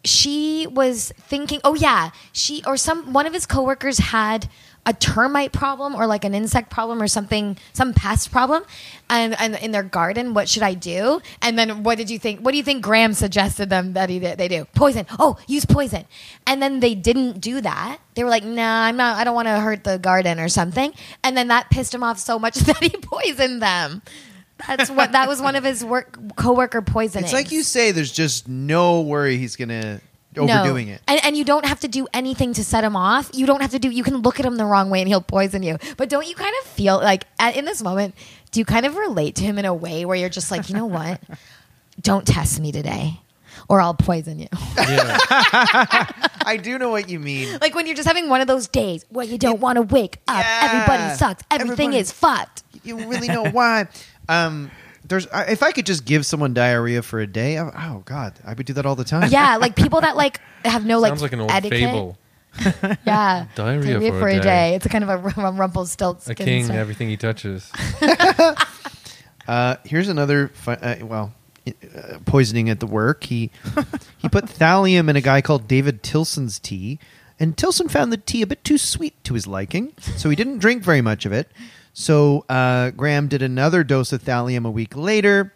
[SPEAKER 4] She was thinking, oh yeah, she or some one of his coworkers had a termite problem or like an insect problem or something, some pest problem, and, and in their garden, what should I do? And then what did you think? What do you think Graham suggested them that he did, they do? Poison. Oh, use poison. And then they didn't do that. They were like, nah, I'm not. I don't want to hurt the garden or something. And then that pissed him off so much that he poisoned them. That's what that was one of his work coworker poisoning.
[SPEAKER 3] It's like you say, there's just no worry he's going to overdoing it.
[SPEAKER 4] And, and you don't have to do anything to set him off. You don't have to do. You can look at him the wrong way and he'll poison you. But don't you kind of feel like at, in this moment? Do you kind of relate to him in a way where you're just like, you know what? Don't test me today, or I'll poison you.
[SPEAKER 2] Yeah.
[SPEAKER 3] I do know what you mean.
[SPEAKER 4] like when you're just having one of those days where you don't want to wake up.
[SPEAKER 3] Yeah.
[SPEAKER 4] Everybody sucks. Everything
[SPEAKER 3] Everybody-
[SPEAKER 4] is fucked.
[SPEAKER 3] you really know why. Um, there's I- if I could just give someone diarrhea for a day. Oh, oh God, I would do that all the time.
[SPEAKER 4] Yeah, like people that like have no like
[SPEAKER 2] Sounds like an old
[SPEAKER 4] etiquette.
[SPEAKER 2] fable.
[SPEAKER 4] Yeah.
[SPEAKER 2] Diarrhea for a day.
[SPEAKER 4] It's a kind of a, a
[SPEAKER 2] A
[SPEAKER 4] Rumpelstiltskin.
[SPEAKER 2] king,
[SPEAKER 4] story.
[SPEAKER 2] everything he touches.
[SPEAKER 3] Uh, here's another. Fi- uh, well, uh, poisoning at the work. He he put thallium in a guy called David Tilson's tea, and Tilson found the tea a bit too sweet to his liking, so he didn't drink very much of it. So uh, Graham did another dose of thallium a week later.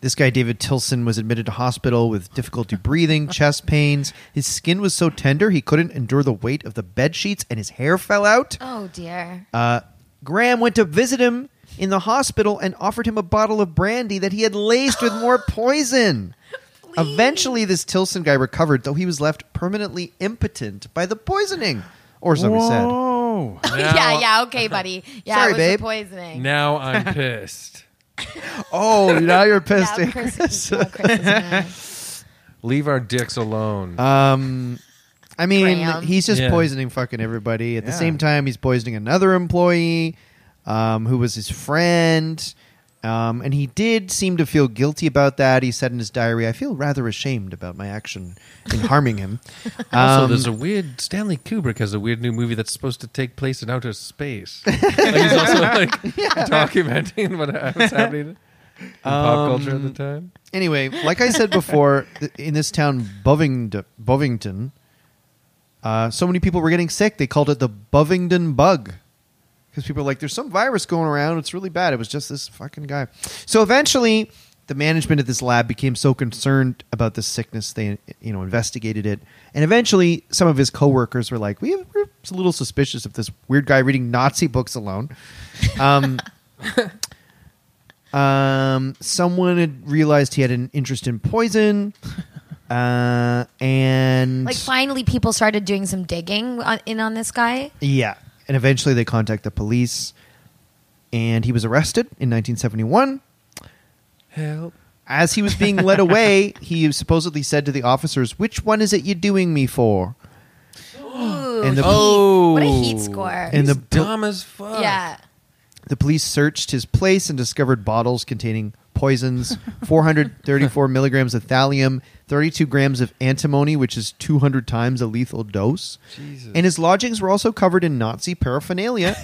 [SPEAKER 3] This guy, David Tilson, was admitted to hospital with difficulty breathing, chest pains. His skin was so tender he couldn't endure the weight of the bed sheets, and his hair fell out.
[SPEAKER 4] Oh dear.
[SPEAKER 3] Uh, Graham went to visit him in the hospital and offered him a bottle of brandy that he had laced with more poison. Eventually, this Tilson guy recovered, though he was left permanently impotent by the poisoning, or so he said.
[SPEAKER 1] Whoa.
[SPEAKER 2] Now-
[SPEAKER 4] yeah, yeah, okay, buddy.
[SPEAKER 3] Sorry,
[SPEAKER 4] Yeah, it was the
[SPEAKER 3] babe.
[SPEAKER 4] poisoning.
[SPEAKER 2] Now I'm pissed.
[SPEAKER 3] Oh, now you're
[SPEAKER 4] Yeah,
[SPEAKER 3] pissed.
[SPEAKER 4] of course- of course it's not.
[SPEAKER 2] Leave our dicks alone.
[SPEAKER 3] um, I mean,
[SPEAKER 4] Graham.
[SPEAKER 3] he's just
[SPEAKER 2] Yeah.
[SPEAKER 3] poisoning fucking everybody. At the
[SPEAKER 1] Yeah.
[SPEAKER 3] same time, he's poisoning another employee um, who was his friend. Um, and he did seem to feel guilty about that. He said in his diary, I feel rather ashamed about my action in harming him.
[SPEAKER 2] also,
[SPEAKER 3] Um,
[SPEAKER 2] there's a weird Stanley Kubrick has a weird new movie that's supposed to take place in outer space. like he's also like documenting what was happening in pop culture
[SPEAKER 1] Um,
[SPEAKER 2] at the time.
[SPEAKER 3] anyway, like I said before, th- in this town, Bovingd- Bovington, uh, so many people were getting sick. They called it the Bovington bug. Because people were like, there's some virus going around. It's really bad. It was just this fucking guy. So eventually, the management at this lab became so concerned about this sickness, they you know investigated it. And eventually, some of his coworkers were like, we we're a little suspicious of this weird guy reading Nazi books alone. Um, um, someone had realized he had an interest in poison, uh, and
[SPEAKER 4] Like finally people started doing some digging on, in on this guy.
[SPEAKER 3] yeah, and eventually they contact the police, and he was arrested in 1971.
[SPEAKER 2] Help.
[SPEAKER 3] As he was being led away, he supposedly said to the officers, Which one is it you doing me for?
[SPEAKER 4] Ooh,
[SPEAKER 3] And the-
[SPEAKER 4] heat.
[SPEAKER 2] Oh.
[SPEAKER 4] what a heat score.
[SPEAKER 3] And
[SPEAKER 2] He's
[SPEAKER 3] the
[SPEAKER 2] dumb as fuck.
[SPEAKER 4] yeah.
[SPEAKER 3] The police searched his place and discovered bottles containing poisons 434 milligrams of thallium, 32 grams of antimony, which is 200 times a lethal dose.
[SPEAKER 2] Jesus.
[SPEAKER 3] And his lodgings were also covered in Nazi paraphernalia,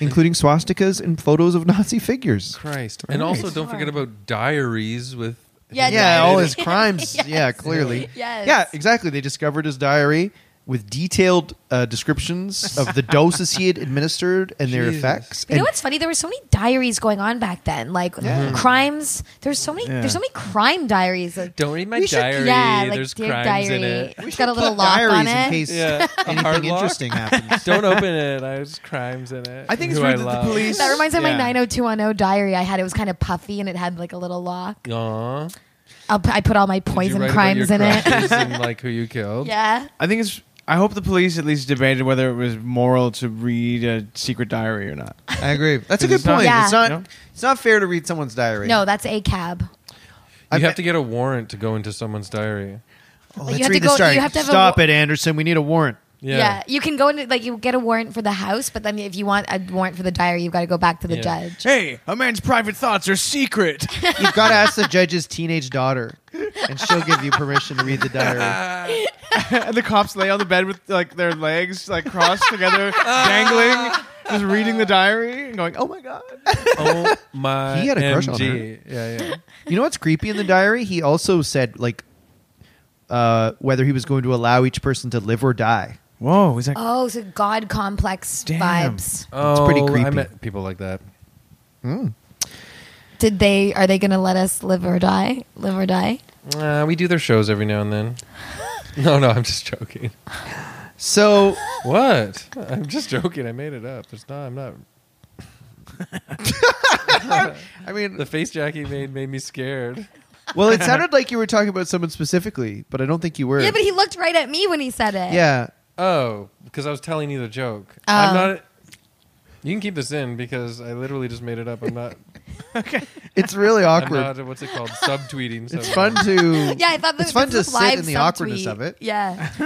[SPEAKER 3] including swastikas and photos of Nazi figures.
[SPEAKER 2] Christ. And also,
[SPEAKER 4] It's
[SPEAKER 2] don't forget
[SPEAKER 4] hard.
[SPEAKER 2] about diaries with.
[SPEAKER 4] Yeah,
[SPEAKER 3] Yeah,
[SPEAKER 4] diaries.
[SPEAKER 3] all his crimes.
[SPEAKER 4] Yes.
[SPEAKER 3] Yeah, clearly.
[SPEAKER 4] Yes.
[SPEAKER 3] Yeah, exactly. They discovered his diary with detailed uh, descriptions of the doses he had administered and their
[SPEAKER 2] Jesus.
[SPEAKER 3] effects.
[SPEAKER 4] You know
[SPEAKER 3] And-
[SPEAKER 4] what's funny? There were so many diaries going on back then, like crimes. There's so many.
[SPEAKER 1] Yeah.
[SPEAKER 4] There's so many crime diaries. Like,
[SPEAKER 2] Don't read my
[SPEAKER 3] We should-
[SPEAKER 2] diary.
[SPEAKER 4] yeah, like
[SPEAKER 2] There's
[SPEAKER 4] Dear
[SPEAKER 2] crimes
[SPEAKER 4] Diary.
[SPEAKER 2] in it.
[SPEAKER 4] It's got a little
[SPEAKER 3] Put
[SPEAKER 4] lock
[SPEAKER 3] diaries
[SPEAKER 4] on
[SPEAKER 3] in
[SPEAKER 4] it.
[SPEAKER 3] case
[SPEAKER 2] Yeah. A hard
[SPEAKER 3] anything
[SPEAKER 2] lock?
[SPEAKER 3] interesting happens.
[SPEAKER 2] Don't open it. There's crimes in it.
[SPEAKER 1] I think it's
[SPEAKER 2] Who
[SPEAKER 1] weird that the
[SPEAKER 2] love.
[SPEAKER 1] police-
[SPEAKER 4] That reminds me of my
[SPEAKER 1] Yeah.
[SPEAKER 4] 90210 diary. I had it was kind of puffy and it had like a little lock.
[SPEAKER 2] Aw. Did
[SPEAKER 4] I'll, pu- I put all my
[SPEAKER 2] you
[SPEAKER 4] poison
[SPEAKER 2] write about
[SPEAKER 4] crimes
[SPEAKER 2] your
[SPEAKER 4] in it.
[SPEAKER 2] crushes and, like who you killed.
[SPEAKER 4] yeah.
[SPEAKER 1] I think it's. I hope the police at least debated whether it was moral to read a secret diary or not.
[SPEAKER 3] I agree. That's a
[SPEAKER 1] Because
[SPEAKER 3] good
[SPEAKER 1] it's not-
[SPEAKER 3] point.
[SPEAKER 4] Yeah.
[SPEAKER 3] It's not.
[SPEAKER 1] you know?
[SPEAKER 3] It's not fair to read someone's diary.
[SPEAKER 4] No, that's a cab.
[SPEAKER 2] You
[SPEAKER 3] I've-
[SPEAKER 2] have to get a warrant to go into someone's diary.
[SPEAKER 3] Oh,
[SPEAKER 4] Like,
[SPEAKER 3] let's
[SPEAKER 4] you have
[SPEAKER 3] read
[SPEAKER 4] to
[SPEAKER 3] this
[SPEAKER 4] go-
[SPEAKER 3] diary.
[SPEAKER 4] you have to have a
[SPEAKER 3] Stop
[SPEAKER 4] wa-
[SPEAKER 3] it, Anderson. We need a warrant.
[SPEAKER 4] Yeah. you can go into like you get a warrant for the house, but then if you want a warrant for the diary, you've got to go back to the
[SPEAKER 2] Yeah.
[SPEAKER 4] judge.
[SPEAKER 1] Hey, a man's private thoughts are secret.
[SPEAKER 3] You've got to ask the judge's teenage daughter, and she'll give you permission to read the diary.
[SPEAKER 1] and the cops lay on the bed with like their legs like crossed together, dangling, just reading the diary and going, "Oh my god."
[SPEAKER 2] Oh my.
[SPEAKER 3] He had a crush on
[SPEAKER 2] MG. Yeah, yeah.
[SPEAKER 3] You know what's creepy in the diary? He also said like uh, whether he was going to allow each person to live or die.
[SPEAKER 1] Whoa, he's like,
[SPEAKER 4] Oh, so god complex
[SPEAKER 1] Damn.
[SPEAKER 4] vibes.
[SPEAKER 2] Oh,
[SPEAKER 3] pretty
[SPEAKER 2] I
[SPEAKER 3] creepy.
[SPEAKER 2] met people like that.
[SPEAKER 4] Did they? Are they going to let us live or die? Live or die?
[SPEAKER 2] Uh, we do their shows every now and then. No, no, I'm just joking.
[SPEAKER 3] So
[SPEAKER 2] What? I'm just joking. I made it up. It's not. I'm not.
[SPEAKER 3] I mean,
[SPEAKER 2] The face Jackie made made me scared.
[SPEAKER 3] well, it sounded like you were talking about someone specifically, but I don't think you were.
[SPEAKER 4] Yeah, but he looked right at me when he said it.
[SPEAKER 3] yeah.
[SPEAKER 2] Oh, because I was telling you the joke.
[SPEAKER 4] Oh.
[SPEAKER 2] I'm not. You can keep this in because I literally just made it up. I'm not.
[SPEAKER 3] it's really
[SPEAKER 2] I'm
[SPEAKER 3] awkward.
[SPEAKER 2] not. What's it called? Subtweeting.
[SPEAKER 3] it's fun
[SPEAKER 2] someone.
[SPEAKER 3] to.
[SPEAKER 4] Yeah, I thought that
[SPEAKER 3] It's fun
[SPEAKER 4] this
[SPEAKER 3] to
[SPEAKER 4] was
[SPEAKER 3] sit
[SPEAKER 4] live
[SPEAKER 3] in the
[SPEAKER 4] subtweet.
[SPEAKER 3] awkwardness of it.
[SPEAKER 4] Yeah,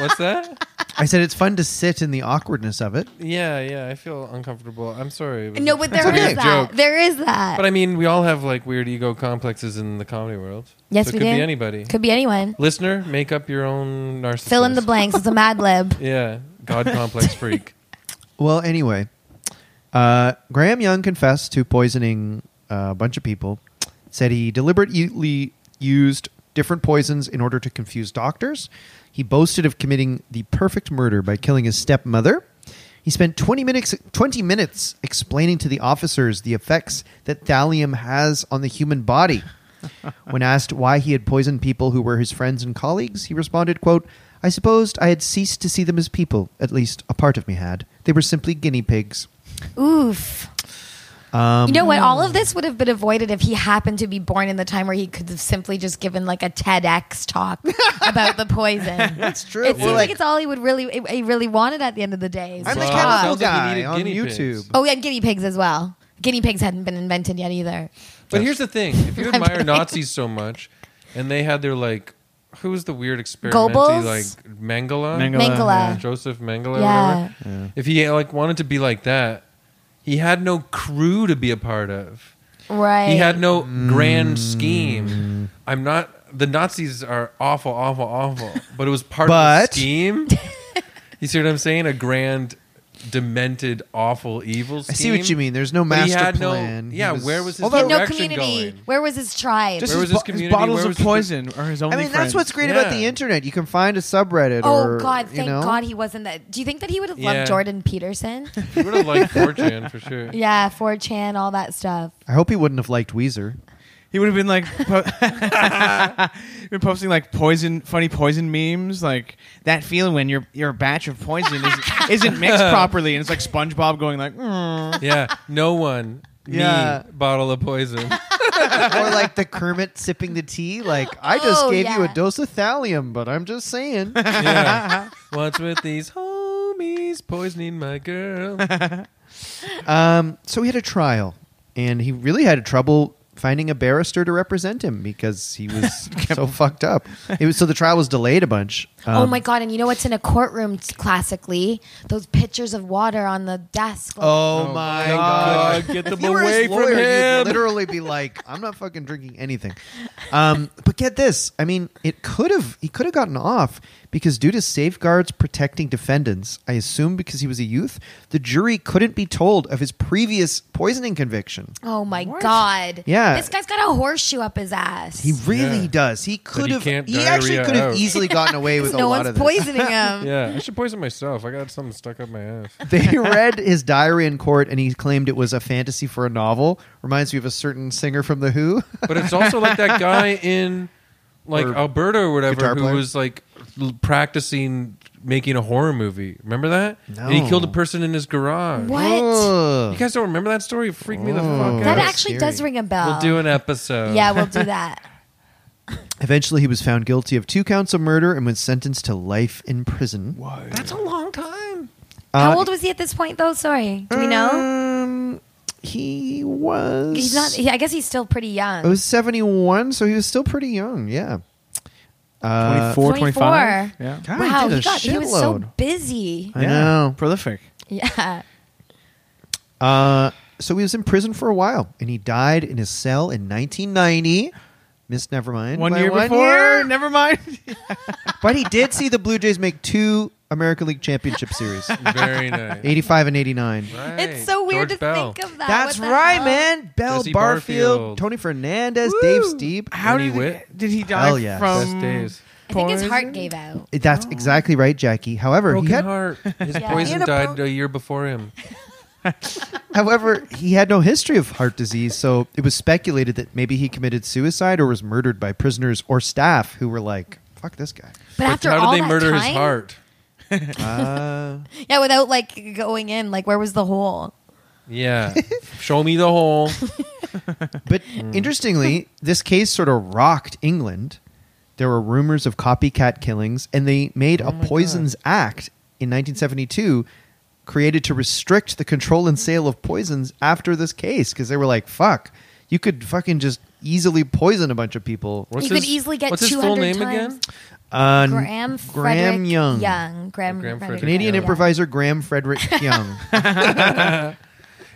[SPEAKER 2] What's that?
[SPEAKER 3] I said it's fun to sit in the awkwardness of it.
[SPEAKER 2] Yeah, yeah. I feel uncomfortable. I'm sorry. It was
[SPEAKER 4] no,
[SPEAKER 2] a-
[SPEAKER 4] but
[SPEAKER 2] it's
[SPEAKER 4] there
[SPEAKER 2] a
[SPEAKER 4] is
[SPEAKER 2] weird
[SPEAKER 4] that.
[SPEAKER 2] joke.
[SPEAKER 4] There is that.
[SPEAKER 2] But I mean, we all have like weird ego complexes in the comedy world.
[SPEAKER 4] Yes,
[SPEAKER 2] so
[SPEAKER 4] we
[SPEAKER 2] it could
[SPEAKER 4] do.
[SPEAKER 2] be anybody.
[SPEAKER 4] Could be anyone.
[SPEAKER 2] Listener, make up your own narcissist.
[SPEAKER 4] Fill in the blanks. It's a Mad Lib.
[SPEAKER 2] Yeah, God complex freak.
[SPEAKER 3] Well, anyway, uh, Graham Young confessed to poisoning uh, a bunch of people. Said he deliberately used different poisons in order to confuse doctors. He boasted of committing the perfect murder by killing his stepmother. He spent 20 minutes, 20 minutes explaining to the officers the effects that thallium has on the human body. When asked why he had poisoned people who were his friends and colleagues, he responded, quote, I supposed I had ceased to see them as people, at least a part of me had. They were simply guinea pigs.
[SPEAKER 4] Oof.
[SPEAKER 3] Um,
[SPEAKER 4] You know what? All of this would have been avoided if he happened to be born in the time where he could have simply just given like a TEDx talk about the poison. That's
[SPEAKER 3] true.
[SPEAKER 4] It seems
[SPEAKER 3] Well,
[SPEAKER 4] like,
[SPEAKER 3] like-
[SPEAKER 4] it's all he would really, he really wanted at the end of the day. is
[SPEAKER 3] I'm the
[SPEAKER 4] to
[SPEAKER 2] Wow.
[SPEAKER 4] talk.
[SPEAKER 3] chemical
[SPEAKER 2] Sounds like he
[SPEAKER 3] guy
[SPEAKER 2] needed
[SPEAKER 3] on
[SPEAKER 2] guinea pigs.
[SPEAKER 3] YouTube.
[SPEAKER 4] Oh, yeah, and guinea pigs as well. Guinea pigs hadn't been invented yet either.
[SPEAKER 2] But here's the thing: if you
[SPEAKER 4] I'm
[SPEAKER 2] admire
[SPEAKER 4] kidding.
[SPEAKER 2] Nazis so much, and they had their like, who was the weird experimenty
[SPEAKER 4] Goebbels?
[SPEAKER 2] like Mengele,
[SPEAKER 1] Mengele.
[SPEAKER 4] Mangala.
[SPEAKER 2] Joseph Mengele,
[SPEAKER 4] Yeah.
[SPEAKER 2] or whatever. If he like wanted to be like that, he had no crew to be a part of.
[SPEAKER 4] Right.
[SPEAKER 2] He had no grand
[SPEAKER 3] Mm.
[SPEAKER 2] scheme. I'm not. The Nazis are awful, awful, awful. But it was part of
[SPEAKER 3] But-
[SPEAKER 2] the scheme. you see what I'm saying? A grand, demented, awful, evil. Scheme.
[SPEAKER 3] I see what you mean. There's no
[SPEAKER 2] But he
[SPEAKER 3] master
[SPEAKER 2] had no-
[SPEAKER 3] plan. He
[SPEAKER 2] yeah, where was his
[SPEAKER 4] He had no
[SPEAKER 2] direction
[SPEAKER 4] community.
[SPEAKER 2] going.
[SPEAKER 4] Where was his tribe?
[SPEAKER 1] Just
[SPEAKER 2] Where
[SPEAKER 1] his,
[SPEAKER 2] was his
[SPEAKER 1] bo- his
[SPEAKER 2] community?
[SPEAKER 1] bottles
[SPEAKER 2] Where
[SPEAKER 1] of
[SPEAKER 2] was his-
[SPEAKER 1] poison are his only
[SPEAKER 3] I mean,
[SPEAKER 1] friends.
[SPEAKER 3] that's what's great about the
[SPEAKER 2] Yeah.
[SPEAKER 3] internet. You can find a subreddit.
[SPEAKER 4] oh
[SPEAKER 3] or,
[SPEAKER 4] God! Thank
[SPEAKER 3] you know?
[SPEAKER 4] God he wasn't that. Do you think that he would have
[SPEAKER 2] Yeah.
[SPEAKER 4] loved Jordan Peterson?
[SPEAKER 2] You would have liked 4chan for sure.
[SPEAKER 4] yeah, 4chan, all that stuff.
[SPEAKER 3] I hope he wouldn't have liked Weezer.
[SPEAKER 1] He would have been like, po- been posting like poison, funny poison memes, like that feeling when your your batch of poison isn't, isn't mixed properly, and it's like SpongeBob going like, mm.
[SPEAKER 2] Yeah, no one.
[SPEAKER 3] Yeah.
[SPEAKER 2] Me, bottle of poison.
[SPEAKER 3] or like the Kermit sipping the tea. Like, I just
[SPEAKER 4] Oh,
[SPEAKER 3] gave you a
[SPEAKER 4] yeah.
[SPEAKER 3] dose of thallium, but I'm just saying.
[SPEAKER 2] Yeah. What's with these homies poisoning my girl?
[SPEAKER 3] Um, so he had a trial, and he really had trouble finding a barrister to represent him because he was so fucked up. It was so the trial was delayed a bunch.
[SPEAKER 4] oh
[SPEAKER 3] Um,
[SPEAKER 4] my god! And you know what's in a courtroom t- classically? Those pictures of water on the desk. like-
[SPEAKER 3] Oh my god!
[SPEAKER 2] God, get
[SPEAKER 3] If
[SPEAKER 2] them
[SPEAKER 3] you were his
[SPEAKER 2] away from
[SPEAKER 3] lawyer, You'd
[SPEAKER 2] him.
[SPEAKER 3] literally be like, "I'm not fucking drinking anything." Um, but get this: I mean, it could have he could have gotten off because due to safeguards protecting defendants, I assume because he was a youth, the jury couldn't be told of his previous poisoning conviction.
[SPEAKER 4] Oh my god!
[SPEAKER 3] Yeah.
[SPEAKER 4] this guy's got a horseshoe up his ass.
[SPEAKER 3] He really
[SPEAKER 2] Yeah.
[SPEAKER 3] does. He could
[SPEAKER 2] he
[SPEAKER 3] have.
[SPEAKER 2] can't
[SPEAKER 3] He actually
[SPEAKER 2] diarrhea
[SPEAKER 3] could have
[SPEAKER 2] out.
[SPEAKER 3] easily gotten away with a
[SPEAKER 4] no
[SPEAKER 3] lot
[SPEAKER 4] one's
[SPEAKER 3] of this.
[SPEAKER 4] poisoning him.
[SPEAKER 2] Yeah, I should poison myself. I got something stuck up my ass.
[SPEAKER 3] They read his diary in court, and he claimed it was a fantasy for a novel. Reminds me of a certain singer from The Who.
[SPEAKER 2] But it's also like that guy in like
[SPEAKER 3] Or
[SPEAKER 2] Alberta or
[SPEAKER 3] guitar
[SPEAKER 2] whatever who
[SPEAKER 3] player?
[SPEAKER 2] was like l- practicing making a horror movie. Remember that? And
[SPEAKER 3] No.
[SPEAKER 2] he killed a person in his garage.
[SPEAKER 4] What?
[SPEAKER 3] Ugh.
[SPEAKER 2] You guys don't remember that story? It freaked me the fuck
[SPEAKER 4] That
[SPEAKER 2] out.
[SPEAKER 3] That's
[SPEAKER 4] actually
[SPEAKER 3] scary.
[SPEAKER 4] does ring a bell.
[SPEAKER 2] we'll do an episode.
[SPEAKER 4] Yeah, we'll do that.
[SPEAKER 3] Eventually, he was found guilty of two counts of murder and was sentenced to life in prison.
[SPEAKER 2] That's a long time.
[SPEAKER 4] How
[SPEAKER 3] Uh,
[SPEAKER 4] old was he at this point, though? Sorry, do we know?
[SPEAKER 3] Um, he was.
[SPEAKER 4] He's not. He, I guess he's still pretty young.
[SPEAKER 3] It was seventy-one, so he was still pretty young. Yeah.
[SPEAKER 1] 24,
[SPEAKER 3] Uh,
[SPEAKER 4] 24.
[SPEAKER 1] 25. Yeah.
[SPEAKER 3] God, he
[SPEAKER 4] wow,
[SPEAKER 3] did
[SPEAKER 4] he,
[SPEAKER 3] a
[SPEAKER 4] got, he was so
[SPEAKER 3] shitload.
[SPEAKER 4] busy.
[SPEAKER 3] I
[SPEAKER 1] Yeah.
[SPEAKER 3] know.
[SPEAKER 1] Prolific.
[SPEAKER 4] Yeah.
[SPEAKER 3] Uh, so he was in prison for a while, and he died in his cell in 1990. Missed Nevermind
[SPEAKER 1] One
[SPEAKER 3] by
[SPEAKER 1] year
[SPEAKER 3] one
[SPEAKER 1] before.
[SPEAKER 3] year.
[SPEAKER 1] Never mind.
[SPEAKER 3] but he did see the Blue Jays make two American League Championship Series,
[SPEAKER 2] Very nice.
[SPEAKER 3] 85 and 89.
[SPEAKER 2] Right.
[SPEAKER 4] It's so weird
[SPEAKER 2] George
[SPEAKER 4] to
[SPEAKER 2] Bell.
[SPEAKER 4] think of that.
[SPEAKER 3] That's
[SPEAKER 4] What the
[SPEAKER 3] right,
[SPEAKER 4] hell?
[SPEAKER 3] man. Bell
[SPEAKER 2] Jesse
[SPEAKER 3] Barfield,
[SPEAKER 2] Barfield.
[SPEAKER 3] Tony Fernandez, Dave Steeb.
[SPEAKER 1] How
[SPEAKER 2] Ernie
[SPEAKER 1] did he,
[SPEAKER 2] Witt.
[SPEAKER 1] did he die
[SPEAKER 3] Hell yes.
[SPEAKER 1] from?
[SPEAKER 2] Best days.
[SPEAKER 4] I think his heart
[SPEAKER 1] poison?
[SPEAKER 4] gave out.
[SPEAKER 3] That's exactly right, Jackie. However, he
[SPEAKER 2] Broken
[SPEAKER 3] had,
[SPEAKER 2] heart. His
[SPEAKER 4] Yeah.
[SPEAKER 2] poison
[SPEAKER 3] In a
[SPEAKER 2] died
[SPEAKER 3] bro-
[SPEAKER 2] a year before him.
[SPEAKER 3] however, he had no history of heart disease, so it was speculated that maybe he committed suicide or was murdered by prisoners or staff who were like, "Fuck this guy."
[SPEAKER 4] But after
[SPEAKER 2] How
[SPEAKER 4] all
[SPEAKER 2] did they
[SPEAKER 4] that
[SPEAKER 2] murder
[SPEAKER 4] time,
[SPEAKER 2] his heart?
[SPEAKER 3] Uh,
[SPEAKER 4] Yeah, without like going in, like where was the hole?
[SPEAKER 2] Yeah. Show me the hole.
[SPEAKER 3] But
[SPEAKER 2] Hmm.
[SPEAKER 3] interestingly, this case sort of rocked England. There were rumors of copycat killings, and they made
[SPEAKER 2] Oh
[SPEAKER 3] a Poisons Act in 1972 created to restrict the control and sale of poisons after this case because they were like, fuck, you could fucking just easily poison a bunch of people.
[SPEAKER 2] What's
[SPEAKER 4] you could
[SPEAKER 2] his-
[SPEAKER 4] easily get
[SPEAKER 2] What's his
[SPEAKER 4] 200
[SPEAKER 2] full name
[SPEAKER 4] times.
[SPEAKER 2] again?
[SPEAKER 3] Uh, n-
[SPEAKER 4] Graham
[SPEAKER 3] Graham
[SPEAKER 4] Frederick
[SPEAKER 3] Young.
[SPEAKER 4] Young. Graham,
[SPEAKER 2] Graham
[SPEAKER 4] Frederick
[SPEAKER 2] Frederick
[SPEAKER 3] Canadian
[SPEAKER 2] Young.
[SPEAKER 3] improviser Graham Frederick Young.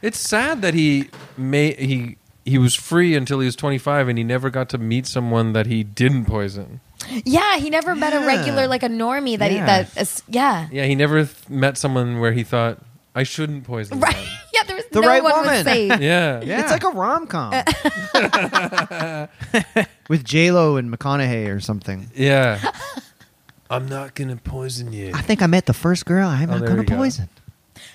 [SPEAKER 2] It's sad that he may he he was free until he was 25 and he never got to meet someone that he didn't poison.
[SPEAKER 4] Yeah, he never met a regular like a normie that
[SPEAKER 1] Yeah.
[SPEAKER 4] he that is, yeah.
[SPEAKER 2] Yeah, he never th- met someone where he thought I shouldn't poison
[SPEAKER 4] Right.
[SPEAKER 2] them."
[SPEAKER 4] Yeah, there was
[SPEAKER 3] The
[SPEAKER 4] no
[SPEAKER 3] right
[SPEAKER 4] one
[SPEAKER 3] woman.
[SPEAKER 4] was safe.
[SPEAKER 2] Yeah.
[SPEAKER 1] Yeah.
[SPEAKER 3] It's like a rom com with J Lo and McConaughey or something.
[SPEAKER 2] Yeah. I'm not going to poison you.
[SPEAKER 4] Uh,
[SPEAKER 3] I think I met the first girl I'm
[SPEAKER 2] Oh,
[SPEAKER 3] not
[SPEAKER 2] there
[SPEAKER 3] going
[SPEAKER 2] you
[SPEAKER 3] to
[SPEAKER 2] go.
[SPEAKER 3] poison.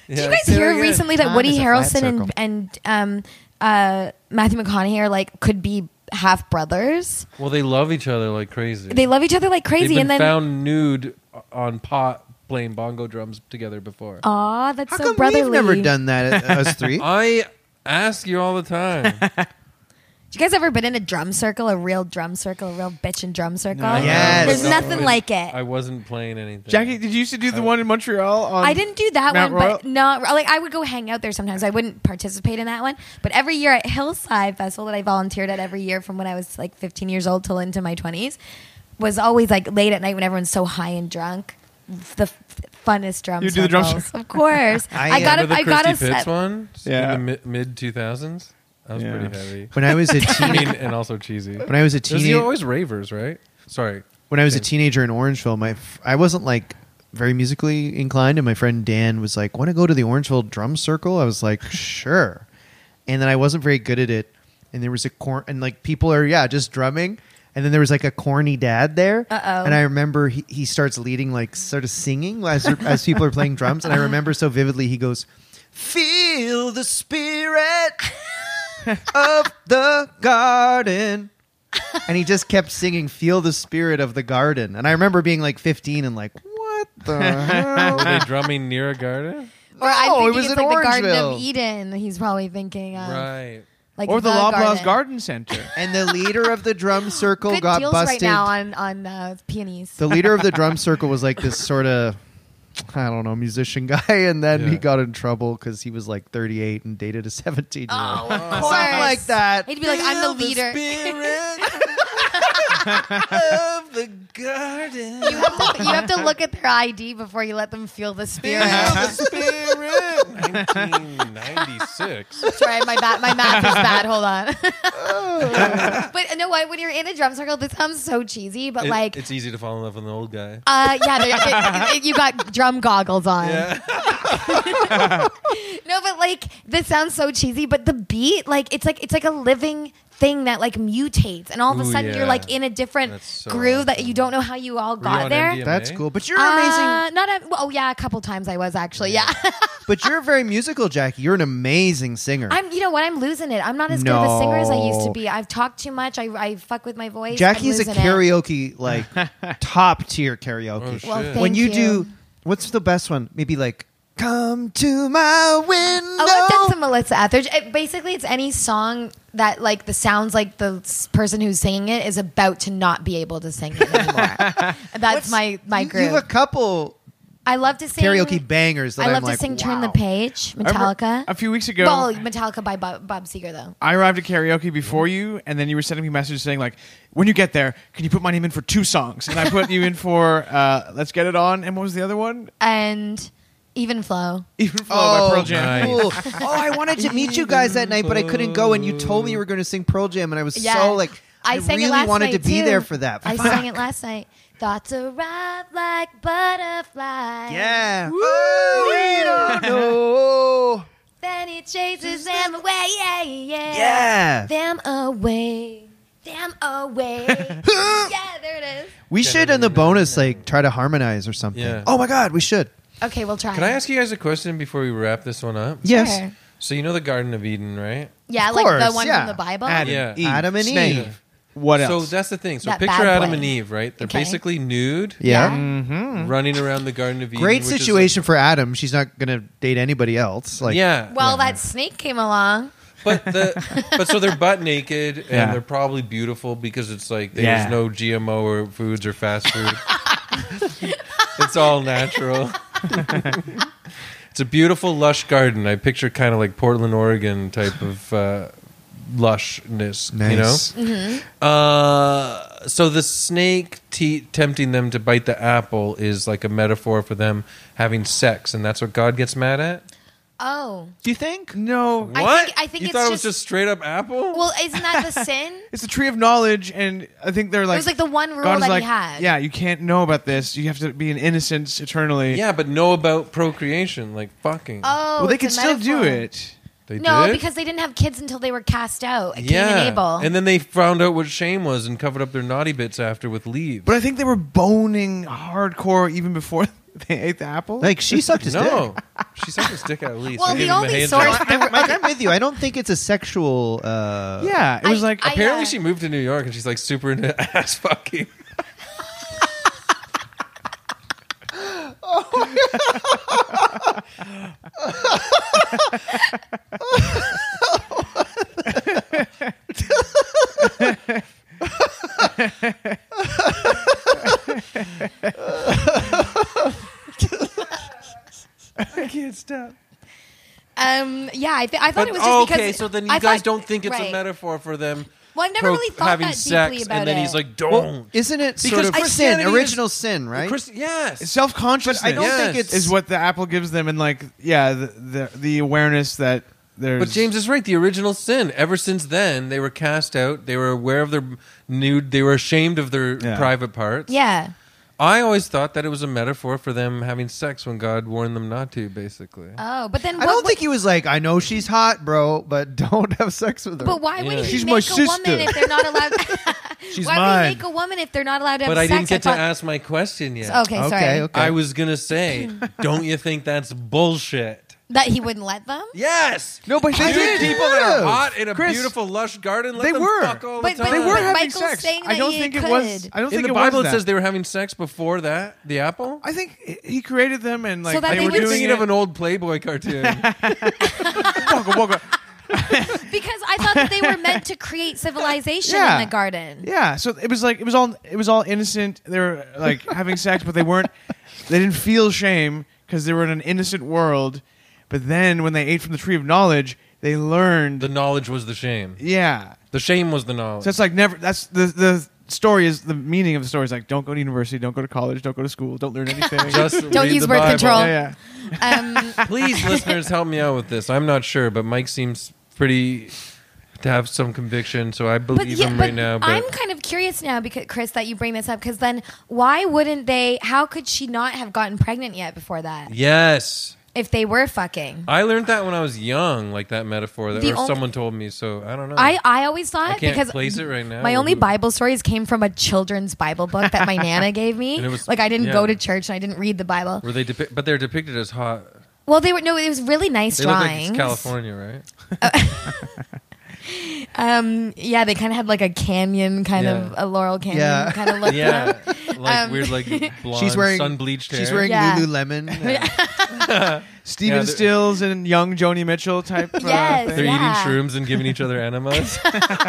[SPEAKER 4] Did you guys hear recently that
[SPEAKER 3] Time
[SPEAKER 4] Woody
[SPEAKER 3] is a flat circle.
[SPEAKER 4] Harrelson and, and um, uh, Matthew McConaughey are like could be half brothers?
[SPEAKER 2] Well, they love each other like crazy.
[SPEAKER 4] They love each other like
[SPEAKER 2] They've
[SPEAKER 4] crazy,
[SPEAKER 2] been
[SPEAKER 4] and then
[SPEAKER 2] found nude on pot playing bongo drums together before.
[SPEAKER 4] aw, that's
[SPEAKER 3] How
[SPEAKER 4] so
[SPEAKER 3] come
[SPEAKER 4] brotherly.
[SPEAKER 3] we've never done that? uh, Us three.
[SPEAKER 2] I ask you all the time.
[SPEAKER 4] Did you guys ever been in a drum circle, a real drum circle, a real bitch and drum circle?
[SPEAKER 1] No.
[SPEAKER 3] Yes.
[SPEAKER 4] There's
[SPEAKER 3] No.
[SPEAKER 4] nothing like it.
[SPEAKER 2] I wasn't playing anything.
[SPEAKER 1] Jackie, did you used to do the one in Montreal? On
[SPEAKER 3] Um,
[SPEAKER 4] I didn't do that
[SPEAKER 1] Mount
[SPEAKER 4] one,
[SPEAKER 1] Royal?
[SPEAKER 4] but no, like I would go hang out there sometimes. I wouldn't participate in that one, but every year at Hillside Festival that I volunteered at every year from when I was like 15 years old till into my 20s was always like late at night when everyone's so high and drunk. The f- funnest drum.
[SPEAKER 1] You do the drum
[SPEAKER 4] circles. of course.
[SPEAKER 3] I, uh,
[SPEAKER 4] I, got a,
[SPEAKER 2] Remember the
[SPEAKER 4] I got
[SPEAKER 2] Christy
[SPEAKER 4] a
[SPEAKER 2] Pitts
[SPEAKER 4] set.
[SPEAKER 2] one?
[SPEAKER 1] Yeah.
[SPEAKER 2] In the mid 2000s? That was
[SPEAKER 1] Yeah.
[SPEAKER 2] pretty heavy.
[SPEAKER 3] When I was a teen,
[SPEAKER 2] I mean, and also cheesy.
[SPEAKER 3] when I was a
[SPEAKER 2] There's the
[SPEAKER 3] teenager,
[SPEAKER 2] always ravers, right? Sorry.
[SPEAKER 3] when I was a teenager in Orangeville, my f- I wasn't like very musically inclined, and my friend Dan was like, "Want to go to the Orangeville drum circle?" I was like, "Sure," and then I wasn't very good at it, and there was a corn and like people are yeah just drumming. And then there was like a corny dad there,
[SPEAKER 4] Uh-oh.
[SPEAKER 3] and I remember he, he starts leading like sort of singing as as people are playing drums, and I remember so vividly he goes, "Feel the spirit of the garden." and he just kept singing "Feel the Spirit of the Garden," and I remember being like 15 and like, "What the hell?"
[SPEAKER 2] Were they drumming near a garden?
[SPEAKER 4] Or I
[SPEAKER 3] No, it
[SPEAKER 4] think
[SPEAKER 3] was
[SPEAKER 4] it's
[SPEAKER 3] in
[SPEAKER 4] like the Garden
[SPEAKER 3] Orangeville.
[SPEAKER 4] of Eden. He's probably thinking of
[SPEAKER 2] Right.
[SPEAKER 4] like
[SPEAKER 1] or the, Loblaws Garden,
[SPEAKER 4] garden.
[SPEAKER 1] Center?
[SPEAKER 3] And the leader of the drum circle
[SPEAKER 4] Good
[SPEAKER 3] got
[SPEAKER 4] deals
[SPEAKER 3] busted.
[SPEAKER 4] right now on on uh, peonies.
[SPEAKER 3] the leader of the drum circle was like this sort of I don't know, musician guy. And then
[SPEAKER 2] Yeah.
[SPEAKER 3] he got in trouble because he was like 38 and dated a 17 year old.
[SPEAKER 4] Oh, of course.
[SPEAKER 3] Something like that.
[SPEAKER 4] He'd be like, I'm the leader.
[SPEAKER 2] of the garden.
[SPEAKER 4] You have, to, you have to look at their ID before you let them feel the spirit. That's
[SPEAKER 2] spirit. 1996.
[SPEAKER 4] right. My bat, my math is bad. Hold on. but uh, no, what? When you're in a drum circle, this sounds so cheesy. But
[SPEAKER 2] It-
[SPEAKER 4] like,
[SPEAKER 2] it's easy to fall in love with an old guy.
[SPEAKER 4] uh, yeah, they're- it- it- you got drum goggles on.
[SPEAKER 2] Yeah.
[SPEAKER 4] No, but like this sounds so cheesy, but the beat, like it's like it's like a living thing that like mutates, and all of a
[SPEAKER 2] Ooh,
[SPEAKER 4] sudden
[SPEAKER 2] yeah.
[SPEAKER 4] you're like in a different
[SPEAKER 2] That's so
[SPEAKER 4] groove that
[SPEAKER 2] awesome.
[SPEAKER 4] you don't know how you all
[SPEAKER 2] you
[SPEAKER 4] got
[SPEAKER 2] on
[SPEAKER 4] there.
[SPEAKER 2] MDMA?
[SPEAKER 3] That's cool. But you're
[SPEAKER 4] Uh,
[SPEAKER 3] amazing.
[SPEAKER 4] not a, well, oh yeah, a couple times I was actually. Yeah,
[SPEAKER 3] But you're very musical, Jackie. You're an amazing singer.
[SPEAKER 4] I'm. You know what? I'm losing it. I'm not as good of a singer as I used to
[SPEAKER 3] No.
[SPEAKER 4] be. I've talked too much. I, I fuck with my voice. I'm
[SPEAKER 3] Jackie's a
[SPEAKER 4] losing it.
[SPEAKER 3] karaoke, like top tier karaoke.
[SPEAKER 2] Oh,
[SPEAKER 4] Well,
[SPEAKER 2] Shit.
[SPEAKER 4] thank
[SPEAKER 3] when you,
[SPEAKER 4] you
[SPEAKER 3] do, what's the best one? Maybe like, come to my window.
[SPEAKER 4] Oh, I've done some Melissa Etheridge. It- basically, it's any song that like the sounds like the s- person who's singing it is about to not be able to sing it anymore. That's my my
[SPEAKER 3] You- You
[SPEAKER 4] group.
[SPEAKER 3] have a couple
[SPEAKER 4] I love to sing
[SPEAKER 3] karaoke bangers that
[SPEAKER 4] I love
[SPEAKER 3] am like,
[SPEAKER 4] to sing "Turn the
[SPEAKER 3] wow.
[SPEAKER 4] Page"
[SPEAKER 1] I remember
[SPEAKER 4] Metallica.
[SPEAKER 1] A few weeks ago,
[SPEAKER 4] well, Metallica by Bob, Bob Seger though.
[SPEAKER 1] I arrived at karaoke before you, and then you were sending me messages saying like, "When you get there, can you put my name in for two songs?" And I put you in for uh, "Let's Get It On" and what was the other one?
[SPEAKER 4] And even flow.
[SPEAKER 1] Even Flow by
[SPEAKER 3] Oh,
[SPEAKER 1] Pearl Jam.
[SPEAKER 2] nice.
[SPEAKER 3] cool. oh, I wanted to meet you guys that night, but I couldn't go. And you told me you were going to sing Pearl Jam, and I was
[SPEAKER 4] Yeah.
[SPEAKER 3] so like, I,
[SPEAKER 4] I sang it
[SPEAKER 3] really
[SPEAKER 4] last
[SPEAKER 3] wanted to
[SPEAKER 4] night,
[SPEAKER 3] be
[SPEAKER 4] too.
[SPEAKER 3] there for that.
[SPEAKER 4] I
[SPEAKER 3] Fuck.
[SPEAKER 4] sang it last night. Thoughts arrive like butterflies.
[SPEAKER 3] Yeah. Oh, we don't know.
[SPEAKER 4] Then he chases them away. Yeah, yeah.
[SPEAKER 3] Yeah.
[SPEAKER 4] Them away. Them away. yeah, there it is.
[SPEAKER 3] We should in the bonus like try to harmonize or something.
[SPEAKER 2] Yeah.
[SPEAKER 3] Oh my god, we should.
[SPEAKER 4] Okay, we'll try.
[SPEAKER 2] Can I ask you guys a question before we wrap this one up?
[SPEAKER 3] Yes.
[SPEAKER 4] Sure.
[SPEAKER 2] So you know the Garden of Eden, right?
[SPEAKER 4] Yeah,
[SPEAKER 3] Of
[SPEAKER 4] like
[SPEAKER 3] course,
[SPEAKER 4] the one
[SPEAKER 3] yeah.
[SPEAKER 4] from the Bible.
[SPEAKER 1] Adam,
[SPEAKER 2] Yeah.
[SPEAKER 1] Eve,
[SPEAKER 3] Adam and
[SPEAKER 1] Snake.
[SPEAKER 3] Eve.
[SPEAKER 1] What
[SPEAKER 2] So
[SPEAKER 1] else?
[SPEAKER 2] that's the thing. So
[SPEAKER 4] That
[SPEAKER 2] picture
[SPEAKER 4] bad
[SPEAKER 2] Adam
[SPEAKER 4] boy.
[SPEAKER 2] and Eve, right? They're
[SPEAKER 4] Okay.
[SPEAKER 2] basically nude,
[SPEAKER 3] Yeah.
[SPEAKER 2] running around the Garden of Eden.
[SPEAKER 3] Great
[SPEAKER 2] which is
[SPEAKER 3] situation for Adam. She's not going to date anybody else.
[SPEAKER 2] like-
[SPEAKER 3] Like
[SPEAKER 2] yeah.
[SPEAKER 4] Well, that snake came along.
[SPEAKER 2] but the but so they're butt naked and
[SPEAKER 1] Yeah.
[SPEAKER 2] they're probably beautiful because it's like there's
[SPEAKER 1] Yeah.
[SPEAKER 2] no GMO or foods or fast food. it's all natural. it's a beautiful lush garden. I picture kind of like Portland, Oregon type of uh, lushness.
[SPEAKER 3] Nice.
[SPEAKER 2] You know.
[SPEAKER 4] Mm-hmm.
[SPEAKER 2] Uh, so the snake te- tempting them to bite the apple is like a metaphor for them having sex, and that's what God gets mad at.
[SPEAKER 4] Oh.
[SPEAKER 1] Do you think? No.
[SPEAKER 4] I
[SPEAKER 2] What?
[SPEAKER 4] think- I think
[SPEAKER 2] you
[SPEAKER 4] it's
[SPEAKER 2] thought it was
[SPEAKER 4] just-
[SPEAKER 2] just straight up apple.
[SPEAKER 4] Well, isn't that the sin?
[SPEAKER 1] It's the tree of knowledge, and I think they're like
[SPEAKER 4] it was like the one rule
[SPEAKER 1] God is
[SPEAKER 4] that
[SPEAKER 1] like,
[SPEAKER 4] he had.
[SPEAKER 1] Yeah, you can't know about this. You have to be in innocence eternally.
[SPEAKER 2] Yeah, but know about procreation, like fucking.
[SPEAKER 4] Oh,
[SPEAKER 1] well, they
[SPEAKER 4] it's
[SPEAKER 1] can
[SPEAKER 4] a
[SPEAKER 1] still do
[SPEAKER 4] metaphor.
[SPEAKER 1] it.
[SPEAKER 2] they
[SPEAKER 4] No,
[SPEAKER 2] did?
[SPEAKER 4] because they didn't have kids until they were cast out. Cain and
[SPEAKER 2] yeah,
[SPEAKER 4] Abel.
[SPEAKER 2] and then they found out what shame was and covered up their naughty bits after with leaves.
[SPEAKER 1] But I think they were boning hardcore even before they ate the apple.
[SPEAKER 3] like she sucked his
[SPEAKER 2] no, she sucked his dick out at least.
[SPEAKER 4] Well,
[SPEAKER 2] They
[SPEAKER 4] the
[SPEAKER 2] gave him a
[SPEAKER 4] only
[SPEAKER 2] hand
[SPEAKER 4] source-
[SPEAKER 2] job.
[SPEAKER 3] dick. I, Mike, I'm with you. I don't think it's a sexual uh
[SPEAKER 1] yeah, it was
[SPEAKER 4] I-
[SPEAKER 1] like
[SPEAKER 4] I-
[SPEAKER 2] Apparently,
[SPEAKER 4] uh,
[SPEAKER 2] she moved to New York and she's like super into ass fucking. I can't stop.
[SPEAKER 4] Um, yeah, I, th- I thought
[SPEAKER 2] But
[SPEAKER 4] it was just
[SPEAKER 2] okay,
[SPEAKER 4] because.
[SPEAKER 2] so then you
[SPEAKER 4] I
[SPEAKER 2] guys
[SPEAKER 4] thought-
[SPEAKER 2] don't think it's a
[SPEAKER 4] right.
[SPEAKER 2] metaphor for them
[SPEAKER 4] Well, I've never
[SPEAKER 2] pro-
[SPEAKER 4] really thought
[SPEAKER 2] having
[SPEAKER 4] that
[SPEAKER 2] sex,
[SPEAKER 4] deeply about
[SPEAKER 2] and then
[SPEAKER 4] it.
[SPEAKER 2] he's like, "Don't."
[SPEAKER 3] well, isn't it sort
[SPEAKER 2] Because
[SPEAKER 3] of sin,
[SPEAKER 2] Christianity is-
[SPEAKER 3] original sin, right?
[SPEAKER 2] Christ- yes.
[SPEAKER 1] self consciousness.
[SPEAKER 3] But I don't
[SPEAKER 2] Yes.
[SPEAKER 3] think it's
[SPEAKER 1] is what the apple gives them, and like yeah, the the, the awareness that there's.
[SPEAKER 2] But James is right. The original sin. Ever since then, they were cast out. They were aware of their nude. They were ashamed of their
[SPEAKER 1] Yeah.
[SPEAKER 2] private parts.
[SPEAKER 4] yeah.
[SPEAKER 2] I always thought that it was a metaphor for them having sex when God warned them not to. Basically,
[SPEAKER 4] Oh, but then
[SPEAKER 3] I
[SPEAKER 4] what,
[SPEAKER 3] don't think he was like, I know she's hot, bro, but don't have sex with her.
[SPEAKER 4] But why would
[SPEAKER 2] Yeah.
[SPEAKER 4] he
[SPEAKER 1] She's
[SPEAKER 4] make
[SPEAKER 1] my
[SPEAKER 4] a
[SPEAKER 1] sister.
[SPEAKER 4] woman if they're not allowed?
[SPEAKER 3] She's
[SPEAKER 4] why would he
[SPEAKER 3] mine.
[SPEAKER 4] make a woman if they're not allowed to have
[SPEAKER 2] but I
[SPEAKER 4] sex?
[SPEAKER 2] didn't get to
[SPEAKER 4] thought-
[SPEAKER 2] ask my question yet.
[SPEAKER 4] Okay, sorry.
[SPEAKER 3] okay, okay.
[SPEAKER 2] I was gonna say, don't you think that's bullshit?
[SPEAKER 4] That he wouldn't let them.
[SPEAKER 2] Yes.
[SPEAKER 1] no, but
[SPEAKER 2] Nude
[SPEAKER 1] they did.
[SPEAKER 2] people that are hot in a
[SPEAKER 1] Chris,
[SPEAKER 2] beautiful lush garden. Let
[SPEAKER 1] they
[SPEAKER 2] them
[SPEAKER 1] were.
[SPEAKER 2] fuck all
[SPEAKER 4] But-
[SPEAKER 2] the
[SPEAKER 4] but-
[SPEAKER 2] time.
[SPEAKER 1] They were
[SPEAKER 4] But
[SPEAKER 1] having
[SPEAKER 4] Michael's
[SPEAKER 1] sex.
[SPEAKER 4] saying
[SPEAKER 1] I
[SPEAKER 4] that
[SPEAKER 1] don't
[SPEAKER 4] he
[SPEAKER 1] think it
[SPEAKER 4] could.
[SPEAKER 1] was. I don't
[SPEAKER 2] in
[SPEAKER 1] think
[SPEAKER 2] the
[SPEAKER 1] it
[SPEAKER 2] Bible,
[SPEAKER 1] was
[SPEAKER 2] it
[SPEAKER 1] that.
[SPEAKER 2] says they were having sex before that. The apple.
[SPEAKER 1] I think he created them, and like
[SPEAKER 4] that
[SPEAKER 1] they,
[SPEAKER 4] they
[SPEAKER 1] were
[SPEAKER 4] would
[SPEAKER 1] doing
[SPEAKER 2] thinking
[SPEAKER 1] it.
[SPEAKER 2] of an old Playboy cartoon.
[SPEAKER 1] wugga, wugga.
[SPEAKER 4] because I thought that they were meant to create civilization
[SPEAKER 1] Yeah.
[SPEAKER 4] in the garden.
[SPEAKER 1] Yeah, so it was like it was all it was all innocent. They were like having sex, but they weren't. They didn't feel shame because they were in an innocent world. But then when they ate from the tree of knowledge, they learned.
[SPEAKER 2] The knowledge was the shame.
[SPEAKER 1] yeah,
[SPEAKER 2] The shame was the knowledge.
[SPEAKER 1] so that's like never. That's the the story is the meaning of the story is like don't go to university, don't go to college, don't go to school, don't learn anything.
[SPEAKER 2] Just
[SPEAKER 4] Don't
[SPEAKER 2] read
[SPEAKER 4] use
[SPEAKER 2] the
[SPEAKER 4] birth
[SPEAKER 2] Bible.
[SPEAKER 4] control.
[SPEAKER 1] yeah, yeah.
[SPEAKER 4] Um,
[SPEAKER 2] Please, listeners, help me out with this. I'm not sure, but Mike seems pretty to have some conviction, so I believe him right now. But
[SPEAKER 4] I'm kind of curious now because Chris, that you bring this up, because then why wouldn't they? How could she not have gotten pregnant yet before that?
[SPEAKER 2] yes,
[SPEAKER 4] If they were fucking,
[SPEAKER 2] I learned that when I was young, like that metaphor that
[SPEAKER 4] The
[SPEAKER 2] or
[SPEAKER 4] only-
[SPEAKER 2] someone told me. So I don't know.
[SPEAKER 4] I I always thought
[SPEAKER 2] can't
[SPEAKER 4] because
[SPEAKER 2] place it right now.
[SPEAKER 4] My only
[SPEAKER 2] Who-
[SPEAKER 4] Bible stories came from a children's Bible book that my nana gave me.
[SPEAKER 2] And it was-
[SPEAKER 4] like I didn't
[SPEAKER 2] yeah.
[SPEAKER 4] go to church and I didn't read the Bible.
[SPEAKER 2] were they depi- but they're depicted as hot.
[SPEAKER 4] Well, they were no, it was really nice
[SPEAKER 2] They look like
[SPEAKER 4] drawings.
[SPEAKER 2] it's California, right?
[SPEAKER 4] Um, yeah, they kind of had like a canyon kind of
[SPEAKER 2] Yeah.
[SPEAKER 4] a Laurel Canyon
[SPEAKER 3] Yeah.
[SPEAKER 4] kind of look. to them.
[SPEAKER 2] Yeah, like
[SPEAKER 4] Um,
[SPEAKER 2] weird, like blonde,
[SPEAKER 3] She's wearing-
[SPEAKER 2] sun bleached hair.
[SPEAKER 3] She's wearing
[SPEAKER 4] Yeah.
[SPEAKER 3] Lululemon.
[SPEAKER 1] Steven
[SPEAKER 2] Yeah, they're-
[SPEAKER 1] Stills and young Joni Mitchell type. uh,
[SPEAKER 4] Yes.
[SPEAKER 1] thing.
[SPEAKER 2] They're
[SPEAKER 4] Yeah.
[SPEAKER 2] eating shrooms and giving each other enemas.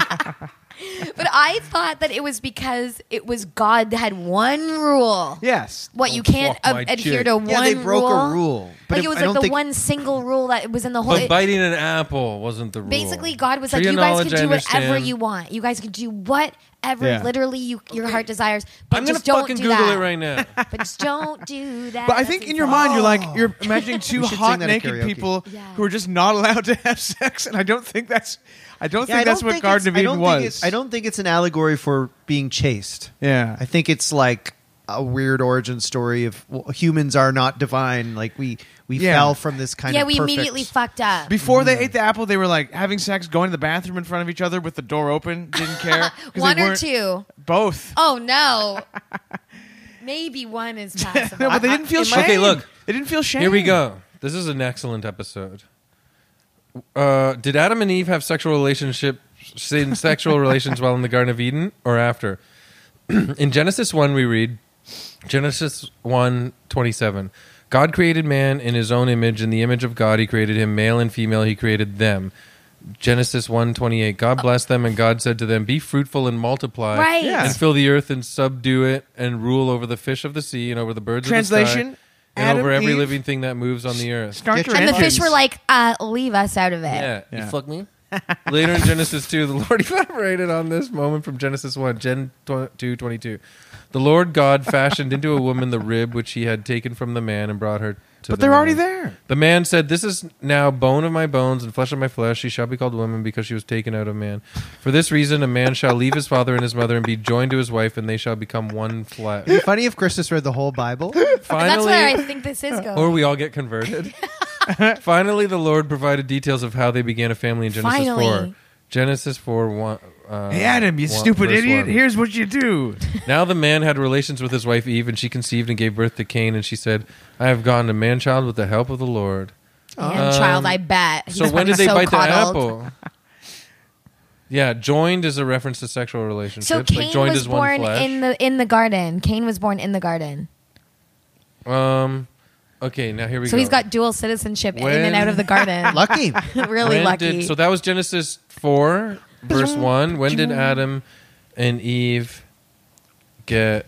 [SPEAKER 4] But I thought that it was because it was God had one rule.
[SPEAKER 1] Yes.
[SPEAKER 4] What you
[SPEAKER 2] Don't
[SPEAKER 4] can't
[SPEAKER 2] Oh, fuck
[SPEAKER 4] uh,
[SPEAKER 2] my
[SPEAKER 4] adhere
[SPEAKER 2] chick.
[SPEAKER 4] to
[SPEAKER 3] yeah,
[SPEAKER 4] one
[SPEAKER 3] they broke
[SPEAKER 4] rule.
[SPEAKER 3] a rule.
[SPEAKER 4] like it was like the
[SPEAKER 3] think,
[SPEAKER 4] one single rule that was in the whole.
[SPEAKER 2] but
[SPEAKER 4] it-
[SPEAKER 2] biting an apple wasn't the rule.
[SPEAKER 4] basically, God was
[SPEAKER 2] Mm. Tree of
[SPEAKER 4] like, "You guys
[SPEAKER 2] knowledge,
[SPEAKER 4] can
[SPEAKER 2] I
[SPEAKER 4] do whatever
[SPEAKER 2] understand.
[SPEAKER 4] you want. You guys can do whatever,
[SPEAKER 1] Yeah.
[SPEAKER 4] literally, you, your heart desires. But
[SPEAKER 2] I'm gonna
[SPEAKER 4] just don't
[SPEAKER 2] fucking
[SPEAKER 4] do
[SPEAKER 2] Google
[SPEAKER 4] that.
[SPEAKER 2] it right now.
[SPEAKER 4] But just don't do that."
[SPEAKER 1] But I
[SPEAKER 4] That's
[SPEAKER 1] think in
[SPEAKER 4] insane.
[SPEAKER 1] your mind you're like you're imagining two
[SPEAKER 3] Oh. should
[SPEAKER 1] hot
[SPEAKER 3] sing that at
[SPEAKER 1] naked
[SPEAKER 3] karaoke.
[SPEAKER 1] people
[SPEAKER 4] Yeah.
[SPEAKER 1] who are just not allowed to have sex, and I don't think that's I don't think
[SPEAKER 3] I
[SPEAKER 1] that's
[SPEAKER 3] don't
[SPEAKER 1] what
[SPEAKER 3] think
[SPEAKER 1] Garden
[SPEAKER 3] it's-
[SPEAKER 1] of
[SPEAKER 3] I
[SPEAKER 1] Eden
[SPEAKER 3] don't think
[SPEAKER 1] was.
[SPEAKER 3] it's- I don't think it's an allegory for being chaste.
[SPEAKER 1] Yeah.
[SPEAKER 3] I think it's like a weird origin story of well, humans are not divine. Like we we
[SPEAKER 1] Yeah.
[SPEAKER 3] fell from this kind
[SPEAKER 4] yeah,
[SPEAKER 3] of
[SPEAKER 4] we
[SPEAKER 3] perfect-
[SPEAKER 4] immediately fucked up.
[SPEAKER 1] Before
[SPEAKER 3] Mm.
[SPEAKER 1] they ate the apple, they were like having sex, going to the bathroom in front of each other with the door open. Didn't care. 'cause they
[SPEAKER 4] one or
[SPEAKER 1] weren't-
[SPEAKER 4] two.
[SPEAKER 1] Both.
[SPEAKER 4] Oh no. Maybe one is possible.
[SPEAKER 1] No, but they didn't feel shame.
[SPEAKER 2] Okay, look.
[SPEAKER 1] They didn't feel shame.
[SPEAKER 2] Here we go. This is an excellent episode. Uh, did Adam and Eve have sexual relationship, sin- sexual relations while in the Garden of Eden or after? in Genesis one, we read Genesis 1, 27. God created man in his own image. In the image of God, he created him. Male and female, he created them. Genesis 1, 28.
[SPEAKER 1] Oh.
[SPEAKER 2] God blessed them, and God said to them, Be fruitful and multiply.
[SPEAKER 4] Right.
[SPEAKER 1] Yeah.
[SPEAKER 2] And fill the earth and subdue it and rule over the fish of the sea and over the birds of the
[SPEAKER 1] Translation,
[SPEAKER 2] sky. And
[SPEAKER 1] Adam,
[SPEAKER 2] over every
[SPEAKER 1] Eve-
[SPEAKER 2] living thing that moves on the earth.
[SPEAKER 1] Start
[SPEAKER 3] Get
[SPEAKER 1] your
[SPEAKER 3] your
[SPEAKER 4] And the fish
[SPEAKER 1] engines.
[SPEAKER 4] were like, uh, leave us out of it.
[SPEAKER 2] Yeah.
[SPEAKER 1] Yeah.
[SPEAKER 2] You fuck me? Later in Genesis 2, the Lord elaborated on this moment from Genesis 1, Gen 2, 22. The Lord God fashioned into a woman the rib which he had taken from the man and brought her to
[SPEAKER 1] but
[SPEAKER 2] the
[SPEAKER 1] they're already
[SPEAKER 2] man.
[SPEAKER 1] there.
[SPEAKER 2] The man said, This is now bone of my bones and flesh of my flesh. She shall be called woman because she was taken out of man. For this reason, a man shall leave his father and his mother and be joined to his wife, and they shall become one flesh.
[SPEAKER 3] It'd be funny if Chris just read the whole Bible.
[SPEAKER 2] Finally,
[SPEAKER 4] That's where I think this is going.
[SPEAKER 2] or we all get converted. Finally, the Lord provided details of how they began a family in Genesis
[SPEAKER 4] Finally.
[SPEAKER 2] 4. Genesis 4 1. Uh,
[SPEAKER 1] Hey Adam, you
[SPEAKER 2] one-
[SPEAKER 1] stupid
[SPEAKER 2] verse
[SPEAKER 1] idiot!
[SPEAKER 2] one.
[SPEAKER 1] Here's what you do.
[SPEAKER 2] Now the man had relations with his wife Eve, and she conceived and gave birth to Cain, and she said, I have gotten a man child with the help of the Lord.
[SPEAKER 4] and child, I bet. He's
[SPEAKER 2] um, so when
[SPEAKER 4] probably
[SPEAKER 2] did they
[SPEAKER 4] so
[SPEAKER 2] bite
[SPEAKER 4] coddled.
[SPEAKER 2] the apple? Yeah, joined is a reference to sexual relationships.
[SPEAKER 4] So Cain
[SPEAKER 2] like joined
[SPEAKER 4] was
[SPEAKER 2] as one
[SPEAKER 4] born
[SPEAKER 2] flesh.
[SPEAKER 4] in the in the garden. Cain was born in the garden.
[SPEAKER 2] um, okay, now here we
[SPEAKER 4] So
[SPEAKER 2] go.
[SPEAKER 4] he's got dual citizenship in
[SPEAKER 2] When-
[SPEAKER 4] and out of the garden.
[SPEAKER 3] Lucky.
[SPEAKER 4] really
[SPEAKER 2] When
[SPEAKER 4] lucky.
[SPEAKER 2] did- so that was Genesis 4, verse 1. When did Adam and Eve get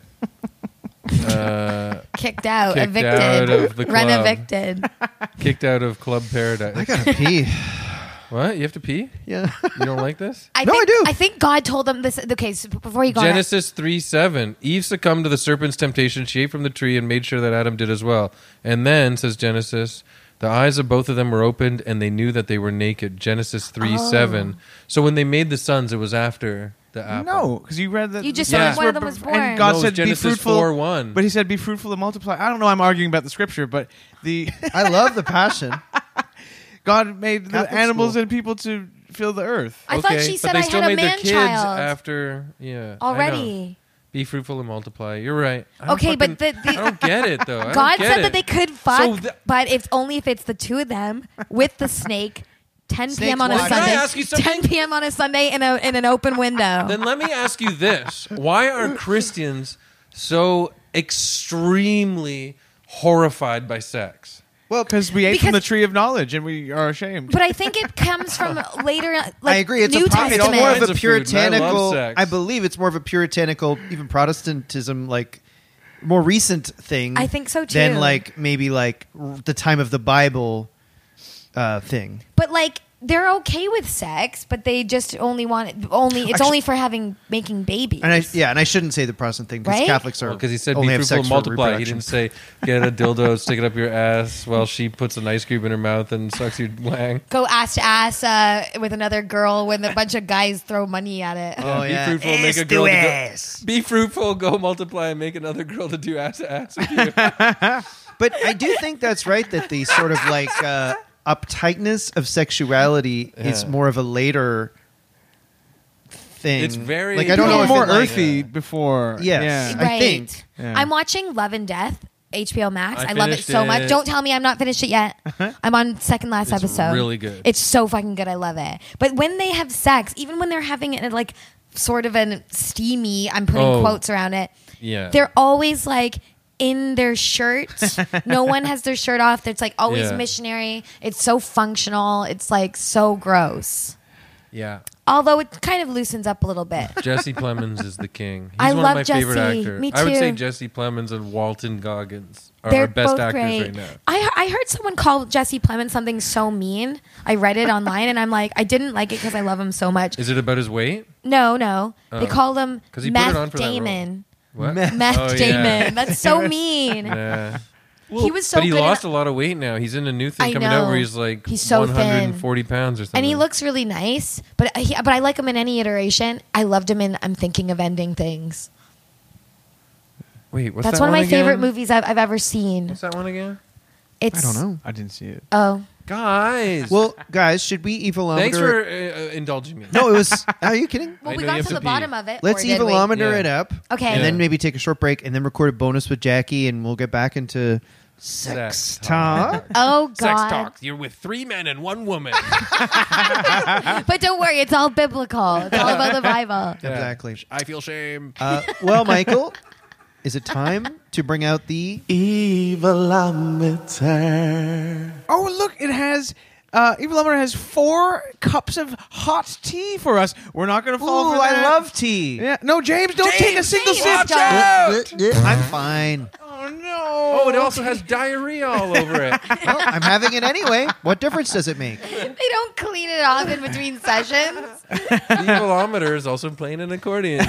[SPEAKER 2] uh,
[SPEAKER 4] kicked out,
[SPEAKER 2] Kicked
[SPEAKER 4] evicted,
[SPEAKER 2] out of the
[SPEAKER 4] run
[SPEAKER 2] club.
[SPEAKER 4] evicted.
[SPEAKER 2] kicked out of Club
[SPEAKER 3] I
[SPEAKER 2] Paradise?
[SPEAKER 3] gotta pee.
[SPEAKER 2] What? You have to pee?
[SPEAKER 3] Yeah.
[SPEAKER 2] You don't like this?
[SPEAKER 4] I
[SPEAKER 3] No, I
[SPEAKER 4] think,
[SPEAKER 3] do.
[SPEAKER 4] I think God told them this. Okay, so before you go, on,
[SPEAKER 2] Genesis 3 7. Eve succumbed to the serpent's temptation. She ate from the tree and made sure that Adam did as well. And then, says Genesis, the eyes of both of them were opened and they knew that they were naked. Genesis 3
[SPEAKER 4] Oh.
[SPEAKER 2] 7. So when they made the sons, it was after the apple.
[SPEAKER 1] No, because you read that
[SPEAKER 4] You just
[SPEAKER 1] the
[SPEAKER 2] said
[SPEAKER 1] sons
[SPEAKER 2] one
[SPEAKER 1] were
[SPEAKER 4] of them was
[SPEAKER 1] bef-
[SPEAKER 4] born.
[SPEAKER 1] And God
[SPEAKER 2] No, it was
[SPEAKER 1] said,
[SPEAKER 2] Genesis
[SPEAKER 1] "Be fruitful."
[SPEAKER 2] 4:1.
[SPEAKER 1] Mm-hmm. But He said, "Be fruitful and multiply." I don't know. I'm arguing about the scripture, but the
[SPEAKER 3] I love the passion.
[SPEAKER 1] God made the
[SPEAKER 3] Catholic
[SPEAKER 1] animals
[SPEAKER 3] school.
[SPEAKER 1] and people to fill the earth.
[SPEAKER 4] I thought she said I had a man child
[SPEAKER 2] after. Yeah, I know.
[SPEAKER 4] already.
[SPEAKER 2] Be fruitful and multiply. You're right. I don't
[SPEAKER 4] Okay, but
[SPEAKER 2] fucking-
[SPEAKER 4] the- the-
[SPEAKER 2] I don't get it though. I don't
[SPEAKER 4] God
[SPEAKER 2] get
[SPEAKER 4] said
[SPEAKER 2] it.
[SPEAKER 4] that they could fuck,
[SPEAKER 2] So the-
[SPEAKER 4] but it's only if it's the two of them with the snake. 10
[SPEAKER 3] Snake
[SPEAKER 4] p.m. on a
[SPEAKER 3] watch.
[SPEAKER 2] Can I
[SPEAKER 4] Sunday.
[SPEAKER 2] ask you something?
[SPEAKER 4] 10 p.m. on a Sunday in a in an open window.
[SPEAKER 2] Then let me ask you this: Why are Christians so extremely horrified by sex?
[SPEAKER 1] Well, because we ate from
[SPEAKER 4] Because-
[SPEAKER 1] the tree of knowledge and we are ashamed.
[SPEAKER 4] But I think it comes from later. Like,
[SPEAKER 3] I agree. It's
[SPEAKER 4] New
[SPEAKER 3] a pro- it's
[SPEAKER 4] Testament.
[SPEAKER 3] more of
[SPEAKER 2] Kinds
[SPEAKER 3] a
[SPEAKER 2] of food, and I love
[SPEAKER 3] puritanical. I,
[SPEAKER 2] sex.
[SPEAKER 3] believe it's more of a puritanical, even Protestantism, like more recent thing.
[SPEAKER 4] I think so,
[SPEAKER 3] Than
[SPEAKER 4] too.
[SPEAKER 3] like maybe like r- the time of the Bible uh, thing.
[SPEAKER 4] but like they're okay with sex, but they just only want it. Only it's
[SPEAKER 3] Actu-
[SPEAKER 4] only for having making babies.
[SPEAKER 3] And I yeah, and I shouldn't say the Protestant thing because
[SPEAKER 4] Right?
[SPEAKER 3] Catholics are
[SPEAKER 2] Because he said,
[SPEAKER 3] only
[SPEAKER 2] "Be
[SPEAKER 3] have
[SPEAKER 2] fruitful
[SPEAKER 3] sex
[SPEAKER 2] and
[SPEAKER 3] for
[SPEAKER 2] multiply." He
[SPEAKER 3] reproduction.
[SPEAKER 2] didn't say, "Get a dildo, stick it up your ass," while she puts an ice cube in her mouth and sucks your wang.
[SPEAKER 4] Go ass to ass uh, with another girl when a bunch of guys throw money at it.
[SPEAKER 3] Oh,
[SPEAKER 2] be
[SPEAKER 3] yeah.
[SPEAKER 2] fruitful, make a girl. To go, be fruitful, go multiply, and make another girl to do ass to ass with you.
[SPEAKER 3] But I do think that's right that the sort of like uh, uptightness of sexuality is
[SPEAKER 2] Yeah.
[SPEAKER 3] more of a later thing.
[SPEAKER 2] It's very-
[SPEAKER 3] like I don't
[SPEAKER 2] Yeah.
[SPEAKER 3] know if
[SPEAKER 1] more
[SPEAKER 3] it, like,
[SPEAKER 1] earthy before.
[SPEAKER 3] Yes.
[SPEAKER 1] Yeah.
[SPEAKER 3] I think.
[SPEAKER 1] Yeah.
[SPEAKER 4] I'm watching Love and Death. HBO Max. I,
[SPEAKER 2] I
[SPEAKER 4] love it
[SPEAKER 2] finished
[SPEAKER 4] so much.
[SPEAKER 2] it.
[SPEAKER 4] Don't tell me I'm not finished it yet.
[SPEAKER 3] Uh-huh.
[SPEAKER 4] I'm on second last
[SPEAKER 2] It's
[SPEAKER 4] episode.
[SPEAKER 2] really good.
[SPEAKER 4] It's so fucking good. I love it. But when they have sex, even when they're having it in, like sort of an steamy, I'm putting
[SPEAKER 2] Oh.
[SPEAKER 4] quotes around it.
[SPEAKER 2] Yeah.
[SPEAKER 4] They're always like in their shirt. no one has their shirt off. It's like always
[SPEAKER 2] Yeah.
[SPEAKER 4] missionary. It's so functional. It's like so gross.
[SPEAKER 2] Yeah,
[SPEAKER 4] Although it kind of loosens up a little bit.
[SPEAKER 2] Jesse Plemons is the king. He's
[SPEAKER 4] I
[SPEAKER 2] one of
[SPEAKER 4] love
[SPEAKER 2] my favorite
[SPEAKER 4] Jesse.
[SPEAKER 2] actors.
[SPEAKER 4] Me
[SPEAKER 2] I would say
[SPEAKER 4] too.
[SPEAKER 2] Jesse Plemons and Walton Goggins are
[SPEAKER 4] They're
[SPEAKER 2] our best
[SPEAKER 4] both
[SPEAKER 2] actors
[SPEAKER 4] great.
[SPEAKER 2] right now.
[SPEAKER 4] I I heard someone call Jesse Plemons something so mean. I read it online and I'm like, I didn't like it because I love him so much.
[SPEAKER 2] Is it about his weight?
[SPEAKER 4] no, no, they
[SPEAKER 2] Oh.
[SPEAKER 4] called him
[SPEAKER 2] 'Cause he put it
[SPEAKER 4] Meth
[SPEAKER 2] on for that role.
[SPEAKER 4] Damon.
[SPEAKER 2] What?
[SPEAKER 4] Meth
[SPEAKER 2] Oh, yeah.
[SPEAKER 4] Damon. That's so mean.
[SPEAKER 2] Yeah.
[SPEAKER 4] he was so
[SPEAKER 2] but he
[SPEAKER 4] good in-
[SPEAKER 2] lost a lot of weight now. He's in a new thing
[SPEAKER 4] I
[SPEAKER 2] coming out
[SPEAKER 4] know.
[SPEAKER 2] where he's like
[SPEAKER 4] He's so thin.
[SPEAKER 2] 140 pounds or something.
[SPEAKER 4] and he looks really nice, but he, but I like him in any iteration. I loved him in I'm Thinking of Ending Things.
[SPEAKER 2] Wait, what's
[SPEAKER 4] That's
[SPEAKER 2] that
[SPEAKER 4] one of my
[SPEAKER 2] again?
[SPEAKER 4] favorite movies I've, I've ever seen.
[SPEAKER 2] What's that one again?
[SPEAKER 4] It's
[SPEAKER 3] I don't know.
[SPEAKER 1] I didn't see it.
[SPEAKER 4] Oh,
[SPEAKER 2] Guys.
[SPEAKER 3] Well, guys, should we evilometer?
[SPEAKER 2] thanks for uh, uh, indulging me.
[SPEAKER 3] no, it was. Are you kidding?
[SPEAKER 4] well,
[SPEAKER 2] I
[SPEAKER 4] we
[SPEAKER 2] know you
[SPEAKER 4] got
[SPEAKER 2] have
[SPEAKER 4] to
[SPEAKER 2] to
[SPEAKER 4] the
[SPEAKER 2] pee.
[SPEAKER 4] bottom of it.
[SPEAKER 3] Let's
[SPEAKER 4] or did we?
[SPEAKER 3] evilometer
[SPEAKER 2] Yeah.
[SPEAKER 3] it up.
[SPEAKER 4] Okay.
[SPEAKER 3] And then
[SPEAKER 2] Yeah.
[SPEAKER 3] maybe take a short break, and then record a bonus with Jackie, and we'll get back into sex
[SPEAKER 2] Sex
[SPEAKER 3] talk.
[SPEAKER 4] Oh God!
[SPEAKER 2] Sex talk. You're with three men and one woman.
[SPEAKER 4] But don't worry, it's all biblical. It's all about the Bible.
[SPEAKER 2] Yeah.
[SPEAKER 3] Exactly.
[SPEAKER 2] I feel shame.
[SPEAKER 3] Uh, well, Michael, is it time to bring out the
[SPEAKER 6] Evilometer.
[SPEAKER 1] Oh, look, it has. Uh, Evil Lumber has four cups of hot tea for us. We're not going to fall for that.
[SPEAKER 3] tea.
[SPEAKER 1] Yeah, no, James, don't take a single
[SPEAKER 4] James,
[SPEAKER 1] sip.
[SPEAKER 4] watch out.
[SPEAKER 3] I'm fine.
[SPEAKER 1] Oh no!
[SPEAKER 2] Oh, it also has diarrhea all over it.
[SPEAKER 3] Well, I'm having it anyway. What difference does it make?
[SPEAKER 4] They don't clean it off in between sessions.
[SPEAKER 2] The evilometer is also playing an accordion.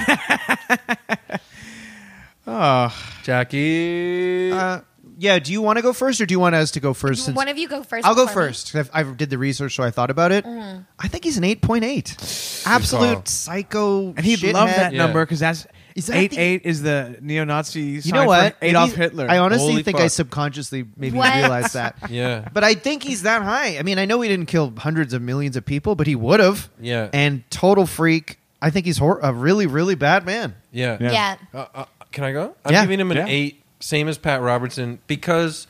[SPEAKER 1] Oh,
[SPEAKER 2] Jackie.
[SPEAKER 3] Uh, yeah. Do you want to go first, or do you want us to go first? Since
[SPEAKER 4] One of you go first.
[SPEAKER 3] I'll go
[SPEAKER 4] before Mm-hmm. me.
[SPEAKER 3] first. 'cause I've, I did the research, so I thought about it. I think he's an eight point eight. Absolute psycho.
[SPEAKER 1] and he'd
[SPEAKER 3] shithead.
[SPEAKER 1] love that
[SPEAKER 2] Yeah.
[SPEAKER 1] number because that's
[SPEAKER 3] Is that
[SPEAKER 1] eight
[SPEAKER 3] the-
[SPEAKER 1] eight is the neo-Nazi.
[SPEAKER 3] You
[SPEAKER 1] sign
[SPEAKER 3] know what?
[SPEAKER 1] For Adolf
[SPEAKER 3] Maybe-
[SPEAKER 1] Hitler.
[SPEAKER 3] I honestly
[SPEAKER 2] Holy
[SPEAKER 3] think
[SPEAKER 2] fuck.
[SPEAKER 3] I subconsciously maybe
[SPEAKER 4] What?
[SPEAKER 3] realized that.
[SPEAKER 2] yeah.
[SPEAKER 3] But I think he's that high. I mean, I know he didn't kill hundreds of millions of people, but he would have.
[SPEAKER 2] Yeah.
[SPEAKER 3] And total freak. I think he's hor- a really, really bad man.
[SPEAKER 2] Yeah.
[SPEAKER 1] Yeah.
[SPEAKER 4] Yeah.
[SPEAKER 2] Uh, uh, can I go? I'm
[SPEAKER 3] Yeah.
[SPEAKER 2] giving him an
[SPEAKER 1] Yeah.
[SPEAKER 2] eight, same as Pat Robertson, because,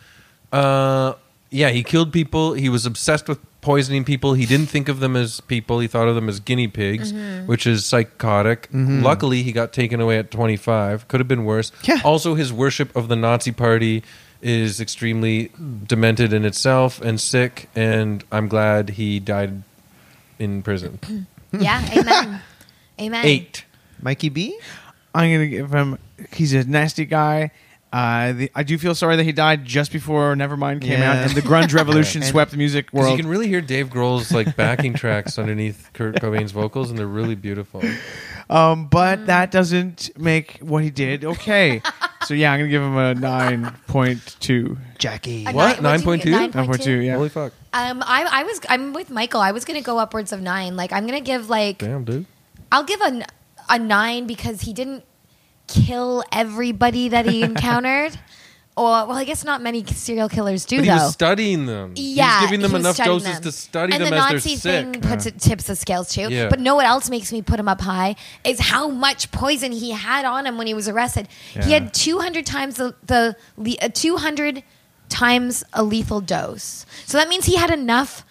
[SPEAKER 2] uh, yeah, he killed people. He was obsessed with poisoning people. He didn't think of them as people. He thought of them as guinea pigs,
[SPEAKER 3] Mm-hmm.
[SPEAKER 2] which is psychotic. Luckily, he got taken away at 25. Could have been worse.
[SPEAKER 3] Yeah.
[SPEAKER 2] Also, his worship of the Nazi Party is extremely demented in itself and sick. And I'm glad he died in
[SPEAKER 3] Mm-hmm.
[SPEAKER 2] prison.
[SPEAKER 4] Yeah. Amen. Amen.
[SPEAKER 2] Eight.
[SPEAKER 3] Mikey B?
[SPEAKER 1] I'm gonna give him. He's a nasty guy. Uh, the, I do feel sorry that he died just before Nevermind came
[SPEAKER 3] Yeah.
[SPEAKER 1] out and the grunge revolution
[SPEAKER 3] And-
[SPEAKER 1] swept the music
[SPEAKER 2] Because you
[SPEAKER 1] world.
[SPEAKER 2] can really hear Dave Grohl's like backing tracks underneath Kurt Cobain's vocals, and they're really beautiful.
[SPEAKER 1] Um, but that doesn't make what he did okay. so yeah, I'm gonna give him a nine point two.
[SPEAKER 3] Jackie.
[SPEAKER 4] A
[SPEAKER 2] What?
[SPEAKER 4] nine- what'd you
[SPEAKER 2] 9.2?
[SPEAKER 4] get?
[SPEAKER 1] Nine point two. Yeah.
[SPEAKER 2] Holy fuck!
[SPEAKER 4] Um, I, I was I'm with Michael. I was gonna go upwards of nine. Like I'm gonna give like
[SPEAKER 2] Damn, dude.
[SPEAKER 4] I'll give a n- a nine because he didn't kill everybody that he encountered. Or well, I guess not many serial killers do
[SPEAKER 2] But he
[SPEAKER 4] though.
[SPEAKER 2] was studying them.
[SPEAKER 4] Yeah,
[SPEAKER 2] he was giving them
[SPEAKER 4] he was
[SPEAKER 2] enough
[SPEAKER 4] studying
[SPEAKER 2] doses
[SPEAKER 4] them.
[SPEAKER 2] to study
[SPEAKER 4] and
[SPEAKER 2] them
[SPEAKER 4] the
[SPEAKER 2] as
[SPEAKER 4] Nazi
[SPEAKER 2] they're
[SPEAKER 4] thing
[SPEAKER 2] sick.
[SPEAKER 4] puts it tips the scales too.
[SPEAKER 2] Yeah.
[SPEAKER 4] But no what else makes me put him up high is how much poison he had on him when he was arrested. He
[SPEAKER 1] Yeah.
[SPEAKER 4] had two hundred times the the le- uh, two hundred times a lethal dose. So that means he had enough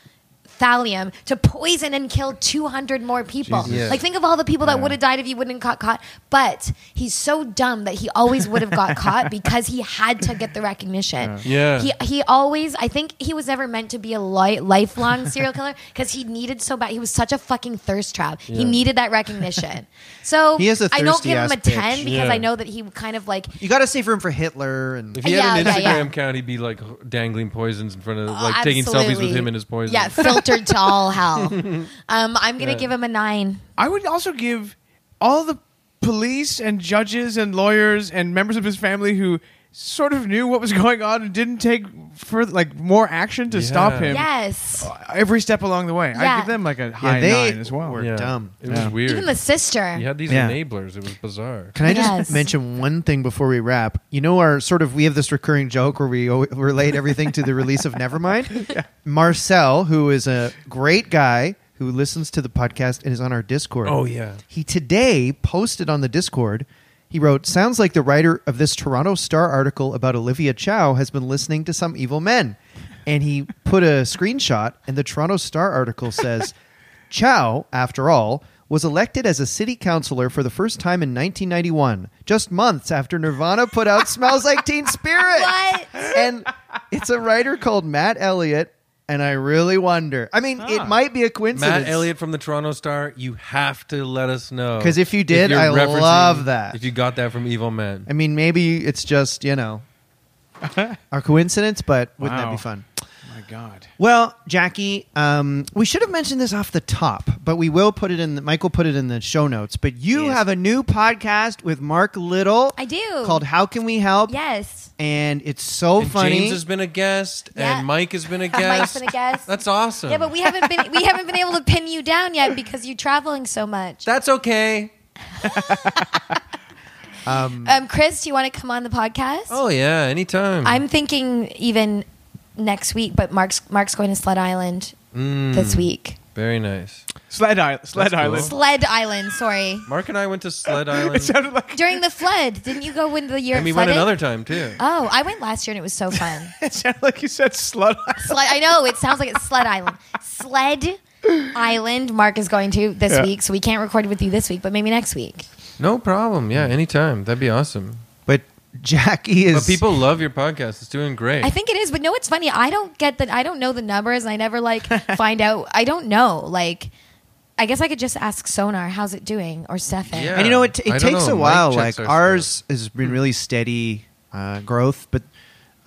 [SPEAKER 4] thallium to poison and kill 200 more people.
[SPEAKER 2] Jesus. Yeah.
[SPEAKER 4] Like, think of all the people that would have died if he wouldn't got caught. But he's so dumb that he always would have got caught because he had to get the recognition.
[SPEAKER 2] Yeah.
[SPEAKER 4] He he always I think he was never meant to be a li- lifelong serial killer because he needed so bad he was such a fucking thirst trap he needed that recognition so
[SPEAKER 3] He is a
[SPEAKER 4] I don't
[SPEAKER 3] thirsty
[SPEAKER 4] give him
[SPEAKER 3] ass
[SPEAKER 4] a 10
[SPEAKER 3] bitch.
[SPEAKER 4] because
[SPEAKER 2] Yeah.
[SPEAKER 4] I know that he kind of like
[SPEAKER 3] You got to save room for Hitler and
[SPEAKER 2] If he had an
[SPEAKER 4] Yeah, yeah,
[SPEAKER 2] Instagram
[SPEAKER 4] yeah.
[SPEAKER 2] account, he'd be like dangling poisons in front of,
[SPEAKER 4] oh,
[SPEAKER 2] like taking selfies with
[SPEAKER 4] absolutely.
[SPEAKER 2] him and his poison.
[SPEAKER 4] yeah filtered to all hell um, I'm gonna
[SPEAKER 2] Yeah.
[SPEAKER 4] give him a 9
[SPEAKER 1] I would also give all the police and judges and lawyers and members of his family who sort of knew what was going on and didn't take further, like more action to stop
[SPEAKER 2] Yeah.
[SPEAKER 1] him
[SPEAKER 4] yes
[SPEAKER 2] Oh,
[SPEAKER 1] every step along the way. I
[SPEAKER 4] Yeah.
[SPEAKER 1] give them like a high
[SPEAKER 3] they
[SPEAKER 1] nine as well.
[SPEAKER 3] were-
[SPEAKER 2] Yeah.
[SPEAKER 3] Dumb.
[SPEAKER 2] It was
[SPEAKER 1] Yeah.
[SPEAKER 2] weird.
[SPEAKER 4] even the sister
[SPEAKER 2] he had these
[SPEAKER 3] Yeah.
[SPEAKER 2] enablers. It was bizarre.
[SPEAKER 3] Can I just
[SPEAKER 4] Yes.
[SPEAKER 3] mention one thing before we wrap? You know, our sort of we have this recurring joke where we o- relate everything to the release of Nevermind. Marcel, who is a great guy who listens to the podcast and is on our Discord.
[SPEAKER 2] Oh, yeah.
[SPEAKER 3] He today posted on the Discord. He wrote, "Sounds like the writer of this Toronto Star article about Olivia Chow has been listening to some evil men." And he put a screenshot and the Toronto Star article says, "Chow, after all, was elected as a city councilor for the first time in 1991, just months after Nirvana put out Smells Like Teen Spirit."
[SPEAKER 4] What?
[SPEAKER 3] And it's a writer called Matt Elliott and I really wonder. I mean, it might be a coincidence.
[SPEAKER 2] Matt Elliott from the Toronto Star, you have to let us know.
[SPEAKER 3] 'Cause if you did,
[SPEAKER 2] you're
[SPEAKER 3] I
[SPEAKER 2] referencing-
[SPEAKER 3] love that.
[SPEAKER 2] If you got that from Evil Men.
[SPEAKER 3] I mean, maybe it's just, you know, a coincidence, but wouldn't that
[SPEAKER 1] Wow.
[SPEAKER 3] be fun?
[SPEAKER 1] My God.
[SPEAKER 3] Well, Jackie, um, we should have mentioned this off the top, but we will put it in. The, Michael put it in the show notes. But you
[SPEAKER 1] Yes.
[SPEAKER 3] have a new podcast with Mark Little.
[SPEAKER 4] I do.
[SPEAKER 3] Called "How Can We Help?"
[SPEAKER 4] yes
[SPEAKER 3] and it's so
[SPEAKER 2] And
[SPEAKER 3] Oh, funny.
[SPEAKER 2] James has been a guest,
[SPEAKER 4] Yeah.
[SPEAKER 2] and Mike has been a guest.
[SPEAKER 4] Mike's been a guest.
[SPEAKER 2] That's awesome.
[SPEAKER 4] yeah but we haven't been we haven't been able to pin you down yet because you're traveling so much
[SPEAKER 2] That's okay.
[SPEAKER 4] um, Chris do you want to come on the podcast
[SPEAKER 2] Oh yeah, anytime.
[SPEAKER 4] I'm thinking even next week, but Mark's Mark's going to Sled Island
[SPEAKER 2] Mm.
[SPEAKER 4] this week.
[SPEAKER 2] Very nice.
[SPEAKER 1] Sled, Isle- Sled
[SPEAKER 2] That's cool.
[SPEAKER 1] Island.
[SPEAKER 4] Sled Island, sorry.
[SPEAKER 2] Mark and I went to Sled Island,
[SPEAKER 1] It sounded like
[SPEAKER 4] During the flood, didn't you go when the year
[SPEAKER 2] and we
[SPEAKER 4] it flooded?
[SPEAKER 2] went another time too.
[SPEAKER 4] Oh, I went last year and it was so fun.
[SPEAKER 1] it sounded like you said slut.
[SPEAKER 4] Sled, I know it sounds like it's Sled Island. Sled Island. Mark is going to this
[SPEAKER 1] Yeah.
[SPEAKER 4] week, so we can't record with you this week, but maybe next week.
[SPEAKER 2] No problem. Yeah, anytime. That'd be awesome.
[SPEAKER 3] but Jackie is
[SPEAKER 2] But people love your podcast. It's doing great.
[SPEAKER 4] I think it is, but no, it's funny. I don't get that. I don't know the numbers, and I never like find out. I don't know. Like, I guess I could just ask Sonar, how's it doing, or Stefan.
[SPEAKER 2] Yeah.
[SPEAKER 3] And you know, it,
[SPEAKER 2] I
[SPEAKER 3] it
[SPEAKER 2] don't
[SPEAKER 3] takes
[SPEAKER 2] know.
[SPEAKER 3] a
[SPEAKER 2] Mike
[SPEAKER 3] while.
[SPEAKER 2] checks
[SPEAKER 3] Like
[SPEAKER 2] our
[SPEAKER 3] ours has been really steady uh, growth, but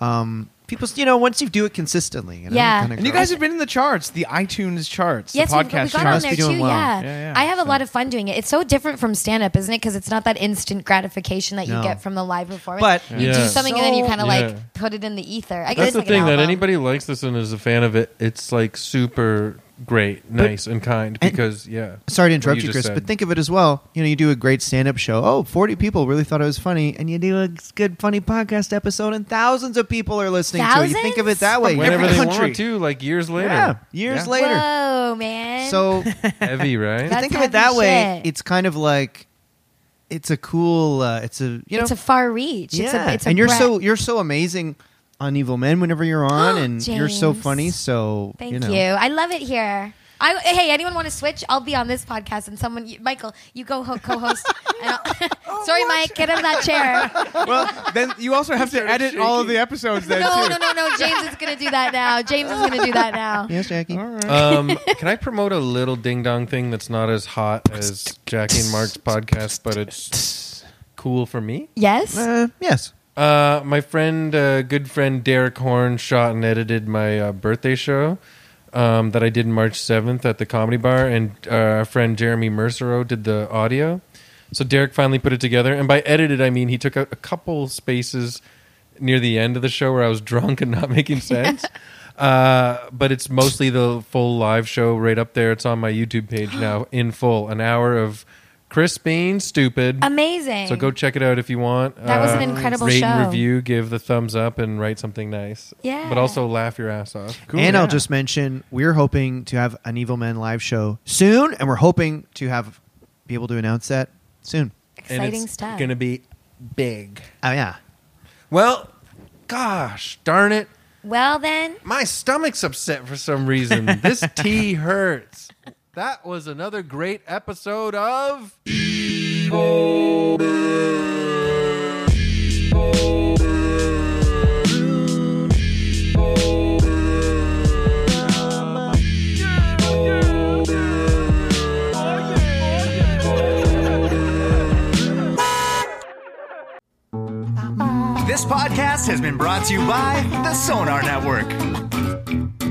[SPEAKER 3] um, people, you know, once you do it consistently, you know,
[SPEAKER 4] Yeah.
[SPEAKER 3] kinda
[SPEAKER 1] And you
[SPEAKER 3] grow.
[SPEAKER 1] guys have been in the charts, the iTunes charts,
[SPEAKER 4] Yes,
[SPEAKER 1] the
[SPEAKER 4] we-
[SPEAKER 1] podcast
[SPEAKER 4] we got on
[SPEAKER 1] charts.
[SPEAKER 3] must
[SPEAKER 4] there
[SPEAKER 3] be doing
[SPEAKER 4] too.
[SPEAKER 3] well.
[SPEAKER 4] Yeah.
[SPEAKER 1] Yeah, yeah.
[SPEAKER 4] I have a
[SPEAKER 1] So-
[SPEAKER 4] lot of fun doing it. It's so different from stand up, isn't it? Because it's not that instant gratification that you
[SPEAKER 3] No.
[SPEAKER 4] get from the live performance.
[SPEAKER 3] But-
[SPEAKER 4] you
[SPEAKER 2] Yeah.
[SPEAKER 4] do something and then you
[SPEAKER 3] So-
[SPEAKER 4] kind of
[SPEAKER 2] Yeah.
[SPEAKER 4] like put it in the ether. I guess
[SPEAKER 2] That's
[SPEAKER 4] it's
[SPEAKER 2] the
[SPEAKER 4] like an
[SPEAKER 2] thing that
[SPEAKER 4] album.
[SPEAKER 2] anybody likes this and is a fan of it. It's like super great, nice, and kind
[SPEAKER 3] and-
[SPEAKER 2] because yeah.
[SPEAKER 3] Sorry to
[SPEAKER 2] what
[SPEAKER 3] interrupt you,
[SPEAKER 2] just
[SPEAKER 3] Chris,
[SPEAKER 2] said.
[SPEAKER 3] but think of it as well. You know, you do a great stand-up show. Oh, 40 people really thought it was funny, and you do a good, funny podcast episode, and thousands of people are listening to it. You think of it that way.
[SPEAKER 2] whenever
[SPEAKER 3] Every
[SPEAKER 2] they
[SPEAKER 3] country.
[SPEAKER 2] want to, like years later.
[SPEAKER 3] Yeah, years
[SPEAKER 1] Yeah.
[SPEAKER 3] later.
[SPEAKER 4] Whoa, man.
[SPEAKER 3] So
[SPEAKER 2] Heavy, right?
[SPEAKER 4] That's
[SPEAKER 3] think of it
[SPEAKER 4] heavy
[SPEAKER 3] that way.
[SPEAKER 4] shit.
[SPEAKER 3] It's kind of like it's a cool. Uh, it's a you know.
[SPEAKER 4] it's a far reach.
[SPEAKER 3] yeah.
[SPEAKER 4] It's a, it's a
[SPEAKER 3] and you're
[SPEAKER 4] breadth.
[SPEAKER 3] so you're so amazing on Evil Men whenever you're on, and you're so
[SPEAKER 4] James.
[SPEAKER 3] funny. So
[SPEAKER 4] Thank
[SPEAKER 3] you.
[SPEAKER 4] you,
[SPEAKER 3] Know.
[SPEAKER 4] I love it here. I, hey, anyone want to switch? I'll be on this podcast, and someone, you, Michael, you go ho- co-host. and
[SPEAKER 3] Oh,
[SPEAKER 4] I'll, sorry, Mike, get out of that chair.
[SPEAKER 1] well, then you also have to edit all of the episodes then
[SPEAKER 4] no,
[SPEAKER 1] too.
[SPEAKER 4] no, no, no. James is gonna do that now. James is gonna do that now.
[SPEAKER 3] Yes, Jackie.
[SPEAKER 2] Um, can I promote a little ding dong thing that's not as hot as Jackie and Mark's podcast, but it's cool for me?
[SPEAKER 4] Yes.
[SPEAKER 3] Uh, yes.
[SPEAKER 2] Uh, my friend, uh, good friend Derek Horn, shot and edited my uh, birthday show um, that I did March 7th at the Comedy Bar, and uh, our friend Jeremy Mercero did the audio. So Derek finally put it together, and by edited I mean he took a, a couple spaces near the end of the show where I was drunk and not making sense. Uh, but it's mostly the full live show right up there. It's on my YouTube page now in full. An hour of Chris being stupid.
[SPEAKER 4] Amazing.
[SPEAKER 2] So go check it out if you want. Uh,
[SPEAKER 4] That was an incredible
[SPEAKER 2] rate and
[SPEAKER 4] show.
[SPEAKER 2] review, give the thumbs up, and write something nice.
[SPEAKER 4] Yeah.
[SPEAKER 2] But also laugh your ass off.
[SPEAKER 3] and I'll
[SPEAKER 1] yeah.
[SPEAKER 3] just mention we're hoping to have an Evil Men live show soon, and we're hoping to have be able to announce that soon.
[SPEAKER 2] and
[SPEAKER 4] Exciting
[SPEAKER 2] it's
[SPEAKER 4] stuff.
[SPEAKER 2] Gonna be big.
[SPEAKER 3] Oh yeah,
[SPEAKER 2] Well, gosh darn it!
[SPEAKER 4] Well then,
[SPEAKER 2] My stomach's upset for some reason. This tea hurts. That was another great episode of.
[SPEAKER 6] This podcast has been brought to you by the Sonar Network.